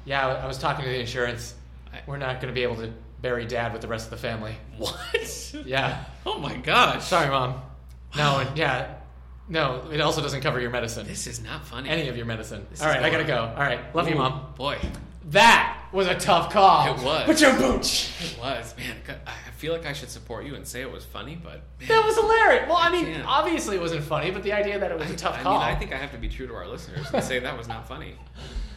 Speaker 1: Yeah, I- I was talking to the insurance.
Speaker 2: I-
Speaker 1: We're not going to be able to bury dad with the rest of the family.
Speaker 2: What?
Speaker 1: Yeah.
Speaker 2: Oh my gosh.
Speaker 1: Sorry, mom. No, and yeah. No, it also doesn't cover your medicine.
Speaker 2: This is not funny.
Speaker 1: Any of your medicine.
Speaker 2: This
Speaker 1: All right,
Speaker 2: is
Speaker 1: I got to
Speaker 2: going-
Speaker 1: go. All right. Love you,
Speaker 2: Ooh,
Speaker 1: mom.
Speaker 2: Boy,
Speaker 1: That was a tough call.
Speaker 2: It was.
Speaker 1: But your booch.
Speaker 2: it was. Man, I feel like I should support you and say it was funny, but. Man,
Speaker 1: That was hilarious. Well, I mean,
Speaker 2: Yeah.
Speaker 1: obviously it wasn't funny, but the idea that it was a tough
Speaker 2: I
Speaker 1: call.
Speaker 2: mean, I think I have to be true to our listeners and say that was not funny.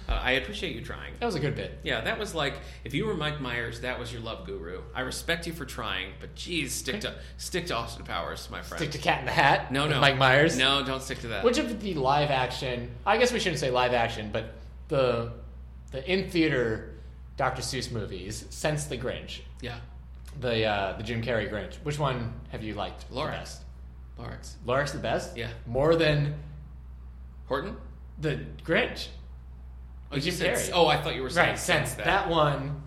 Speaker 2: Uh, I appreciate you trying.
Speaker 1: that was a good bit.
Speaker 2: Yeah, that was like if you were Mike Myers, that was your love guru. I respect you for trying, but geez, stick to stick to Austin Powers, my friend.
Speaker 1: Stick to Cat in the Hat.
Speaker 2: no,
Speaker 1: with
Speaker 2: no,
Speaker 1: Mike Myers.
Speaker 2: No, don't stick to that.
Speaker 1: Which of the live action? I guess we shouldn't say live action, but the the in theater Dr. Seuss movies since the Grinch,
Speaker 2: yeah,
Speaker 1: the uh, the Jim Carrey Grinch. Which one have you liked
Speaker 2: Lorax.
Speaker 1: the best?
Speaker 2: Lawrence
Speaker 1: Lorax the best.
Speaker 2: Yeah.
Speaker 1: More than
Speaker 2: Horton.
Speaker 1: the Grinch.
Speaker 2: Oh,
Speaker 1: Jim
Speaker 2: you said-
Speaker 1: Carrey.
Speaker 2: oh, I thought you were saying
Speaker 1: Right. Since that. one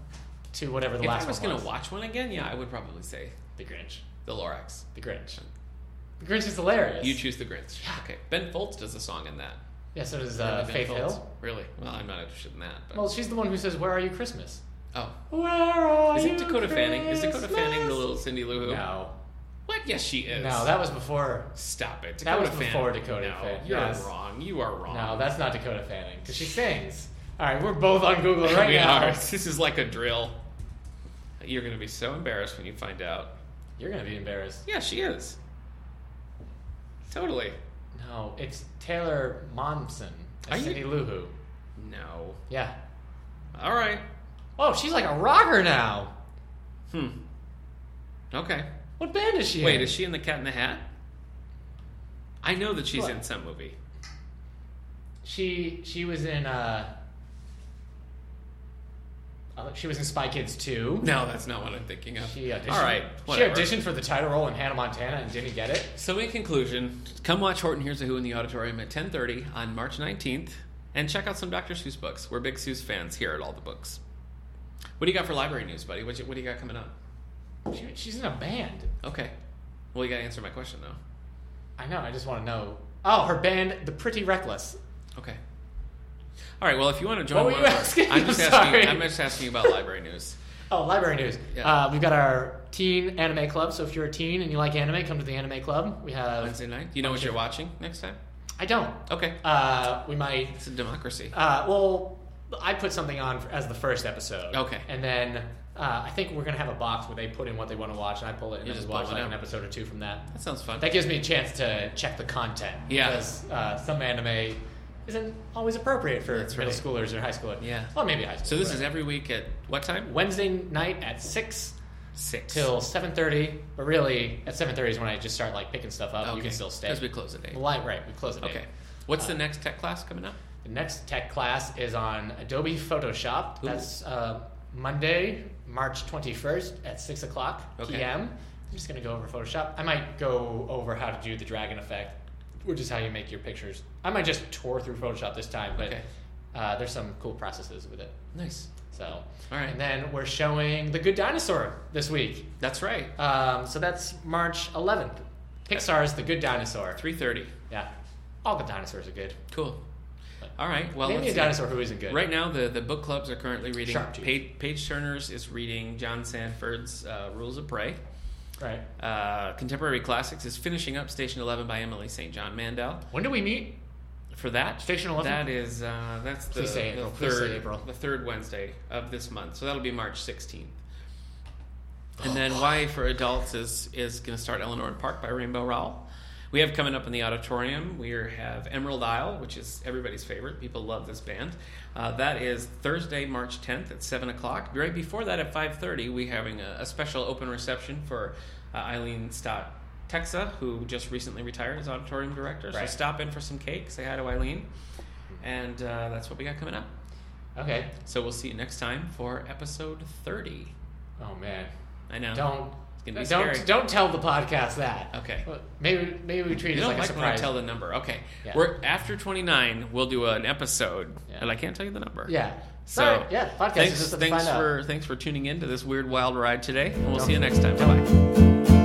Speaker 1: to whatever the
Speaker 2: If
Speaker 1: last
Speaker 2: I was
Speaker 1: one
Speaker 2: gonna watch one again, yeah, I would probably say
Speaker 1: the Grinch.
Speaker 2: the Lorax.
Speaker 1: The Grinch. The Grinch is hilarious.
Speaker 2: You choose the Grinch. Okay, Ben Folds does a song in that.
Speaker 1: Yeah, so does
Speaker 2: Remember
Speaker 1: uh,
Speaker 2: Ben
Speaker 1: Faith
Speaker 2: Folds?
Speaker 1: Hill.
Speaker 2: Really? Well, I'm not interested in that. But
Speaker 1: Well, she's the one who says, "Where are you, Christmas?"
Speaker 2: oh,
Speaker 1: Where are
Speaker 2: is
Speaker 1: you?
Speaker 2: it Dakota Fanning? Is Dakota Fanning the
Speaker 1: Christmas?
Speaker 2: little Cindy Lou Who?
Speaker 1: No,
Speaker 2: What? Yes, she is.
Speaker 1: no, that was before.
Speaker 2: Stop it.
Speaker 1: That was
Speaker 2: Dakota Fanning.
Speaker 1: before Dakota
Speaker 2: no,
Speaker 1: Fanning.
Speaker 2: You're
Speaker 1: Yes.
Speaker 2: wrong. You are wrong.
Speaker 1: No, that's not Dakota Fanning because she sings. All right, we're both on Google right
Speaker 2: we
Speaker 1: now.
Speaker 2: are. This is like a drill. You're gonna be so embarrassed when you find out.
Speaker 1: You're gonna be embarrassed.
Speaker 2: Yeah, she is. Totally.
Speaker 1: No, it's Taylor Momsen
Speaker 2: Are
Speaker 1: as
Speaker 2: you-
Speaker 1: Cindy Lou Who.
Speaker 2: No.
Speaker 1: Yeah.
Speaker 2: All right.
Speaker 1: Oh, she's like a rocker now.
Speaker 2: Hmm. Okay.
Speaker 1: What band is she
Speaker 2: Wait,
Speaker 1: in?
Speaker 2: is she in the Cat in the Hat? I know that she's
Speaker 1: What?
Speaker 2: in some movie.
Speaker 1: she she was in uh, uh, she was in Spy Kids 2.
Speaker 2: No, that's not what I'm thinking of.
Speaker 1: She auditioned.
Speaker 2: All right.
Speaker 1: She
Speaker 2: Whatever.
Speaker 1: auditioned for the title role in Hannah Montana and didn't get it.
Speaker 2: So in conclusion, come watch Horton Hears a Who in the auditorium at 10:30 on March 19th, and check out some Dr. Seuss books. We're big Seuss fans here at all the books. What do you got for library news, buddy? What, you, what do you got coming up?
Speaker 1: She, she's in a band.
Speaker 2: Okay. Well, you got to answer my question though.
Speaker 1: I know. I just want to know. Oh, her band, The Pretty Reckless.
Speaker 2: Okay. All right. Well, if you want to join,
Speaker 1: What were
Speaker 2: one
Speaker 1: you
Speaker 2: of our-
Speaker 1: asking?
Speaker 2: I'm
Speaker 1: I'm
Speaker 2: just
Speaker 1: sorry.
Speaker 2: asking. I'm just asking about library news.
Speaker 1: Oh, library news.
Speaker 2: Yeah.
Speaker 1: Uh, we've got our teen anime club. So if you're a teen and you like anime, come to the anime club. We have.
Speaker 2: Wednesday night. You know what you're watching next time?
Speaker 1: I don't.
Speaker 2: Okay.
Speaker 1: Uh, we might.
Speaker 2: It's a democracy.
Speaker 1: Uh, well, I put something on for- as the first episode.
Speaker 2: Okay.
Speaker 1: And then uh, I think we're gonna have a box where they put in what they want to watch, and I pull it and
Speaker 2: You
Speaker 1: then
Speaker 2: just
Speaker 1: just watch
Speaker 2: pull it
Speaker 1: like
Speaker 2: out.
Speaker 1: an episode or two from that.
Speaker 2: That sounds fun.
Speaker 1: That gives me a chance to check the content.
Speaker 2: Yeah.
Speaker 1: Because uh, some anime isn't always appropriate for
Speaker 2: That's
Speaker 1: middle
Speaker 2: right.
Speaker 1: schoolers or high schoolers.
Speaker 2: Yeah.
Speaker 1: Well, maybe high school.
Speaker 2: So this is every week at what time?
Speaker 1: Wednesday night at six
Speaker 2: Six.
Speaker 1: till seven thirty. But really, at seven thirty is when I just start like picking stuff up.
Speaker 2: Okay.
Speaker 1: uh, You can still stay. Uh,
Speaker 2: As we close the day.
Speaker 1: The light, right? We close it.
Speaker 2: Okay. What's the next tech class coming up?
Speaker 1: The next tech class is on Adobe Photoshop.
Speaker 2: Ooh.
Speaker 1: That's uh, Monday, March twenty first at six o'clock
Speaker 2: Okay.
Speaker 1: p.m. I'm just gonna go over Photoshop. I might go over how to do the dragon effect, which is how you make your pictures. I might just tour through Photoshop this time, but
Speaker 2: Okay.
Speaker 1: uh, there's some cool processes with it.
Speaker 2: Nice.
Speaker 1: So,
Speaker 2: All right.
Speaker 1: and then we're showing The Good Dinosaur this week.
Speaker 2: That's right.
Speaker 1: Um, so that's March 11th. Pixar's The Good Dinosaur.
Speaker 2: 3:30.
Speaker 1: Yeah. All the dinosaurs are good.
Speaker 2: Cool. All right. Well,
Speaker 1: Name
Speaker 2: let's
Speaker 1: me a
Speaker 2: see.
Speaker 1: dinosaur who isn't good.
Speaker 2: right now the, the book clubs are currently reading
Speaker 1: Sharptooth.
Speaker 2: Page, Page Turners is reading John Sanford's uh, Rules of Prey.
Speaker 1: Right.
Speaker 2: Uh, Contemporary Classics is finishing up Station 11 by Emily St. John Mandel.
Speaker 1: When do we meet?
Speaker 2: For that,
Speaker 1: Station 11?
Speaker 2: That is uh, that's the,
Speaker 1: Please say
Speaker 2: the
Speaker 1: April. Please say
Speaker 2: third
Speaker 1: April.
Speaker 2: the third Wednesday of this month. So that'll be March 16th. And then Y for Adults is is going to start Eleanor and Park by Rainbow Rowell. We have coming up in the auditorium. We have Emerald Isle, which is everybody's favorite. People love this band. Uh, that is Thursday, March 10th at seven o'clock. Right before that, at 5:30, we're having a, a special open reception for uh, Eileen Stott Texa, who just recently retired as auditorium director. So
Speaker 1: Right.
Speaker 2: stop in for some cake. Say hi to Eileen. And uh, that's what we got coming up.
Speaker 1: Okay.
Speaker 2: So we'll see you next time for episode 30.
Speaker 1: Oh man.
Speaker 2: I know.
Speaker 1: Don't.
Speaker 2: It's gonna be
Speaker 1: don't
Speaker 2: scary.
Speaker 1: don't tell the podcast that.
Speaker 2: Okay.
Speaker 1: Well, Maybe maybe we treat it as
Speaker 2: You
Speaker 1: like,
Speaker 2: don't like,
Speaker 1: a
Speaker 2: when I
Speaker 1: surprise.
Speaker 2: tell the number. Okay.
Speaker 1: Yeah.
Speaker 2: We're after 29, we'll do an episode,
Speaker 1: Yeah.
Speaker 2: and I can't tell you the number.
Speaker 1: yeah.
Speaker 2: So,
Speaker 1: Sorry. yeah. The podcast
Speaker 2: Thanks,
Speaker 1: is just to
Speaker 2: thanks
Speaker 1: find out.
Speaker 2: for thanks for tuning in to this weird wild ride today, and we'll
Speaker 1: Don't-
Speaker 2: see you next time.
Speaker 1: don't-
Speaker 2: Bye.